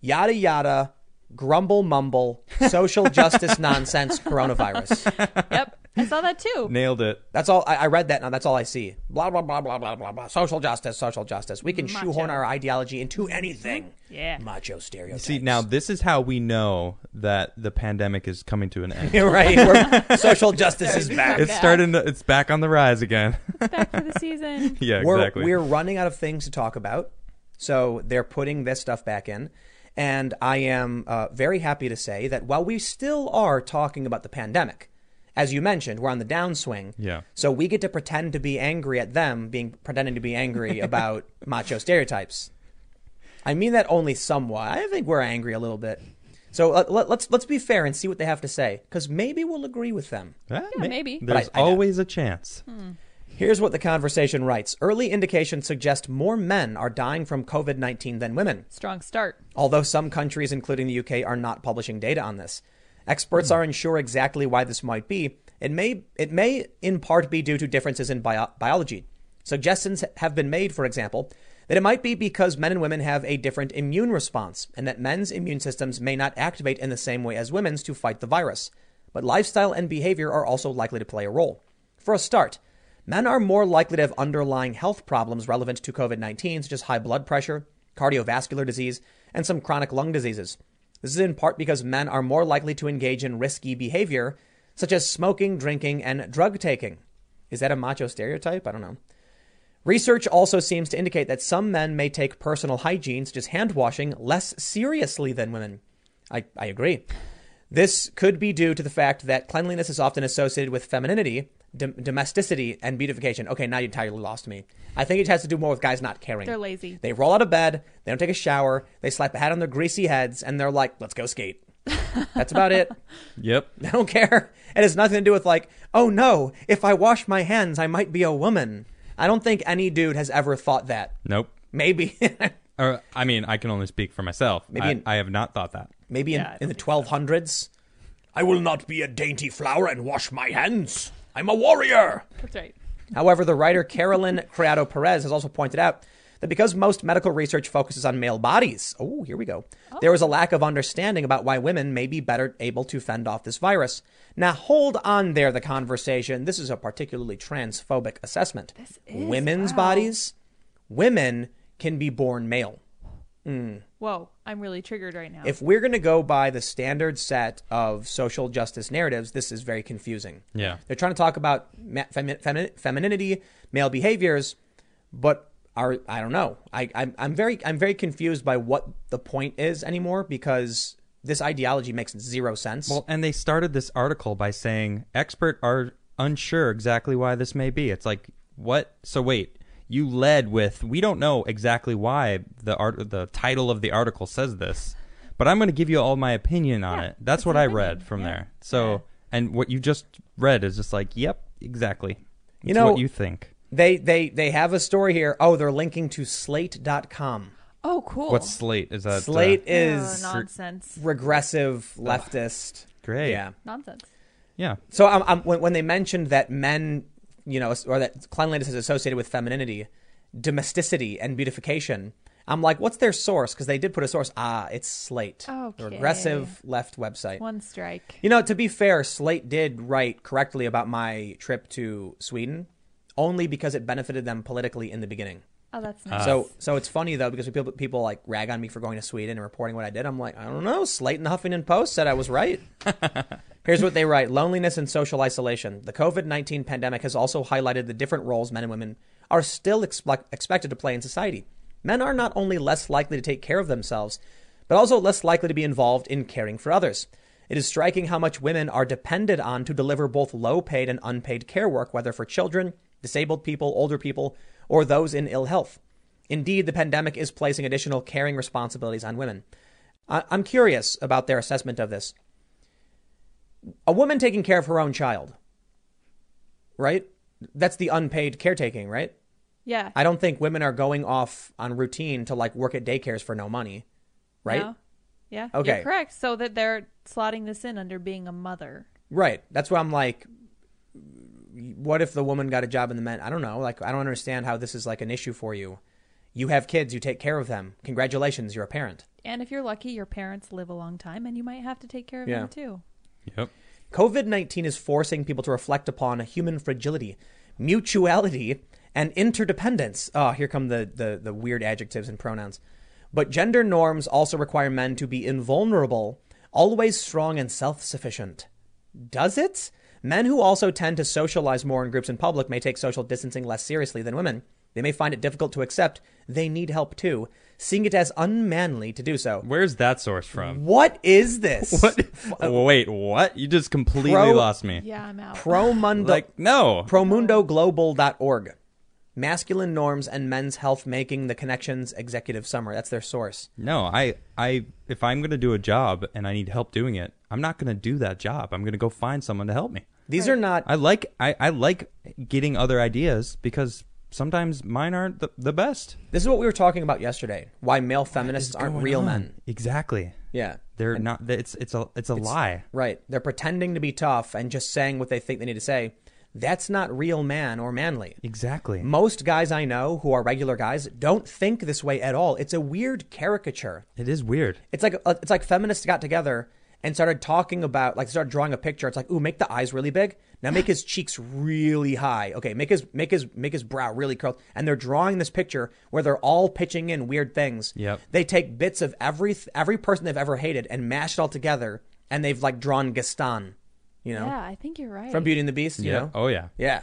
Yada yada, grumble mumble, social justice nonsense, coronavirus.
Yep. I saw that too.
Nailed it.
That's all I, I read that now. That's all I see. Blah blah blah blah blah blah blah. Social justice, social justice. We can
Macho.
shoehorn our ideology into anything.
Yeah.
Macho stereotypes.
See, now this is how we know that the pandemic is coming to an end.
You're right. We're, social justice is back.
it's starting to, it's back on the rise again.
Back for the season.
yeah,
we're,
exactly.
We're running out of things to talk about, so they're putting this stuff back in. And I am uh, very happy to say that while we still are talking about the pandemic, as you mentioned, we're on the downswing.
Yeah.
So we get to pretend to be angry at them being pretending to be angry about macho stereotypes. I mean that only somewhat. I think we're angry a little bit. So let, let, let's let's be fair and see what they have to say, because maybe we'll agree with them.
Ah,
Yeah,
ma-
maybe. But
There's
I- I doubt-
always a chance.
Here's what the conversation writes Early indications suggest more men are dying from COVID 19 than women,
Strong start.
although some countries, including the UK, are not publishing data on this. Experts are unsure exactly why this might be. It may, it may in part be due to differences in bio- biology. Suggestions have been made, for example, that it might be because men and women have a different immune response and that men's immune systems may not activate in the same way as women's to fight the virus. But lifestyle and behavior are also likely to play a role. For a start, men are more likely to have underlying health problems relevant to COVID 19, such as high blood pressure, cardiovascular disease, and some chronic lung diseases. This is in part because men are more likely to engage in risky behavior, such as smoking, drinking, and drug taking. Is that a macho stereotype? I don't know. Research also seems to indicate that some men may take personal hygiene, such as hand washing, less seriously than women. I, I agree. This could be due to the fact that cleanliness is often associated with femininity, dom- domesticity, and beautification. Okay, now you entirely lost me. I think it has to do more with guys not caring.
They're lazy.
They roll out of bed, they don't take a shower, they slap a hat on their greasy heads, and they're like, let's go skate. That's about it.
Yep.
I don't care. It has nothing to do with like, oh no, if I wash my hands, I might be a woman. I don't think any dude has ever thought that.
Nope.
Maybe,
Or, I mean, I can only speak for myself.
Maybe
I,
in-
I have not thought that.
maybe
Yeah, I
in, in
don't
the 1200s. I will not be a dainty flower and wash my hands. I'm a warrior.
That's right.
However, the writer Carolyn Criado Perez has also pointed out that because most medical research focuses on male bodies, oh, here we go, there is a lack of understanding about why women may be better able to fend off this virus. Now, hold on there, the conversation. This is a particularly transphobic assessment. This
is,
Women's
wow.
bodies, women can be born male.
Whoa, I'm really triggered right now.
If we're going to go by the standard set of social justice narratives, this is very confusing.
Yeah.
They're trying to talk about ma- femi- femi- femininity, male behaviors, but are I don't know. I I'm, I'm very I'm very confused by what the point is anymore because this ideology makes zero sense.
Well, and they started this article by saying expert are unsure exactly why this may be. It's like what? So wait, you led with we don't know exactly why the art the title of the article says this, but I'm going to give you all my opinion on
Yeah,
it. That's
it's
what
an
I
opinion,
read from
yeah.
there. So and what you just read is just like, yep, exactly.
You
It's
know-
what you think.
They they they have a story here. Oh, they're linking to slate.com.
Oh, cool.
What's Slate? Is that uh,
Slate
Oh,
is
nonsense?
regressive leftist.
great.
Yeah.
Nonsense.
yeah.
So um, um, when, when they mentioned that men, you know, or that cleanliness is associated with femininity, domesticity, and beautification, I'm like, what's their source? Because they did put a source. Ah, it's Slate,
Okay.
the regressive left website.
One strike.
You know, to be fair, Slate did write correctly about my trip to Sweden, only because it benefited them politically in the beginning.
Oh, that's nice.
So, so it's funny though because people people like rag on me for going to Sweden and reporting what I did. I'm like, I don't know. Slate and the Huffington Post said I was right. Here's what they write: loneliness and social isolation. The COVID nineteen pandemic has also highlighted the different roles men and women are still expect expected to play in society. Men are not only less likely to take care of themselves, but also less likely to be involved in caring for others. It is striking how much women are depended on to deliver both low paid and unpaid care work, whether for children, disabled people, older people, or those in ill health. Indeed, the pandemic is placing additional caring responsibilities on women. I- I'm curious about their assessment of this. A woman taking care of her own child, right? That's the unpaid caretaking, right?
yeah.
I don't think women are going off on routine to like work at daycares for no money, right?
No. Yeah.
Okay.
You're correct. So that they're slotting this in under being a mother.
Right. That's why I'm like, what if the woman got a job and the men? I don't know. Like, I don't understand how this is like an issue for you. You have kids, you take care of them. Congratulations, you're a parent.
And if you're lucky, your parents live a long time and you might have to take care of
Yeah.
them too.
Yep.
COVID 19 is forcing people to reflect upon human fragility, mutuality, and interdependence. Oh, here come the, the, the weird adjectives and pronouns. But gender norms also require men to be invulnerable, always strong and self sufficient. Does it? Men who also tend to socialize more in groups in public may take social distancing less seriously than women. They may find it difficult to accept they need help too, seeing it as unmanly to do so.
Where's that source from?
What is this?
What? Wait, what? You just completely
Pro-
lost me.
Yeah, I'm out.
Pro mundo.
Like no.
promundoglobal.org. Masculine norms and men's health making the connections executive summary. That's their source.
No, I, I, if I'm gonna do a job and I need help doing it, I'm not gonna do that job. I'm gonna go find someone to help me.
These are not
I like, I, I like getting other ideas because sometimes mine aren't the, the best.
This is what we were talking about yesterday. Why male feminists aren't
Going
real
on.
men.
Exactly.
Yeah.
They're not. It's, it's a, it's a lie.
Right. They're pretending to be tough and just saying what they think they need to say. That's not real man or manly.
Exactly.
Most guys I know who are regular guys don't think this way at all. It's a weird caricature.
It is weird.
It's like uh, it's like feminists got together and started talking about like started drawing a picture. It's like, ooh, make the eyes really big. Now make his cheeks really high. Okay, make his make his make his brow really curled. And they're drawing this picture where they're all pitching in weird things.
Yep.
They take bits of every every person they've ever hated and mash it all together, and they've like drawn Gaston, you know,
Yeah, I think you're right.
from Beauty and the Beast. You
Yeah.
know,
Oh yeah.
yeah.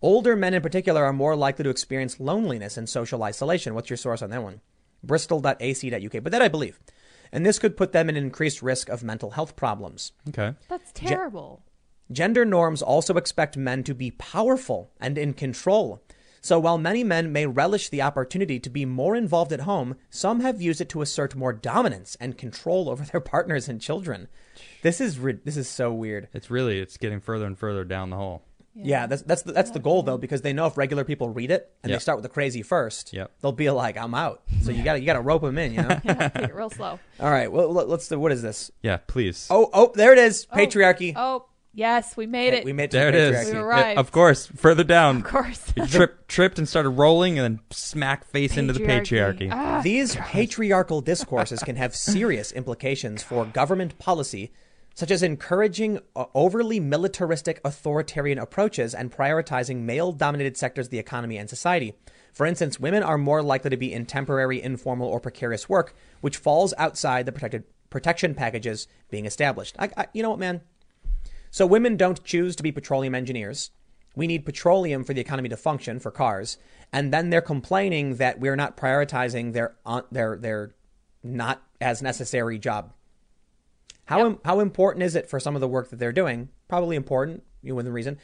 Older men in particular are more likely to experience loneliness and social isolation. What's your source on that one? Bristol.ac.uk. But that I believe. And this could put them in increased risk of mental health problems.
Okay.
That's terrible.
Gender norms also expect men to be powerful and in control. So while many men may relish the opportunity to be more involved at home, some have used it to assert more dominance and control over their partners and children. This is rid this is so weird.
It's really, it's getting further and further down the hole.
Yeah, that's that's the, that's the goal though, because they know if regular people read it and they
Yep.
start with the crazy first,
Yep.
they'll be like, "I'm out." So you got to you got to rope them in, you know.
Yeah, take it real slow.
All right, well let- let's do. What is this?
Yeah. Please.
Oh, oh, there it is, patriarchy.
Oh, yes, we made it.
we made it to
There it is.
patriarchy.
We were
Yeah,
right.
of course, further down.
of course.
He tripped, tripped and started rolling and then smack face into the
Patriarchy.
patriarchy.
These patriarchal discourses can have serious implications for government policy, such as encouraging uh, overly militaristic authoritarian approaches and prioritizing male dominated sectors of the economy and society. For instance, women are more likely to be in temporary, informal, or precarious work, which falls outside the protected protection packages being established. I, I, you know what, man? So women don't choose to be petroleum engineers. We need petroleum for the economy to function for cars, and then they're complaining that we're not prioritizing their uh, their their not as necessary job. How im- how important is it for some of the work that they're doing? Probably important, you win the reason,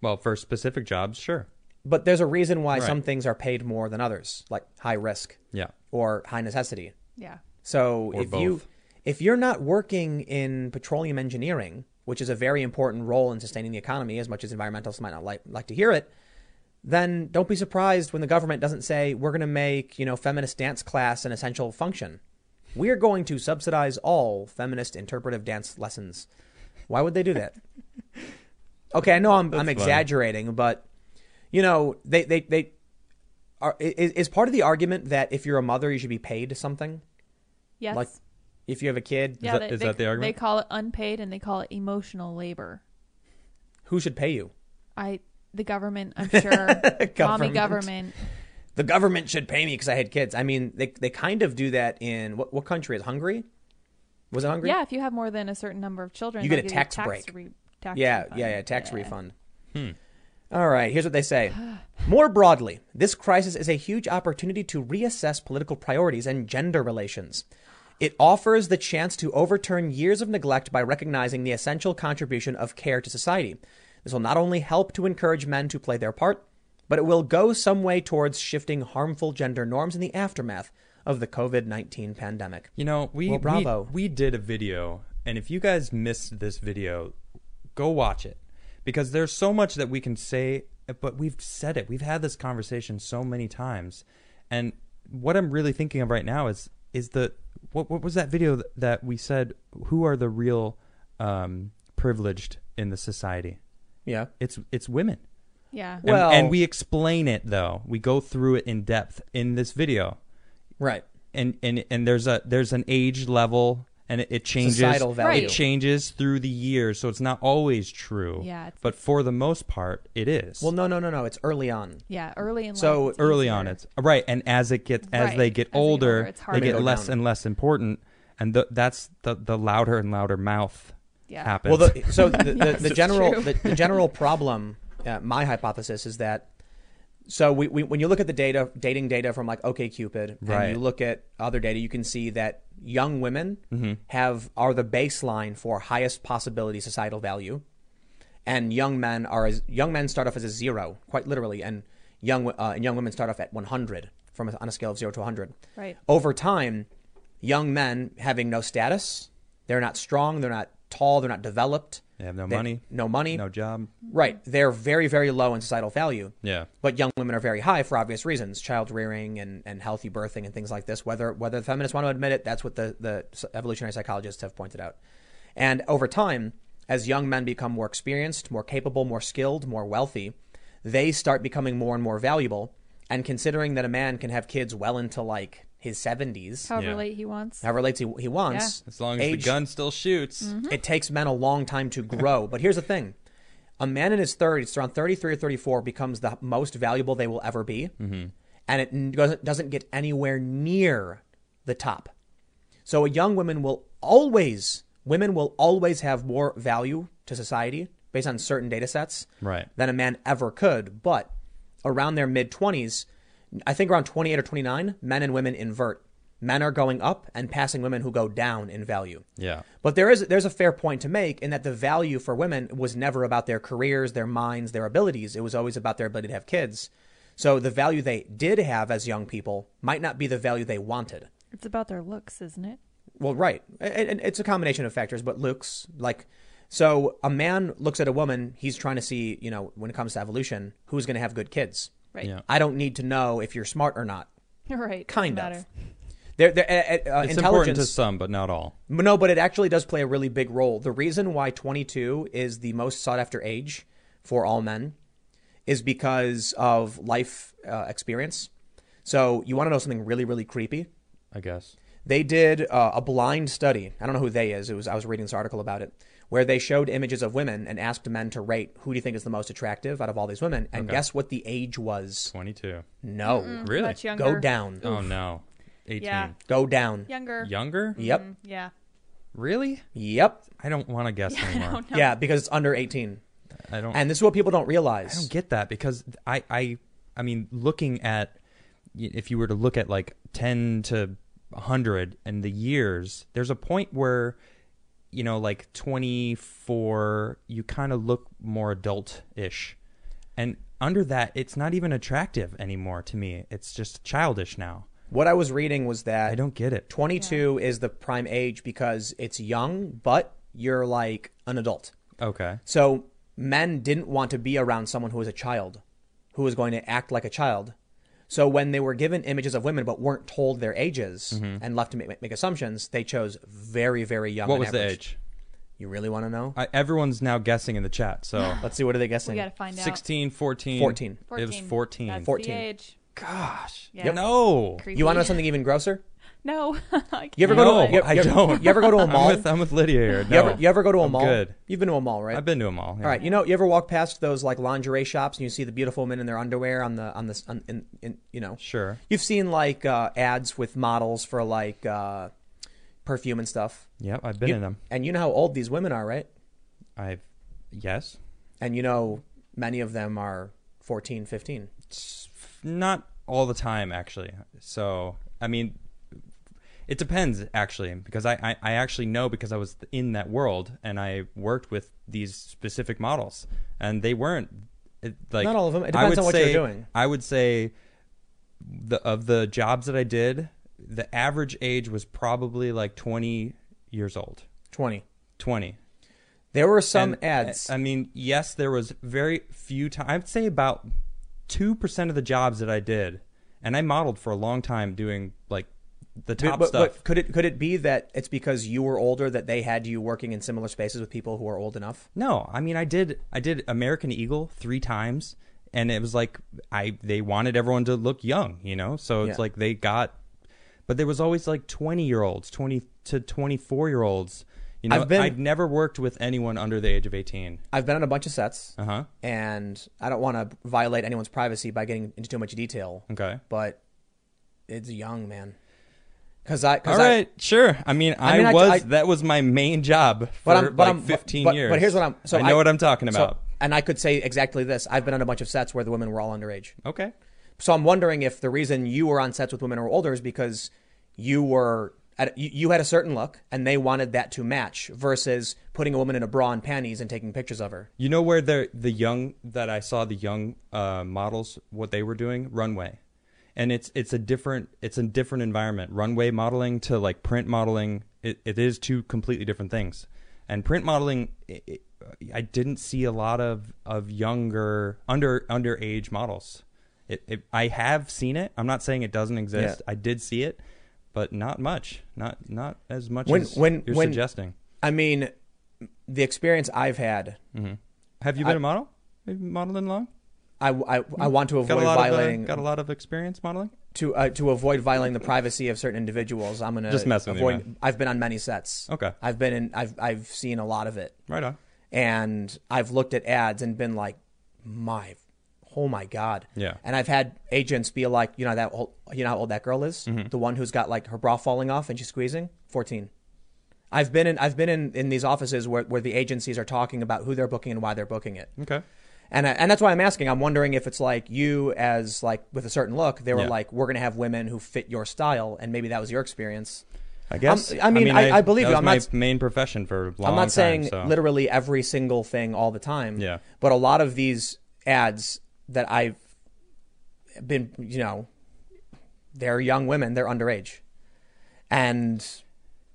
Well, for specific jobs, sure.
but there's a reason why
Right.
some things are paid more than others, like high risk
Yeah.
or high necessity.
Yeah.
So
Or
if you
both.
if you're not working in petroleum engineering, which is a very important role in sustaining the economy, as much as environmentalists might not like like to hear it, then don't be surprised when the government doesn't say we're going to make, you know, feminist dance class an essential function. We're going to subsidize all feminist interpretive dance lessons. Why would they do that? Okay, I know I'm, I'm
funny.
exaggerating, but you know, they they they are i- is, is part of the argument that if you're a mother, you should be paid something.
Yes.
Like- If you have a kid,
yeah,
that-
they,
is
they-
that the argument?
They call it unpaid and they call it emotional labor.
who should pay you?
I the government, I'm sure. Mommy
Government.
government.
The government should pay me because I had kids. I mean, they they kind of do that in what what country is it? Hungary? Was it Hungary?
Yeah, if you have more than a certain number of children,
You get
they'll
a
give
tax
tax
break.
Re- tax
yeah,
refund.
yeah, yeah, tax
Yeah.
refund. All right, here's what they say. More broadly, this crisis is a huge opportunity to reassess political priorities and gender relations. It offers the chance to overturn years of neglect by recognizing the essential contribution of care to society. This will not only help to encourage men to play their part, but it will go some way towards shifting harmful gender norms in the aftermath of the COVID 19 pandemic.
You know, we,
Well, bravo.
we we did a video, and if you guys missed this video, go watch it because there's so much that we can say, but we've said it. We've had this conversation so many times, and what I'm really thinking of right now is is the what what was that video th- that we said who are the real um, privileged in the society?
Yeah.
It's it's women.
Yeah.
And-
Well-
and we explain it though. We go through it in depth in this video
Right.
and and and there's a there's an age level and it, it changes
Societal value.
it changes through the years so it's not always true
Yeah, it's-
but for the most part it is
Well, no, no, no, no. It's early on.
Yeah, early in life.
So
it's
early
easier.
on it's right and as it gets as
Right.
they get
As they get older,
older
it's
they
harder
get
to go
less
down.
and less important and the, that's the the louder and louder mouth
Yeah.
happens
Well, the, so the, the, the
it's
general
true.
the, the general problem, uh, my hypothesis is that. So we, we, when you look at the data, dating data from like OKCupid,
Right.
and you look at other data, you can see that young women have are the baseline for highest possibility societal value, and young men are as, young men start off as a zero, quite literally, and young wo- uh, and young women start off at 100 from a, on a scale of zero to 100.
Right.
Over time, young men having no status, they're not strong, they're not tall, they're not developed.
they have no
They-
money
No money.
no job
Right. They're very, very low in societal value.
yeah
But young women are very high for obvious reasons, child rearing and, and healthy birthing and things like this. Whether whether the feminists want to admit it, that's what the, the evolutionary psychologists have pointed out. And over time, as young men become more experienced, more capable, more skilled, more wealthy, they start becoming more and more valuable. And considering that a man can have kids well into like his 70s,
However
Yeah.
late he wants.
however late he, he wants,
as long as the
age-
gun still shoots
Mm.
it takes men a long time to grow. but here's the thing a man in his 30s, around 33 or 34, becomes the most valuable they will ever be. And it n- doesn't, doesn't get anywhere near the top. So a young woman will always, women will always have more value to society based on certain data sets
Right.
than a man ever could. But around their mid 20s, I think around 28 or 29, men and women invert. Men are going up and passing women who go down in value.
yeah
But there is there's a fair point to make in that the value for women was never about their careers, their minds, their abilities. It was always about their ability to have kids. So the value they did have as young people might not be the value they wanted.
It's about their looks, isn't it?
Well, right. And and it's a combination of factors, but looks like so a man looks at a woman, he's trying to see, you know, when it comes to evolution, who's going to have good kids.
Right.
Yeah.
I don't need to know if you're smart or not.
Right.
Kind
doesn't
of.
matter.
There, there, uh, uh,
it's important
intelligence
to some but not all
No, but it actually does play a really big role. The reason why 22 is the most sought after age for all men is because of life uh, experience. So, you want to know something really, really creepy?
i guess
They did uh, a blind study. I don't know who they is. It was I was reading this article about it, where they showed images of women and asked men to rate who do you think is the most attractive out of all these women. And guess what the age was?
22
No,
Really?
Much younger.
go down,
oh no 18
Yeah.
go down.
Younger.
younger
Yep,
Mm, yeah.
really
yep,
I don't want to guess anymore. I don't.
yeah, because it's under 18.
I don't,
And this is what people don't realize.
get that because I, I, I mean, looking at y- if you were to look at like ten to hundred and the years, there's a point where you know, like twenty four, you kind of look more adult ish, and under that, it's not even attractive anymore to me. It's just childish now.
What I was reading was
I
that
don't get it.
22 is the prime age because it's young, but you're like an adult.
Okay.
So men didn't want to be around someone who was a child, who was going to act like a child. So when they were given images of women but weren't told their ages and left to make, make assumptions, they chose very, very young.
Mm-hmm. What
on
was the
average.
age?
You really want to know?
I, everyone's now guessing in the chat. So
Let's see. What are they guessing?
We got to find out.
16, 14.
14.
It was 14.
That's
14.
The age.
Gosh.
Yeah. Yep.
No.
Creepy.
You want to know something even grosser?
No. I
You ever
can't.
go
No,
to? You,
I
you-
don't.
You ever go to a mall?
I'm with, I'm with Lydia here. No.
you ever you ever go to a
I'm
mall?
good.
You've been to a mall, right?
I've been to them all. Yeah.
All right, you know, you ever walk past those like lingerie shops and you see the beautiful women in their underwear on the on this on, in, in you know?
Sure.
You've seen like uh, ads with models for like uh, perfume and stuff.
Yep. I've been
You-
in them.
And you know how old these women are, right?
I've. Yes.
And you know many of them are 14, 15.
It's f- not all the time actually so i mean it depends actually because I, I i actually know because i was in that world and i worked with these specific models and they weren't it, like
Not all of them. It
I
depends
would
on what you're
say-
doing.
i would say the of the jobs that i did the average age was probably like 20 years old
20.
20
There were some
and, eh,
ads.
I I mean, yes, there was very few times. I'd say about two percent of the jobs that I did, and I modeled for a long time doing like the
But-
top
but,
stuff.
but could it could it be that it's because you were older that they had you working in similar spaces with people who are old enough?
no, I mean, I did. I did American Eagle three times, and it was like I they wanted everyone to look young, you know. So it's
Yeah.
like they got, but there was always like twenty year olds, twenty to twenty four year olds. You know,
I've been-
I'd never worked with anyone under the age of eighteen.
I've been on a bunch of sets.
Uh huh.
and I don't want to violate anyone's privacy by getting into too much detail.
Okay.
But it's young, man. Because I, cause
All
I-
right, sure. I mean, I,
mean, I-
was
I-
that was my main job for
but I'm, but
like
I'm,
15
but,
years.
But here's what I'm. So
I know what I'm talking
so-
about.
and I could say exactly this: I've been on a bunch of sets where the women were all underage.
okay.
So I'm wondering if the reason you were on sets with women who were older is because you were at, you, you had a certain look and they wanted that to match versus putting a woman in a bra and panties and taking pictures of her.
You know where the the young that I saw the young uh, models what they were doing runway, and it's it's a different it's a different environment. Runway modeling to like print modeling, it, it is two completely different things. And print modeling, i i I didn't see a lot of of younger under underage models. It, it I have seen it. I'm not saying it doesn't exist. I did see it, but not much. Not not as much
When-
as
when-
you're
when-
suggesting.
I mean, the experience I've had
Have you been a model? Have you modeled in long?
I, I, I want to
got
avoid
a lot
violating.
of uh, got a lot of experience modeling.
to uh, to avoid violating the privacy of certain individuals. I'm gonna
Just messing with you,
avoid.
man.
I've been on many sets.
Okay.
I've been in. I've I've seen a lot of it,
Right on.
and I've looked at ads and been like, my, oh my god.
Yeah.
And I've had agents be like, you know that old, you know how old that girl is,
Mm-hmm.
the one who's got like her bra falling off and she's squeezing, fourteen. I've been in. I've been in, in these offices where, where the agencies are talking about who they're booking and why they're booking it.
Okay.
And I, and that's why I'm asking. I'm wondering if it's like you as like with a certain look, they were
Yeah.
like, we're gonna have women who fit your style, and maybe that was your experience.
Um, I
guess- I mean, I- I believe
that
you.
was
I'm
my
not-
main profession for a long
I'm not
time,
saying
so.
literally every single thing all the time.
Yeah.
But a lot of these ads that I've been, you know, they're young women, they're underage, and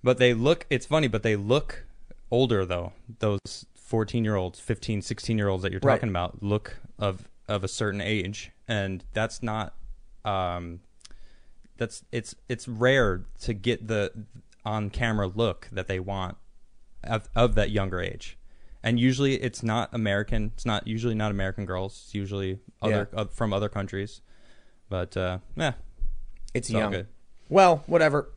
But they look. It's funny, but they look older though. Those fourteen-year-olds, 15, 16-year-olds that you're
Right.
talking about look of of a certain age, and that's not. Um, that's it's it's rare to get the on-camera look that they want of, of that younger age. And usually it's not American. It's not usually not American girls. It's usually other
Yeah.
uh, from other countries. But uh, yeah,
it's,
all
young.
good.
Well, whatever.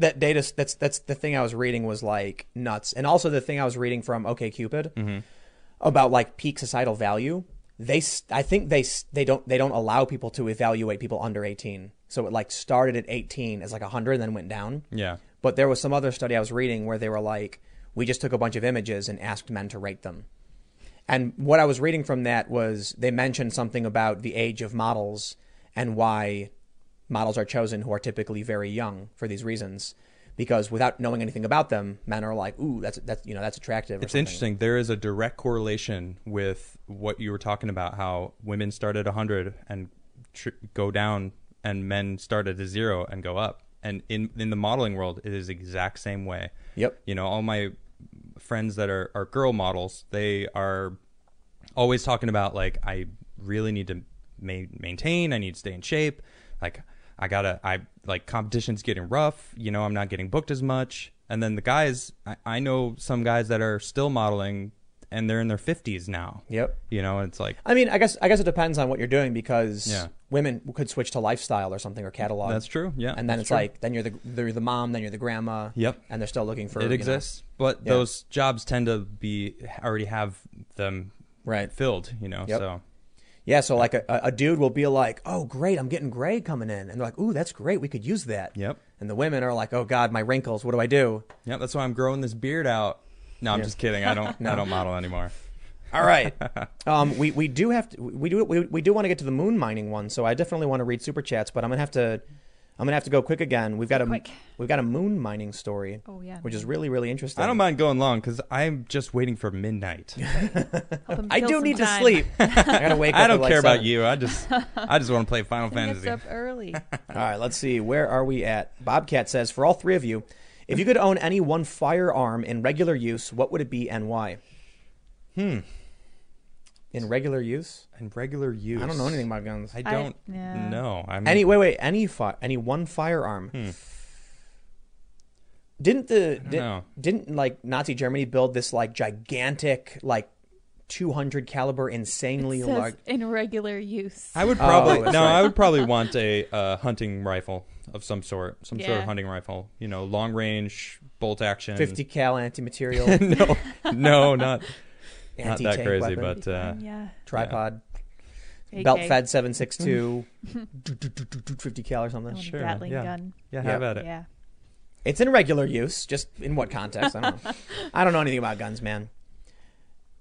That data that's that's the thing I was reading was like nuts, and also the thing I was reading from OK Cupid
Mm-hmm.
about like peak societal value. They s- I think they s- they don't they don't allow people to evaluate people under eighteen. So it like started at eighteen as like hundred, and then went down.
yeah.
But there was some other study I was reading where they were like, we just took a bunch of images and asked men to rate them. And what I was reading from that was they mentioned something about the age of models and why models are chosen who are typically very young for these reasons. Because without knowing anything about them, men are like, ooh, that's that's you know that's attractive. Or
It's
something.
interesting. There is a direct correlation with what you were talking about, how women start at 100 and tr- go down, and men start at a zero and go up. And in, in the modeling world, it is the exact same way.
Yep.
You know, all my friends that are, are girl models, they are always talking about, like, I really need to ma- maintain. I need to stay in shape. Like I gotta. I like competition's getting rough. You know, I'm not getting booked as much. And then the guys, I, I know some guys that are still modeling, and they're in their 50s now.
Yep.
You know, it's like
I mean, I guess I guess it depends on what you're doing because
Yeah.
women could switch to lifestyle or something or catalog.
that's true. Yeah,
and then
that's
it's
true.
like then you're the you're the mom, then you're the grandma.
Yep.
And they're still looking for you
it
know-
exists, but
Yeah.
those jobs tend to be already have them
right.
filled. You know,
Yep.
so
Yeah. So like a, a dude will be like, "Oh, great, I'm getting gray coming in," and they're like, "Ooh, that's great, we could use that."
Yep.
And the women are like, "Oh God, my wrinkles. What do I do?"
yeah, that's why I'm growing this beard out. No, I'm
Yeah.
just kidding. I don't. I don't model anymore.
All right. um, we, we do have to we do we, we do want to get to the moon mining one, so I definitely want to read super chats, but I'm gonna have to I'm gonna have to go quick again. We've got a
Quick.
we've got a moon mining story,
Oh yeah.
which is really really interesting.
I don't mind going long because I'm just waiting for midnight.
Help him
I
kill
do
some
need
time.
to sleep. I gotta wake up.
I
at,
don't
like,
care about
seven.
you. I just I just want to play Final
He gets
Fantasy.
up early.
All right, let's see. Where are we at? Bobcat says, for all three of you, if you could own any one firearm in regular use, what would it be and why?
Hmm.
In regular use?
In regular use,
I don't know anything about guns.
I
I-
don't
yeah.
know. I mean,
Any wait wait any fi- any one firearm.
Hmm.
Didn't the
I don't
di-
know.
didn't like Nazi Germany build this like gigantic like 200 caliber insanely
It says
large?
in regular use.
I would
Oh,
probably
that's
no.
right.
I would probably want a uh, hunting rifle of some sort, some sort of
Yeah.
hunting rifle. You know, long range, bolt action.
50 cal anti-material
no, no, not not
anti-tank
that crazy,
weapon,
but uh,
yeah.
tripod,
AK.
belt fed 762, 50 cal or
I
something.
want a
Sure,
Gatling
yeah.
gun.
yeah, have
Yeah.
at it.
Yeah.
It's in regular use, just in what context? I don't know. I don't know anything about guns, man.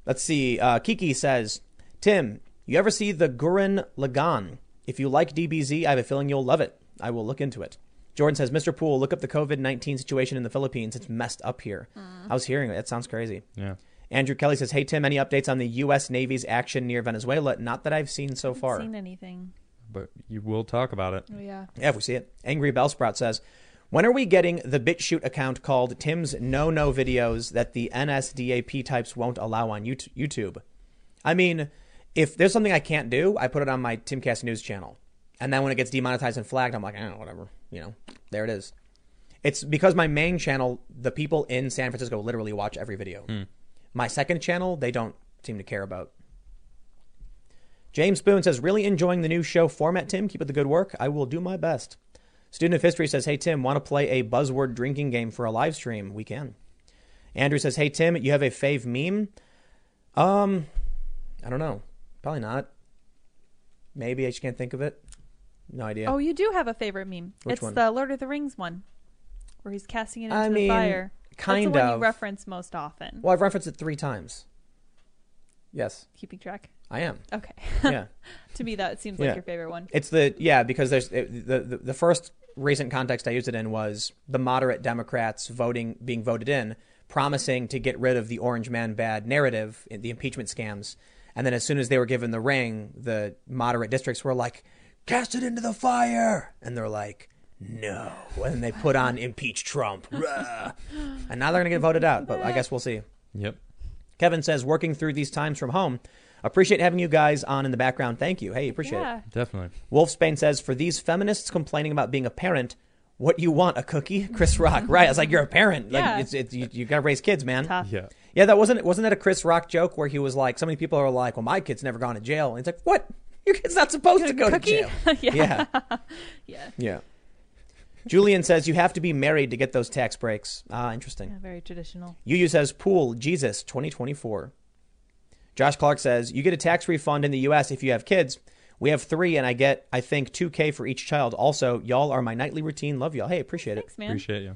Let's see. Uh, Kiki says, Tim, you ever see the Gurren Lagann? If you like DBZ, I have a feeling you'll love it. I will look into it. Jordan says, Mr. Poole, look up the COVID 19 situation in the Philippines. It's messed up here. I was hearing it. That sounds crazy.
Yeah,
Andrew Kelly says, Hey, Tim, any updates on the U.S. Navy's action near Venezuela? Not that I've seen so far.
Seen anything?
but you will talk about it.
Mm.
Oh yeah.
Yeah, if we see it. Angry Bellsprout says, when are we getting the BitChute account called Tim's No No videos that the NSDAP types won't allow on Yout- YouTube? I mean, if there's something I can't do, I put it on my Timcast News channel. And then when it gets demonetized and flagged, I'm like, eh, whatever. You know, there it is. It's because my main channel, the people in San Francisco literally watch every video. My second channel, they don't seem to care about. James Spoon says, really enjoying the new show format, Tim. Keep up the good work. I will do my best. Student of History says, hey, Tim, want to play a buzzword drinking game for a live stream? We can. Andrew says, hey, Tim, you have a fave meme? Um, I don't know. Probably not. Maybe I just can't think of it. No idea.
Oh, you do have a favorite meme.
Which
it's
one?
the Lord of the Rings one, where he's casting it into
I
the
mean,
fire.
kind
That's the one
of.
you reference most often.
Well, I've referenced it three times. Yes,
Keeping track.
I am.
Okay.
Yeah.
to me, that seems
Yeah.
like your favorite one.
It's the yeah because there's it, the, the the first recent context I used it in was the moderate Democrats voting being voted in, promising to get rid of the orange man bad narrative, the impeachment scams, and then as soon as they were given the ring, the moderate districts were like, cast it into the fire, and they're like. No, and they put on impeach Trump, Rah. and now they're gonna get voted out. But I guess we'll see.
Yep.
Kevin says, working through these times from home, appreciate having you guys on in the background. Thank you. Hey, appreciate it.
yeah.
Definitely.
Wolfsbane says, for these feminists complaining about being a parent, what you want, a cookie? Chris Rock. Right. I was like, you're a parent. Like,
Yeah.
it's, it's, you, you got to raise kids, man.
Tough.
Yeah.
Yeah, that wasn't, wasn't that a Chris Rock joke where he was like, so many people are like, well, my kid's never gone to jail. And it's like, what? Your kid's not supposed to go
Cookie?
to jail.
yeah.
Yeah.
Yeah.
Yeah. Julian says, you have to be married to get those tax breaks. Ah, interesting.
Yeah, Very traditional.
Yuyu says, Pool, Jesus, 2024. Josh Clark says, You get a tax refund in the U.S. if you have kids. We have three, and I get, I think, 2K for each child. Also, y'all are my nightly routine. Love y'all. Hey, appreciate it.
Thanks, man.
Appreciate you.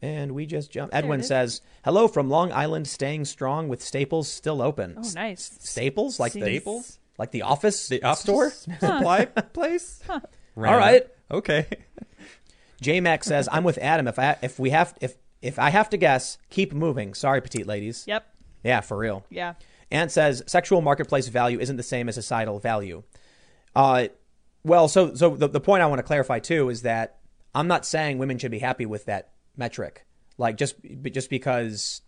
And we just jump.
There
Edwin
it is.
says, Hello from Long Island, staying strong with Staples still open.
Oh,
S-
nice.
Staples? Like the,
Staples?
Like the office
The office
store?
supply place. Random.
All right.
Okay.
J Mac says, I'm with Adam. If I if we have if if I have to guess, keep moving. Sorry, petite ladies.
Yep.
Yeah, for real.
Yeah.
Ant says sexual marketplace value isn't the same as societal value. Uh, well, so so the, the point I want to clarify too is that I'm not saying women should be happy with that metric. Like just b- just because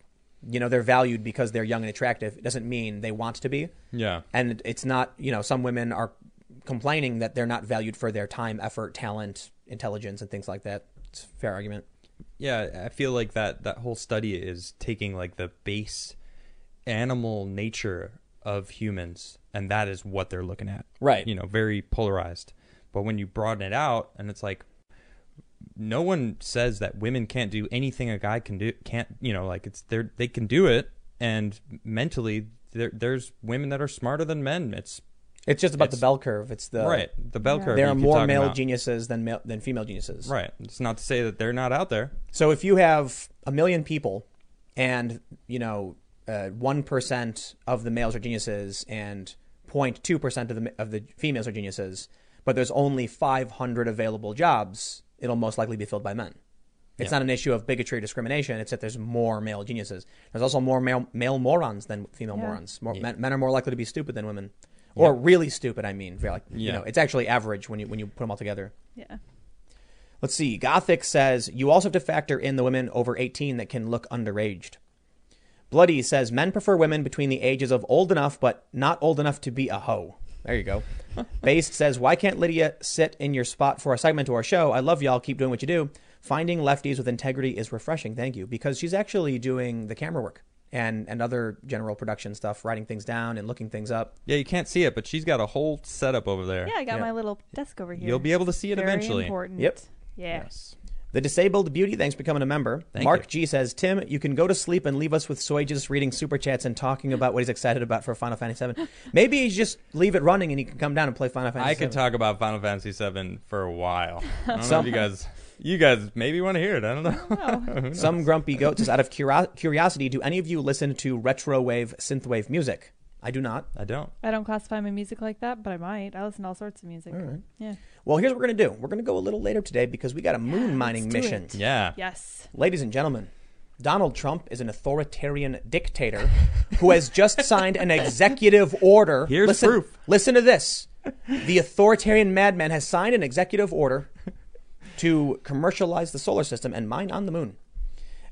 you know they're valued because they're young and attractive it doesn't mean they want to be.
Yeah.
And it's not you know some women are complaining that they're not valued for their time, effort, talent, intelligence, and things like that. It's a fair argument.
Yeah, I feel like that that whole study is taking like the base animal nature of humans and that is what they're looking at.
Right.
You know, very polarized. But when you broaden it out and it's like no one says that women can't do anything a guy can do can't, you know, like it's they they can do it and mentally there there's women that are smarter than men. It's
It's just about the
It's-
bell curve. It's the
right. The bell
Yeah.
curve.
Uh, There
you
are
keep
more
talking
male
about.
geniuses than male, than female geniuses.
Right. It's not to say that they're not out there.
So if you have a million people, and you know uh, one of the males are geniuses, and 0.2 percent of the of the females are geniuses, but there's only 500 available jobs, it'll most likely be filled by men. It's
Yeah.
not an issue of bigotry or discrimination. It's that there's more male geniuses. There's also more male, male morons than female
Yeah.
morons. More, men, men are more likely to be stupid than women, or really stupid. I mean, like you
Yeah.
know, it's actually average when you when you put them all together.
Yeah.
Let's see. Gothic says you also have to factor in the women over 18 that can look underaged. Bloody says men prefer women between the ages of old enough but not old enough to be a hoe. There you go. Based says why can't Lydia sit in your spot for a segment or a show? I love y'all. Keep doing what you do. Finding lefties with integrity is refreshing. Thank you because she's actually doing the camera work and and other general production stuff, writing things down and looking things up.
Yeah, you can't see it, but she's got a whole setup over there.
Yeah, I got
Yeah.
my little desk over here.
You'll be able to see it
Very
eventually.
Important.
Yep.
Yeah.
Yes.
The Disabled Beauty, thanks for becoming a member.
Thank
Mark G says, Tim, you can go to sleep and leave us with Soy just reading super chats and talking about what he's excited about for Final Fantasy VII. Maybe you just leave it running and he can come down and play Final Fantasy
I could
VII.
talk about Final Fantasy VII for a while. I don't know
Some-
if you guys, you guys maybe want to hear it. I don't know.
Some grumpy goat says, out of curio- curiosity, do any of you listen to retro wave synthwave music? I do not.
I don't.
I don't classify my music like that, but I might. I listen to all sorts of music. Yeah.
Well, here's what we're going to do. We're going to go a little later today because we got a moon mining
let's do
mission.
it.
Yeah.
Yes.
Ladies and gentlemen, Donald Trump is an authoritarian dictator who has just signed an executive order.
Here's
listen,
proof.
Listen to this. The authoritarian madman has signed an executive order to commercialize the solar system and mine on the moon.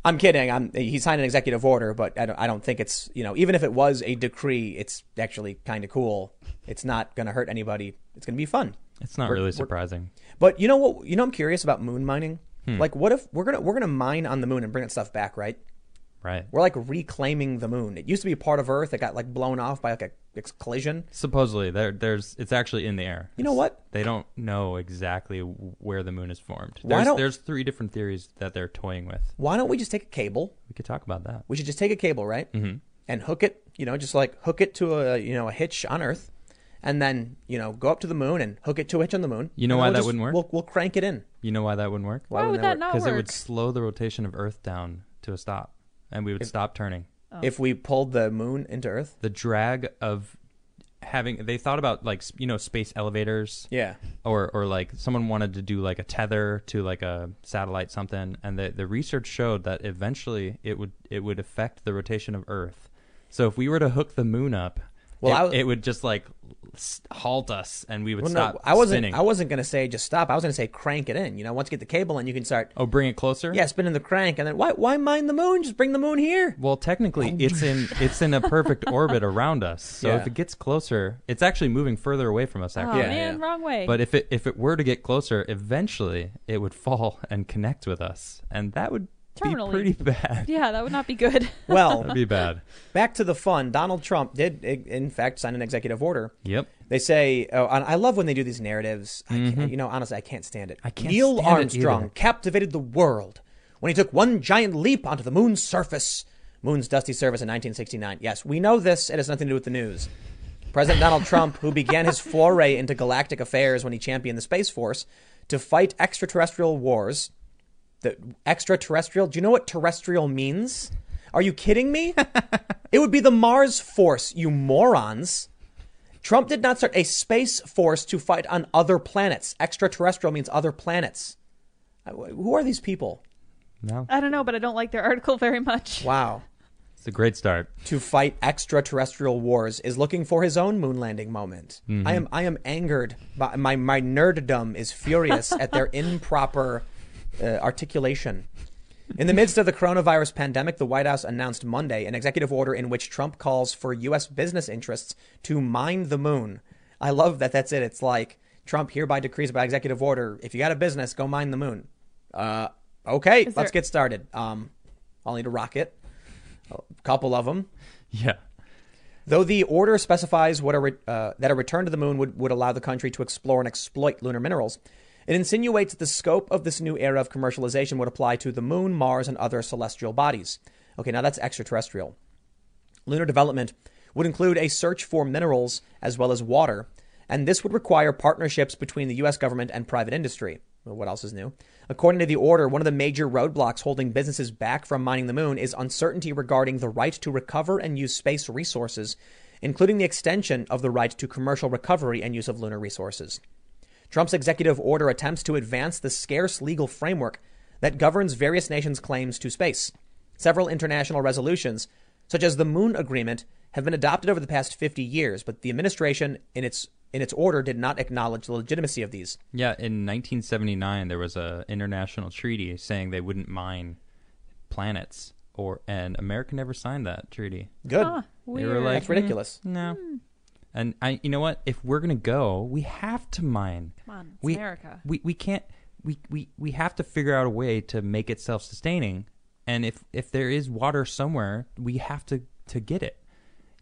I'm kidding. I'm, he signed an executive order, but I don't, I don't think it's, you know, even if it was a decree, it's actually kind of cool. It's not going to hurt anybody. It's going to be fun.
It's not
We're-
really
we're-
surprising.
But you know what? You know, I'm curious about moon mining.
Hmm.
Like, what if we're gonna we're gonna mine on the moon and bring that stuff back? Right?
Right.
We're like reclaiming the moon. It used to be part of Earth. It got like blown off by like a ex- collision.
Supposedly, there, there's. It's actually in the air.
You know what?
They don't know exactly where the moon is formed.
Why
There's,
don't-
there's three different theories that they're toying with.
Why don't we just take a cable?
We could talk about that.
We should just take a cable, right? Mm-hmm. And hook it. You know, just like hook it to a you know a hitch on Earth, and then you know go up to the moon and hook it to a hitch on the moon.
You know
And
why
we'll
that
just-
wouldn't work?
We'll we'll crank it in.
You know why that wouldn't work?
Why
Why, would
wouldn't
that,
that
not
Because
work?
it would slow the rotation of Earth down to a stop, and we would stop turning.
If we pulled the moon into Earth.
The drag of having. They thought about like s- you know space elevators.
Yeah.
or or like someone wanted to do like a tether to like a satellite something and the the research showed that eventually it would it would affect the rotation of earth so if we were to hook the moon up
Well,
it,
I was-
it would just like s- halt us and we would
Well,
stop
no, I wasn't.
spinning
I wasn't gonna say just stop. I was gonna say crank it in. You know, once you get the cable in, you can start
oh bring it closer
Yeah, spinning the crank, and then why why mine the moon? Just bring the moon here.
well
Oh
technically it's in it's in a perfect orbit around us so
Yeah.
if it gets closer it's actually moving further away from us
Oh
actually
Yeah,
man,
yeah.
wrong way.
But if it if it were to get closer, eventually it would fall and connect with us, and that would
Terminally.
be pretty bad.
yeah, that would not be good.
That'd
Well,
be bad.
back to the fun. Donald Trump did i- in fact sign an executive order.
Yep.
They say, oh, and I love when they do these narratives. I can't, you know, honestly, I can't stand it. I
Mm-hmm. can't
Neil
stand it
Armstrong
either.
captivated the world when he took one giant leap onto the moon's surface, moon's dusty surface in 1969. Yes, we know this. It has nothing to do with the news. President Donald Trump, who began his foray into galactic affairs when he championed the Space Force to fight extraterrestrial wars, the extraterrestrial. Do you know what terrestrial means? Are you kidding me? it would be the Mars force, you morons. Trump did not start a space force to fight on other planets. Extraterrestrial means other planets. Uh, wh- Who are these people?
No,
I don't know, but I don't like their article very much.
Wow.
it's a great start.
To fight extraterrestrial wars is looking for his own moon landing moment. I am I am angered by my my nerddom is furious at their improper uh, articulation. In the midst of the coronavirus pandemic, the White House announced Monday an executive order in which Trump calls for U.S. business interests to mine the moon. I love that. That's it. It's like Trump hereby decrees by executive order: if you got a business, go mine the moon. Uh, okay,
Is
let's
there-
get started. Um, I'll need a rocket, a couple of them.
Yeah.
Though the order specifies what a re- uh, that a return to the moon would, would allow the country to explore and exploit lunar minerals, it insinuates that the scope of this new era of commercialization would apply to the moon, Mars, and other celestial bodies. Okay, now that's extraterrestrial. Lunar development would include a search for minerals as well as water, and this would require partnerships between the U.S. government and private industry. Well, What else is new? According to the order, one of the major roadblocks holding businesses back from mining the moon is uncertainty regarding the right to recover and use space resources, including the extension of the right to commercial recovery and use of lunar resources. Trump's executive order attempts to advance the scarce legal framework that governs various nations' claims to space. Several international resolutions, such as the Moon Agreement, have been adopted over the past 50 years, but the administration, in its in its order, did not acknowledge the legitimacy of these.
Yeah, in 1979 there was a international treaty saying they wouldn't mine planets or and America never signed that treaty.
Good.
Huh,
They
weird.
were like
That's ridiculous.
"Mm, no. And I you know what? If we're going to go, we have to mine.
Come on, it's
we,
America.
We we can't we, we we have to figure out a way to make it self-sustaining. And if if there is water somewhere, we have to to get it.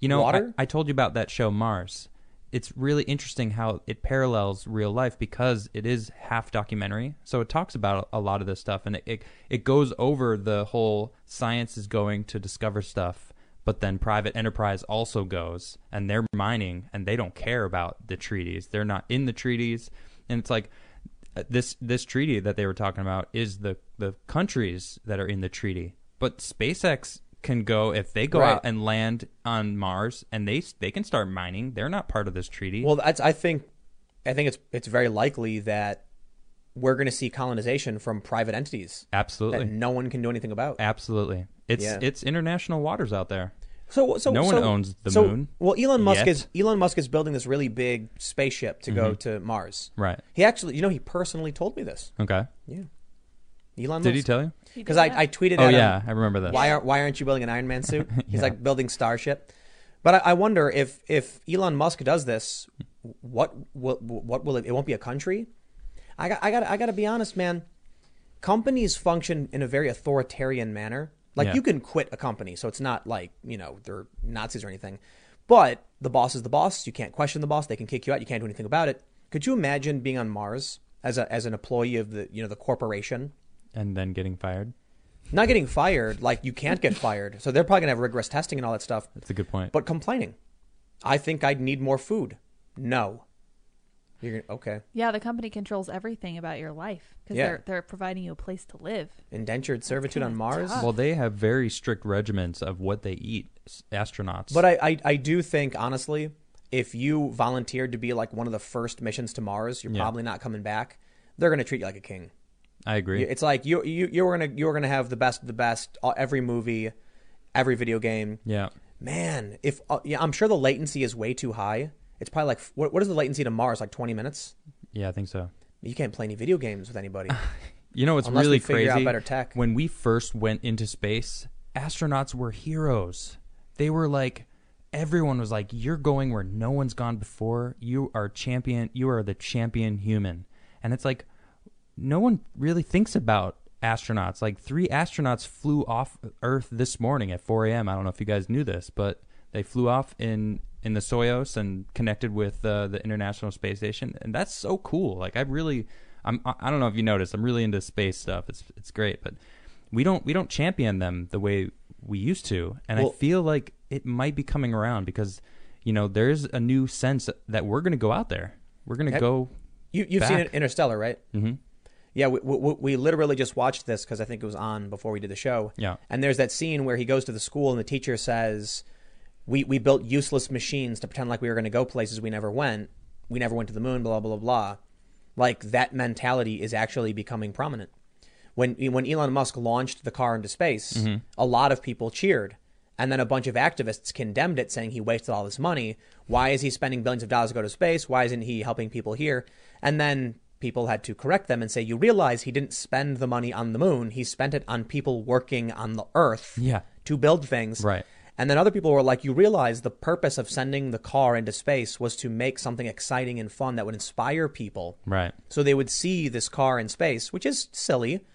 You know, I-
Water?
I told you about that show Mars. It's really interesting how it parallels real life because it is half documentary. So it talks about a lot of this stuff and it, it it goes over the whole science is going to discover stuff, but then private enterprise also goes and they're mining and they don't care about the treaties. They're not in the treaties and it's like uh, this this treaty that they were talking about is the the countries that are in the treaty. But SpaceX can go if they go
Right.
out and land on Mars, and they they can start mining. They're not part of this treaty.
Well, that's, I think I think it's it's very likely that we're going to see colonization from private entities
absolutely,
that no one can do anything about.
absolutely. It's
Yeah.
it's international waters out there.
So, so
No one
so-
owns the
so-
moon
Well, Elon Musk
yet.
is Elon Musk is building this really big spaceship to go to Mars.
Mm-hmm. Right.
He actually, you know, he personally told me this.
Okay.
Yeah. Elon
Did he
Musk.
tell you?
You
Because
did
I,
that?
I tweeted
Oh
at
yeah,
him,
I remember this.
why aren't why aren't you building an Iron Man suit? He's like building Starship. But I, I wonder if if Elon Musk does this, what will what will it? It won't be a country. I got I got I got to be honest, man. Companies function in a very authoritarian manner. Like
Yeah.
you can quit a company, so it's not like you know they're Nazis or anything. But the boss is the boss. You can't question the boss. They can kick you out. You can't do anything about it. Could you imagine being on Mars as a as an employee of the you know the corporation?
And then getting fired.
not getting fired like you can't get fired so they're probably going to have rigorous testing and all that stuff
That's a good point.
but complaining i think i'd need more food no you're gonna, okay
yeah, the company controls everything about your life because
Yeah.
they're they're providing you a place to live.
indentured servitude on
kinda
mars
tough.
well, they have very strict regimens of what they eat. s- Astronauts.
but I, I i do think honestly if you volunteered to be like one of the first missions to mars you're
Yeah.
probably not coming back they're going to treat you like a king
I agree.
it's like you you you're going to you're going to have the best of the best uh, every movie every video game
yeah.
man if uh, yeah i'm sure the latency is way too high it's probably like what, what is the latency to mars like 20 minutes
Yeah, I think so.
You can't play any video games with anybody.
You know, it's
Unless we
really
figure out
crazy.
better tech.
When we first went into space, astronauts were heroes. They were like, everyone was like, "You're going where no one's gone before. You are champion. You are the champion human." And it's like, no one really thinks about astronauts. Like three astronauts flew off Earth this morning at 4 a.m. I don't know if you guys knew this, but they flew off in in the Soyuz and connected with uh, the International Space Station, and that's so cool. Like I really, I'm I I don't know if you noticed, I'm really into space stuff. It's it's great, but we don't we don't champion them the way we used to, and
Well-
I feel like it might be coming around because you know there's a new sense that we're going to go out there. We're going to
Yep.
go.
You, you've seen
Back.
Interstellar, right? Mm-hmm. Yeah, we, we, we literally just watched this because I think it was on before we did the show.
Yeah.
And there's that scene where he goes to the school and the teacher says, we, we built useless machines to pretend like we were going to go places we never went. We never went to the moon, blah, blah, blah. Like that mentality is actually becoming prominent. When, when Elon Musk launched the car into space,
Mm-hmm.
a lot of people cheered. And then a bunch of activists condemned it, saying he wasted all this money. Why is he spending billions of dollars to go to space? Why isn't he helping people here? And then people had to correct them and say, you realize he didn't spend the money on the moon. He spent it on people working on the earth
Yeah.
to build things.
Right.
And then other people were like, you realize the purpose of sending the car into space was to make something exciting and fun that would inspire people.
Right.
So they would see this car in space, which is silly,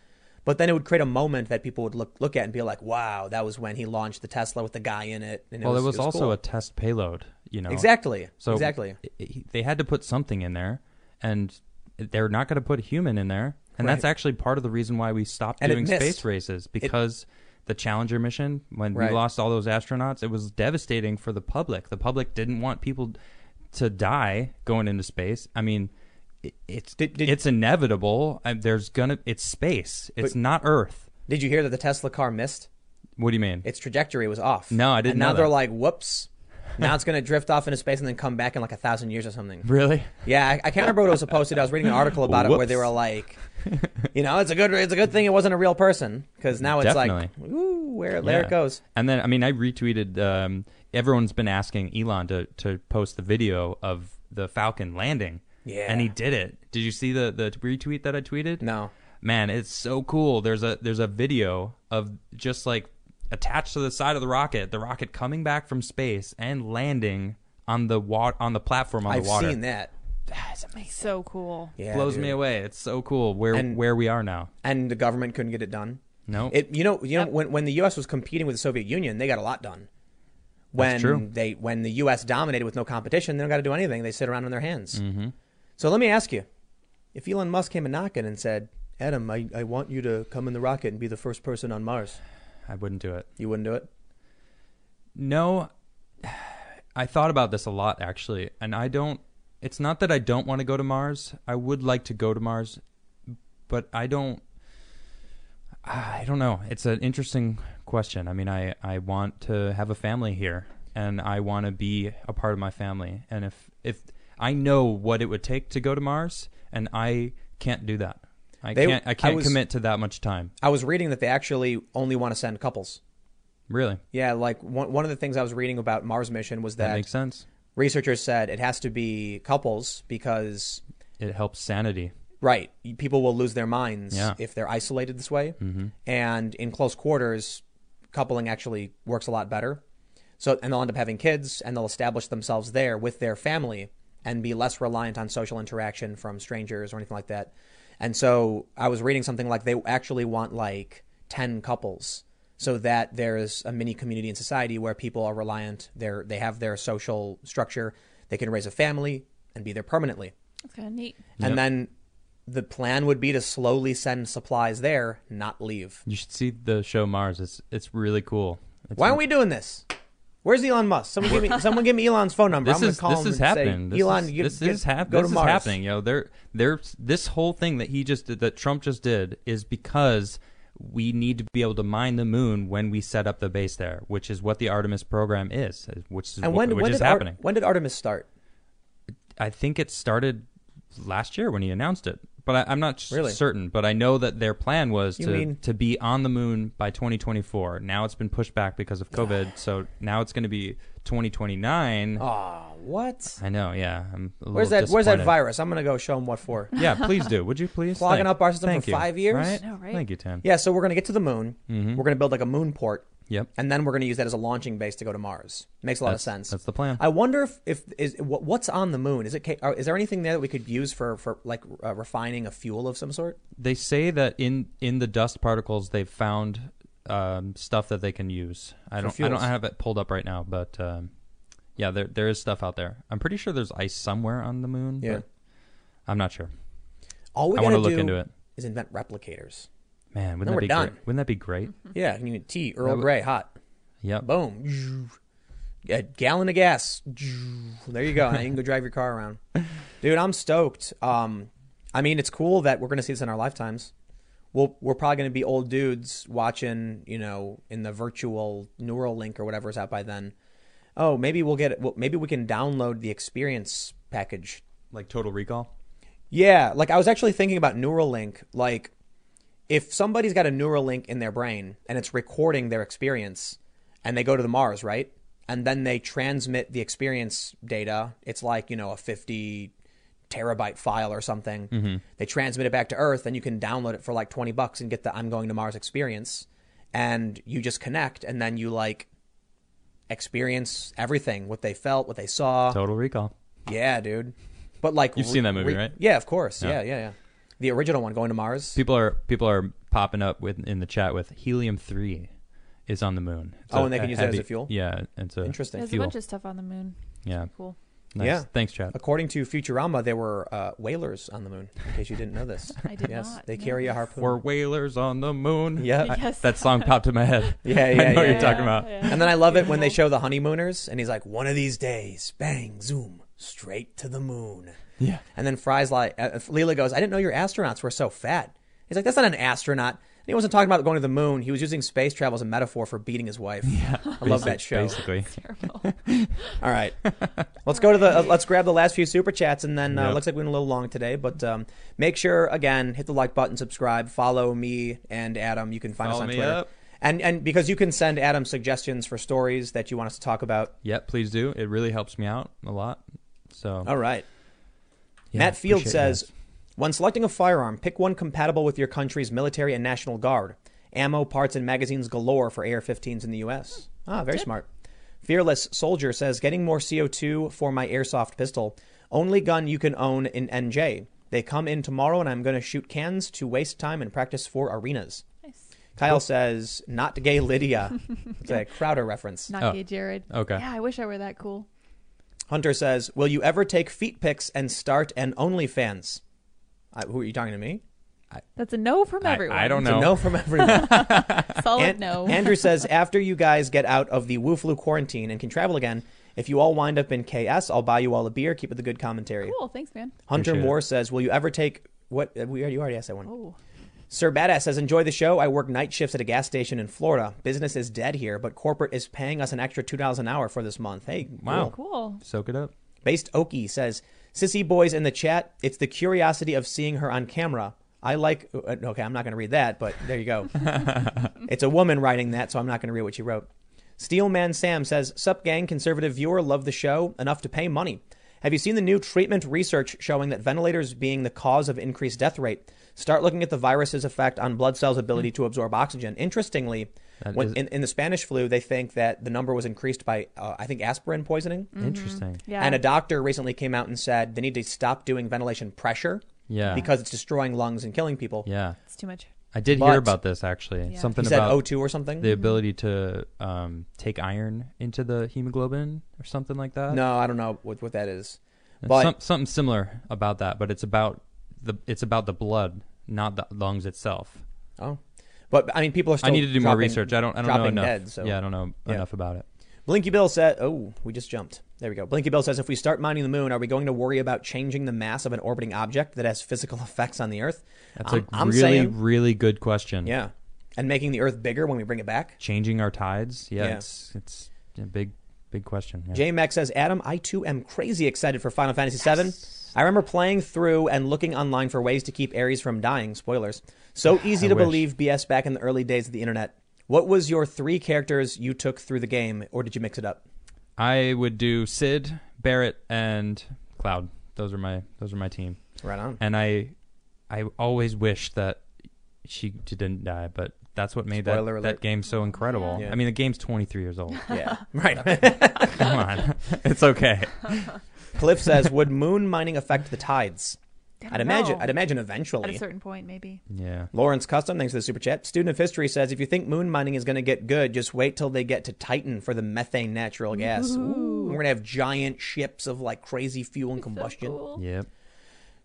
but then it would create a moment that people would look look at and be like, "Wow, that was when he launched the Tesla with the guy in it." And
well,
it
there was, also
cool.
a test payload. You know.
exactly,
So
exactly.
i- i- they had to put something in there, and they're not going to put a human in there. And that's
Right.
actually part of the reason why we stopped
And it
doing
missed.
space races because the Challenger mission, when
Right.
we lost all those astronauts, it was devastating for the public. The public didn't want people to die going into space. I mean, i- it's
Did- did-
it's inevitable. I, there's gonna it's space. It's not Earth.
Did you hear that the Tesla car missed?
What do you mean?
Its trajectory was off.
No, I didn't
And now
know
they're
that.
like, "Whoops." Now it's going to drift off into space and then come back in like a thousand years or something.
really?
Yeah, I, I can't remember what it was supposed to. do. I was reading an article about it where they
Whoops.
were like, you know, it's a good, it's a good thing it wasn't a real person because now it's like,
Definitely.
ooh, where there
Yeah.
it goes.
And then, I mean, I retweeted. Um, everyone's been asking Elon to to post the video of the Falcon landing.
Yeah.
And he did it. Did you see the the retweet that I tweeted?
No,
Man, it's so cool. There's a there's a video of just like attached to the side of the rocket, the rocket coming back from space and landing on the water on the platform on
I've
the water.
seen that.
That's amazing.
So cool.
Yeah,
Blows
dude.
me away. It's so cool where
And-
where we are now.
And the government couldn't get it done.
No.
It you know you know
Yep.
when when the U.S. was competing with the Soviet Union, they got a lot done. When
That's true.
they when the U.S. dominated with no competition, they don't got to do anything. They sit around on their hands. Mm-hmm. So let me ask you: If Elon Musk came a knocking and said, "Adam, I, I want you to come in the rocket and be the first person on Mars,"
I wouldn't do it.
you wouldn't do it.
No, I thought about this a lot actually, and I don't. It's not that I don't want to go to Mars. I would like to go to Mars, but I don't. I don't know. It's an interesting question. I mean, I I want to have a family here, and I want to be a part of my family. And if if I know what it would take to go to Mars, and I can't do that. I
They-
can't.
I
I can't
was-
commit to that much time.
I was reading that they actually only want to send couples.
Really,
Yeah, like one one of the things I was reading about Mars mission was
that
that
makes sense.
researchers said it has to be couples because
It helps sanity.
Right. People will lose their minds
Yeah.
if they're isolated this way. And in close quarters, coupling actually works a lot better. So, and they'll end up having kids and they'll establish themselves there with their family and be less reliant on social interaction from strangers or anything like that. And so I was reading something like they actually want like 10 couples so that there's a mini community in society where people are reliant. They're, they have their social structure, they can raise a family and be there permanently.
That's kind of neat.
And then the plan would be to slowly send supplies there, not leave.
You should see the show Mars. It's it's really cool. It's
Why aren't we doing this? Where's Elon Musk? Someone give me someone give me Elon's phone number.
This
I'm gonna
is
call
this
him and
is
say,
happening. This
Elon,
is,
you
this
get-
is hap-
go
This
to
is
Mars.
happening. Yo, there, there. This whole thing that he just did, that Trump just did, is because we need to be able to mine the moon when we set up the base there, which is what the Artemis program is, which is
And
wh-
when
which
when
is
did Ar-
happening.
when did Artemis start?
I think it started last year when he announced it, but I, I'm not s-
Really?
certain. But I know that their plan was
You
to
mean-
to be on the moon by 2024. Now it's been pushed back because of COVID, so now it's going to be 2029.
Ah, what?
I know, yeah. I'm a
Where's
little
that where's that
disappointed.
virus? I'm gonna go show him what for.
Yeah, please do. Would you please?
Clogging
Thank-
up our system
thank
for
you.
five years?
Right?
I know, right?
Thank you, Tan.
Yeah, so we're gonna get to the moon.
Mm-hmm.
We're gonna build like a moon port,
Yep.
and then we're gonna use that as a launching base to go to Mars. Makes a lot of sense.
That's the plan.
I wonder if, if is what, what's on the moon. Is it ca- are- is there anything there that we could use for for like uh, refining a fuel of some sort?
they say that in in the dust particles they've found um, stuff that they can use. I don't. I don't
fuels.
have it pulled up right now, but um, yeah, there there is stuff out there. I'm pretty sure there's ice somewhere on the moon.
Yeah.
but I'm not sure.
All we
I
gotta
wanna look
do
into it.
is invent replicators.
Man, wouldn't
No,
that
we're
be
done. Mm-hmm.
great? Wouldn't that be great?
Yeah, you need tea, Earl
would-
Grey, hot,
Yep.
boom, a gallon of gas. There you go. Now you can go drive your car around, dude. I'm stoked. Um, I mean, it's cool that we're gonna see this in our lifetimes. We'll, we're probably going to be old dudes watching, you know, in the virtual Neuralink or whatever's out by then. Oh, maybe we'll get it. Well, maybe we can download the experience package
Like Total Recall.
Yeah, like I was actually thinking about Neuralink. Like, if somebody's got a Neuralink in their brain and it's recording their experience, and they go to the Mars, right, and then they transmit the experience data, it's like you know a fifty terabyte file or something. They transmit it back to Earth, and you can download it for like twenty bucks and get the "I'm going to Mars" experience. And you just connect, and then you like experience everything, what they felt, what they saw.
Total Recall.
yeah, dude. But like
You've seen that movie, right?
Yeah, of course.
Yeah.
Yeah, yeah, yeah. The original one, Going to Mars.
People are people are popping up with in the chat with helium three is on the moon. It's
Oh,
a-
and they can
a
use that as
heavy-
a fuel?
Yeah, and so
Interesting.
There's
Fuel.
a bunch of stuff on the moon.
yeah,
Cool.
nice.
Yeah.
Thanks, chat.
According to Futurama, there were uh, whalers on the moon. In case you didn't know this,
I did
yes,
not
they
know
carry a
this.
harpoon.
We're whalers on the moon.
yeah,
I-
Yes.
that song popped in my head.
yeah, yeah.
I know what
yeah,
you're
yeah.
talking about.
And then I love it when they show the honeymooners, and he's like, "One of these days, bang, zoom, straight to the moon."
Yeah.
And then Fry's like, uh, Leela goes, "I didn't know your astronauts were so fat." He's like, "That's not an astronaut." And he wasn't talking about going to the moon. He was using space travel as a metaphor for beating his wife. Yeah, I love that show.
Basically,
Terrible.
All right. Let's go to the, uh, let's grab the last few super chats and then uh,
Yep.
looks like we went a little long today, but um, make sure, again, hit the like button, subscribe, follow me and Adam. You can find us
Follow
on
me
Twitter.
up.
And, and because you can send Adam suggestions for stories that you want us to talk about.
yep. Please do. It really helps me out a lot. So
All right.
yeah,
Matt Field
appreciate you
says,
guys.
when selecting a firearm, pick one compatible with your country's military and National Guard. Ammo, parts, and magazines galore for AR 15s in the U.S. Ah, very smart. Fearless Soldier says, getting more CO2 for my airsoft pistol. Only gun you can own in NJ. They come in tomorrow, and I'm going to shoot cans to waste time and practice for arenas.
nice.
Kyle says, not gay Lydia. It's a Crowder reference.
Not
Oh.
gay, Jared.
Okay.
Yeah, I wish I were that cool.
Hunter says, will you ever take feet pics and start an OnlyFans? I, who are you talking to me?
That's a no from
I-
everyone.
I don't
It's a
know.
no from everyone.
Solid
An-
no.
Andrew says, after you guys get out of the Wuflu quarantine and can travel again, if you all wind up in KS, I'll buy you all a beer. Keep it the good commentary.
cool. Thanks, man.
Hunter
Appreciate
Moore says, will you ever take what? uh, We already, you already asked that one.
Oh,
Sir Badass says, enjoy the show. I work night shifts at a gas station in Florida. Business is dead here, but corporate is paying us an extra two dollars an hour for this month. Hey,
Wow.
cool.
cool.
Soak it up.
Based Okie says, Sissy Boys in the chat, it's the curiosity of seeing her on camera. I like, uh, okay, I'm not going to read that, but there you go. it's a woman writing that, so I'm not going to read what she wrote. Steelman Sam says, Sup, gang, conservative viewer, love the show, enough to pay money. Have you seen the new treatment research showing that ventilators being the cause of increased death rate? Start looking at the virus's effect on blood cells' ability to absorb oxygen. Interestingly,
That
when,
is-
in, in the Spanish flu, they think that the number was increased by, uh, I think, aspirin poisoning.
Interesting.
Yeah.
And a doctor recently came out and said they need to stop doing ventilation pressure
Yeah.
because it's destroying lungs and killing people.
yeah.
it's too much.
I did
But-
hear about this actually.
Yeah.
Something
He said
about
O2 or something.
the ability to um, take iron into the hemoglobin or something like that.
no, I don't know what, what that is.
Uh,
But
Some, something similar about that, but it's about the it's about the blood, not the lungs itself.
oh, but I mean, people are still.
I need to do more
dropping-
research. I don't I don't know
dropping
enough.
dead, so-
Yeah, I don't know
Yeah.
enough about it.
Blinky Bill said, "Oh, we just jumped. There we go." Blinky Bill says, "If we start mining the moon, are we going to worry about changing the mass of an orbiting object that has physical effects on the Earth?"
That's
I'm-
a
I'm
really
saying-
really good question.
yeah, and making the Earth bigger when we bring it back.
Changing our tides. Yeah,
Yeah.
it's it's a big big question. Yeah.
J Max says, Adam, I too am crazy excited for Final Fantasy VII. I remember playing through and looking online for ways to keep Ares from dying. Spoilers. So easy
I
to
wish.
believe BS back in the early days of the internet. What was your three characters you took through the game, or did you mix it up?
I would do Sid, Barrett, and Cloud. Those are my those are my team.
Right on.
and I I always wish that she didn't die, but that's what made
Spoiler
that,
alert.
that game so incredible.
Yeah.
I mean, the game's 23 years old.
Yeah. right.
Come on, it's okay.
Cliff says, Would moon mining affect the tides?
Don't
I'd imagine
know.
I'd imagine
At a
eventually.
certain point, maybe.
Yeah,
Lawrence Custom, thanks for the super chat. Student of History says, if you think moon mining is going to get good, just wait till they get to Titan for the methane natural gas. Ooh. We're going to have giant ships of like crazy fuel and combustion.
So cool.
yep.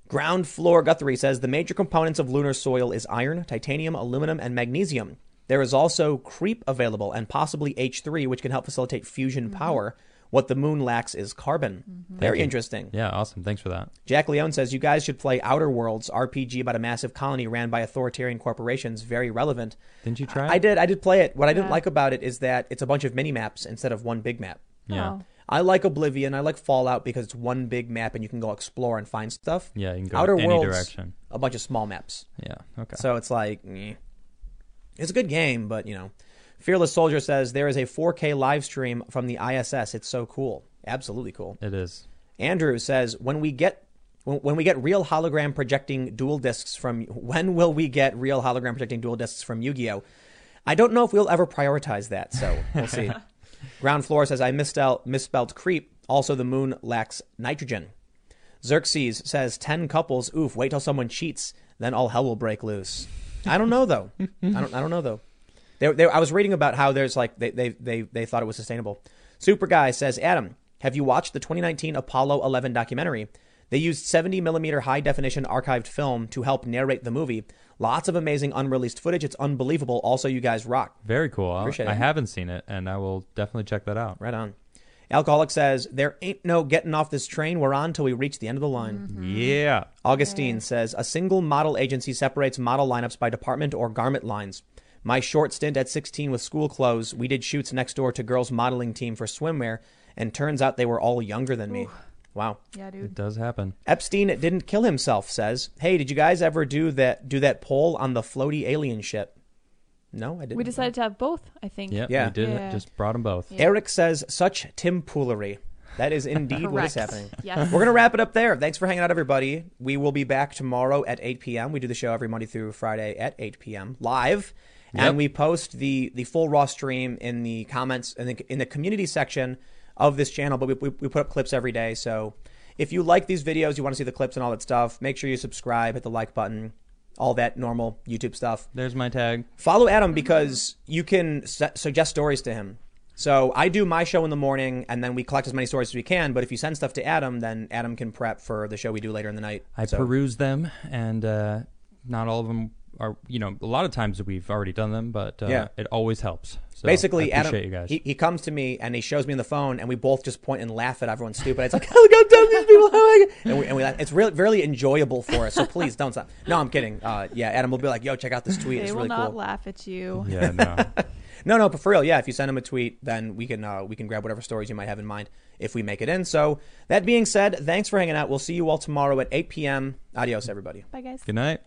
Ground floor Guthrie says the major components of lunar soil is iron, titanium, aluminum, and magnesium. There is also creep available and possibly H3, which can help facilitate fusion
Mm-hmm.
power. What the moon lacks is carbon. Very
you.
interesting.
Yeah, awesome. Thanks for that.
Jack Leone says you guys should play Outer Worlds RPG about a massive colony ran by authoritarian corporations. Very relevant.
Didn't you try?
I did. I did play it. What I didn't
Yeah.
like about it is that it's a bunch of mini maps instead of one big map.
Yeah,
Oh.
I like Oblivion. I like Fallout because it's one big map and you can go explore and find stuff.
yeah. You can go
Outer
any
Worlds,
direction.
a bunch of small maps.
Yeah. Okay.
So it's like, eh. it's a good game, but you know, Fearless Soldier says there is a 4K live stream from the ISS. It's so cool, absolutely cool.
it is.
Andrew says when we get when, when we get real hologram projecting dual discs from when will we get real hologram projecting dual discs from Yu-Gi-Oh? I don't know if we'll ever prioritize that, so we'll see. Ground floor says I misspelled, misspelled creep. Also, the moon lacks nitrogen. Xerxes says ten couples. Oof! Wait till someone cheats, then all hell will break loose. I don't know though. I don't. I don't know though. They, they, I was reading about how there's like they, they they they thought it was sustainable. Super guy says Adam, have you watched the 2019 Apollo 11 documentary? They used 70 millimeter high definition archived film to help narrate the movie. Lots of amazing unreleased footage. It's unbelievable. Also, you guys rock.
Very cool. I'll-
Appreciate it.
I haven't seen it, and I will definitely check that out.
Right on. Alcoholic says, There ain't no getting off this train. We're on till we reach the end of the line.
Yeah.
Augustine says, A single model agency separates model lineups by department or garment lines. My short stint at 16 with school clothes, we did shoots next door to girls' modeling team for swimwear, and turns out they were all younger than me. Wow.
Yeah,
It
dude.
does happen.
Epstein didn't kill himself, says, Hey, did you guys ever do that do that poll on the floaty alien ship? No, I didn't.
We decided to have both, I think.
Yeah,
Yeah.
we did
Yeah.
it. Just brought them both.
Yeah.
Eric says, such timpoolery. That is indeed what is
Correct.
happening.
Yes.
We're going to wrap it up there. Thanks for hanging out, everybody. We will be back tomorrow at 8 p.m. We do the show every Monday through Friday at 8 p.m. live.
Yep.
And we post the, the full Raw stream in the comments and the, in the community section of this channel. But we, we, we put up clips every day. So if you like these videos, you want to see the clips and all that stuff, make sure you subscribe, hit the like button, all that normal YouTube stuff
There's my tag.
follow Adam because you can su- suggest stories to him. So I do my show in the morning, and then we collect as many stories as we can. But if you send stuff to Adam, then Adam can prep for the show we do later in the night.
I
so,
peruse them, and uh, not all of them are. You know, a lot of times we've already done them, but uh,
Yeah.
it always helps. So
basically,
I
Adam
appreciate you guys.
He, he comes to me and he shows me on the phone, and we both just point and laugh at everyone's stupid. It's like, look how dumb these people are. And we, and we laugh. It's really, really enjoyable for us. So please don't stop. No, I'm kidding. Uh, yeah, Adam will be like, yo, check out this tweet.
They
it's
will
really
not
cool. Mm-hmm.
laugh at you.
yeah, no.
No, no, but for real, yeah. If you send him a tweet, then we can uh, we can grab whatever stories you might have in mind if we make it in. So that being said, thanks for hanging out. We'll see you all tomorrow at 8 p.m. Adios, everybody.
Bye, guys.
Good night.